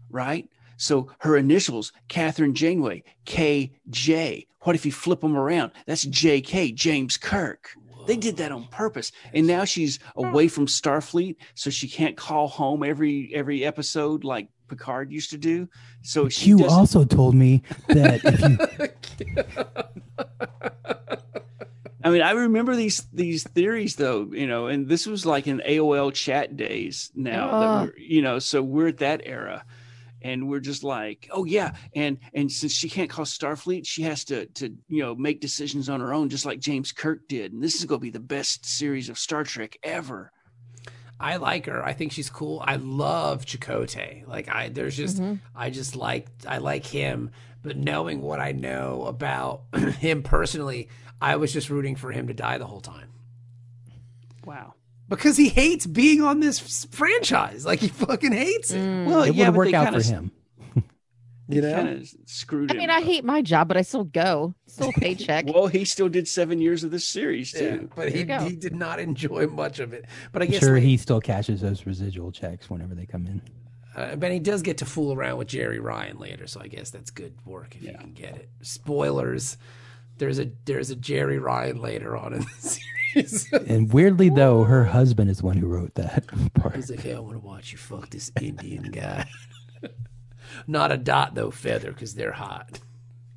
Speaker 4: right? So her initials, Catherine Janeway, KJ. What if you flip them around? That's JK, James Kirk. They did that on purpose. And now she's away from Starfleet, so she can't call home every every episode like Picard used to do. So she
Speaker 5: Q
Speaker 4: doesn't-
Speaker 5: also told me that if you
Speaker 4: I mean, I remember these these theories though, you know, and this was like in AOL chat days now,
Speaker 3: Ah.
Speaker 5: Oh.
Speaker 4: that we're, you know, so we're at that era, and we're just like, oh yeah, and and since she can't call Starfleet, she has to to you know make decisions on her own, just like James Kirk did, and this is gonna be the best series of Star Trek ever.
Speaker 2: I like her. I think she's cool. I love Chakotay. Like I, there's
Speaker 5: Mm-hmm.
Speaker 2: just
Speaker 5: Mm.
Speaker 3: Mhm.
Speaker 2: I just like I like him. But knowing what I know about (clears throat) him personally, I was just rooting for him to die the whole time
Speaker 4: Wow.
Speaker 2: because he hates being on this s- franchise. Like he fucking hates it.
Speaker 3: Mm.
Speaker 4: Well,
Speaker 5: Hmm. it
Speaker 4: yeah,
Speaker 5: would
Speaker 4: but
Speaker 5: work
Speaker 4: they
Speaker 5: out
Speaker 4: kinda
Speaker 5: for
Speaker 4: s-
Speaker 5: him.
Speaker 4: They kind of screwed
Speaker 3: I
Speaker 4: him
Speaker 3: mean, I
Speaker 4: up.
Speaker 3: hate my job, but I still go, still
Speaker 4: (laughs)
Speaker 3: a paycheck.
Speaker 4: Well, he still did seven years of this series
Speaker 2: Yeah,
Speaker 4: too.
Speaker 2: but he,
Speaker 3: you go.
Speaker 2: he did not enjoy much of it. But I
Speaker 5: I'm
Speaker 2: guess
Speaker 5: sure
Speaker 2: like,
Speaker 5: he still cashes those residual checks whenever they come in.
Speaker 2: Uh, but he does get to fool around with Jerry Ryan later, so I guess that's good work if you can get it. Spoilers: there's a there's a Jerry Ryan later on in the (laughs) series.
Speaker 5: And weirdly though, her husband is the one who wrote that (laughs) part.
Speaker 2: He's like, "Hey, I want to watch you fuck this Indian guy." (laughs) Not a dot though, feather, because they're hot.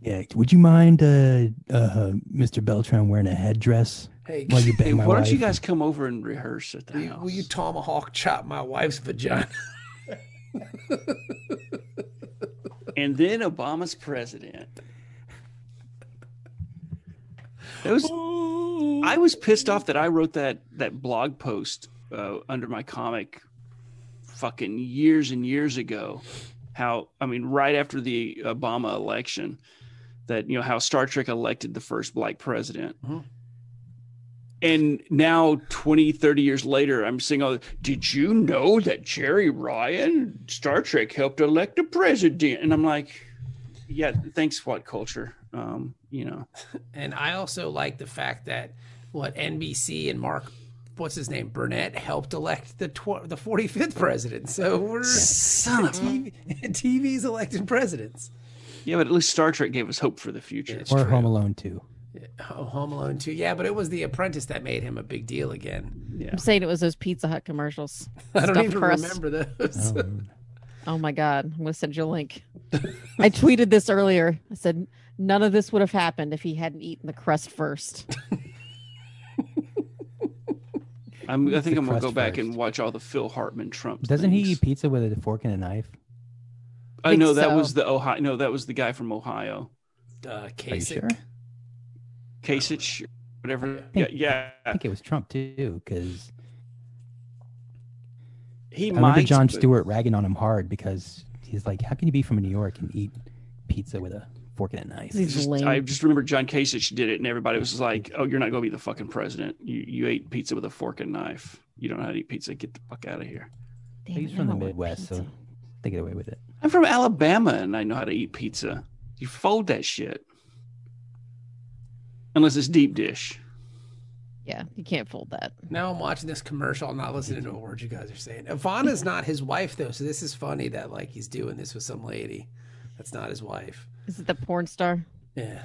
Speaker 5: Yeah. Would you mind, uh, uh, Mr. Beltran wearing a headdress?
Speaker 2: Hey,
Speaker 5: While you bang
Speaker 4: Hey,
Speaker 5: my
Speaker 4: why don't you
Speaker 5: wife.
Speaker 4: guys come over and rehearse at the
Speaker 2: will, you-
Speaker 4: house?
Speaker 2: will you tomahawk chop my wife's (laughs) vagina?
Speaker 4: and then Obama's president. That was I was pissed off that I wrote that that blog post uh, under my comic, fucking years and years ago. How I mean, right after the Obama election, that you know how Star Trek elected the first black president.
Speaker 2: Mhm.
Speaker 4: And now 20, 30 years later, I'm seeing all did you know that Jerry Ryan, Star Trek helped elect a president? And I'm like, yeah, thanks, what culture? Um, you know.
Speaker 2: And I also like the fact that what NBC and Mark, what's his name, Burnett helped elect the tw- the 45th president. So we're
Speaker 4: Son of
Speaker 2: TV, (laughs) TV's elected presidents.
Speaker 4: Yeah, but at least Star Trek gave us hope for the future.
Speaker 2: It's
Speaker 5: or
Speaker 2: true.
Speaker 5: Home Alone too.
Speaker 2: Oh, Home Alone too. Yeah, but it was The Apprentice that made him a big deal again.
Speaker 4: Yeah.
Speaker 3: I'm saying it was those Pizza Hut
Speaker 4: (laughs)
Speaker 3: commercials.
Speaker 2: I don't
Speaker 3: Stuffed
Speaker 2: even
Speaker 3: crust.
Speaker 2: remember those.
Speaker 5: Um,
Speaker 3: Oh my God. I'm going to send you a
Speaker 4: (laughs)
Speaker 3: link. I tweeted this earlier. I said, none of this would have happened if he hadn't eaten the crust
Speaker 4: (laughs)
Speaker 3: first.
Speaker 4: I'm, I think
Speaker 5: The
Speaker 4: I'm gonna
Speaker 5: crust
Speaker 4: go back and
Speaker 5: first.
Speaker 4: watch all the Phil Hartman Trump.
Speaker 5: doesn't he
Speaker 4: things.
Speaker 5: eat pizza with a fork and a knife?
Speaker 4: I know
Speaker 3: think
Speaker 4: that
Speaker 3: so.
Speaker 4: was the Ohio. No, that was the guy from Ohio,
Speaker 2: Uh,
Speaker 5: Are you
Speaker 2: Kasich.
Speaker 5: sure?
Speaker 4: Kasich, whatever. Yeah,
Speaker 5: think-
Speaker 4: yeah.
Speaker 5: I think it was Trump too, because
Speaker 4: He
Speaker 5: I remember
Speaker 4: might.
Speaker 5: John
Speaker 4: but-
Speaker 5: Stewart ragging on him hard because he's like, "How can you be from New York and eat pizza with a fork and a knife?"
Speaker 3: He's
Speaker 4: just-
Speaker 3: lame.
Speaker 4: I just remember John Kasich did it, and everybody was like, "Oh, you're not gonna be the fucking president. You you ate pizza with a fork and knife. You don't know how to eat pizza. Get the fuck out of here."
Speaker 3: Damn
Speaker 5: he's
Speaker 3: it,
Speaker 5: from
Speaker 3: now I
Speaker 5: the
Speaker 3: want
Speaker 5: Midwest, so
Speaker 3: pizza.
Speaker 5: they get away with it.
Speaker 4: I'm from Alabama, and I know how to eat pizza. You fold that shit, unless it's deep dish.
Speaker 3: Yeah, you can't fold that.
Speaker 2: Now I'm watching this commercial. I'm not listening to a word you guys are saying. Ivana's not his wife though, so this is funny that like he's doing this with some lady that's not his wife.
Speaker 3: Is it the porn star?
Speaker 2: Yeah.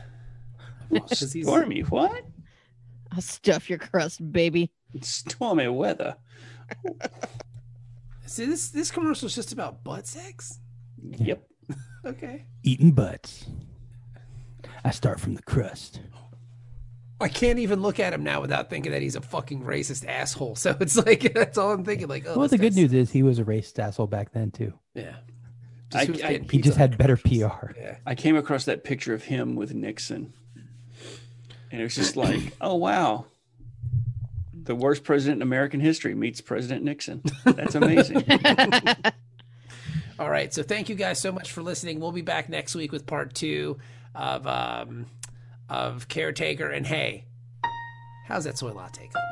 Speaker 2: 'Cause he's-
Speaker 4: Stormy, what?
Speaker 3: I'll stuff your crust, baby.
Speaker 4: Stormy weather.
Speaker 2: See this this commercial is just about butt sex.
Speaker 4: Yep.
Speaker 2: Okay.
Speaker 5: Eating butts. I start from the crust.
Speaker 2: I can't even look at him now without thinking that he's a fucking racist asshole. (laughs) So it's like that's all I'm thinking. Like, oh,
Speaker 5: well,
Speaker 2: this
Speaker 5: the good
Speaker 2: guy's-
Speaker 5: news is he was a racist asshole back then too.
Speaker 2: Yeah.
Speaker 4: I-
Speaker 2: who's
Speaker 4: I-
Speaker 2: getting
Speaker 5: He
Speaker 2: pizza?
Speaker 5: just had better PR.
Speaker 2: Yeah.
Speaker 4: I came across that picture of him with Nixon. And it was just like, oh, wow. The worst president in American history meets President Nixon. That's amazing.
Speaker 2: All right. So thank you guys so much for listening. We'll be back next week with part two of um, of caretaker. And hey, how's that soy latte? Coming?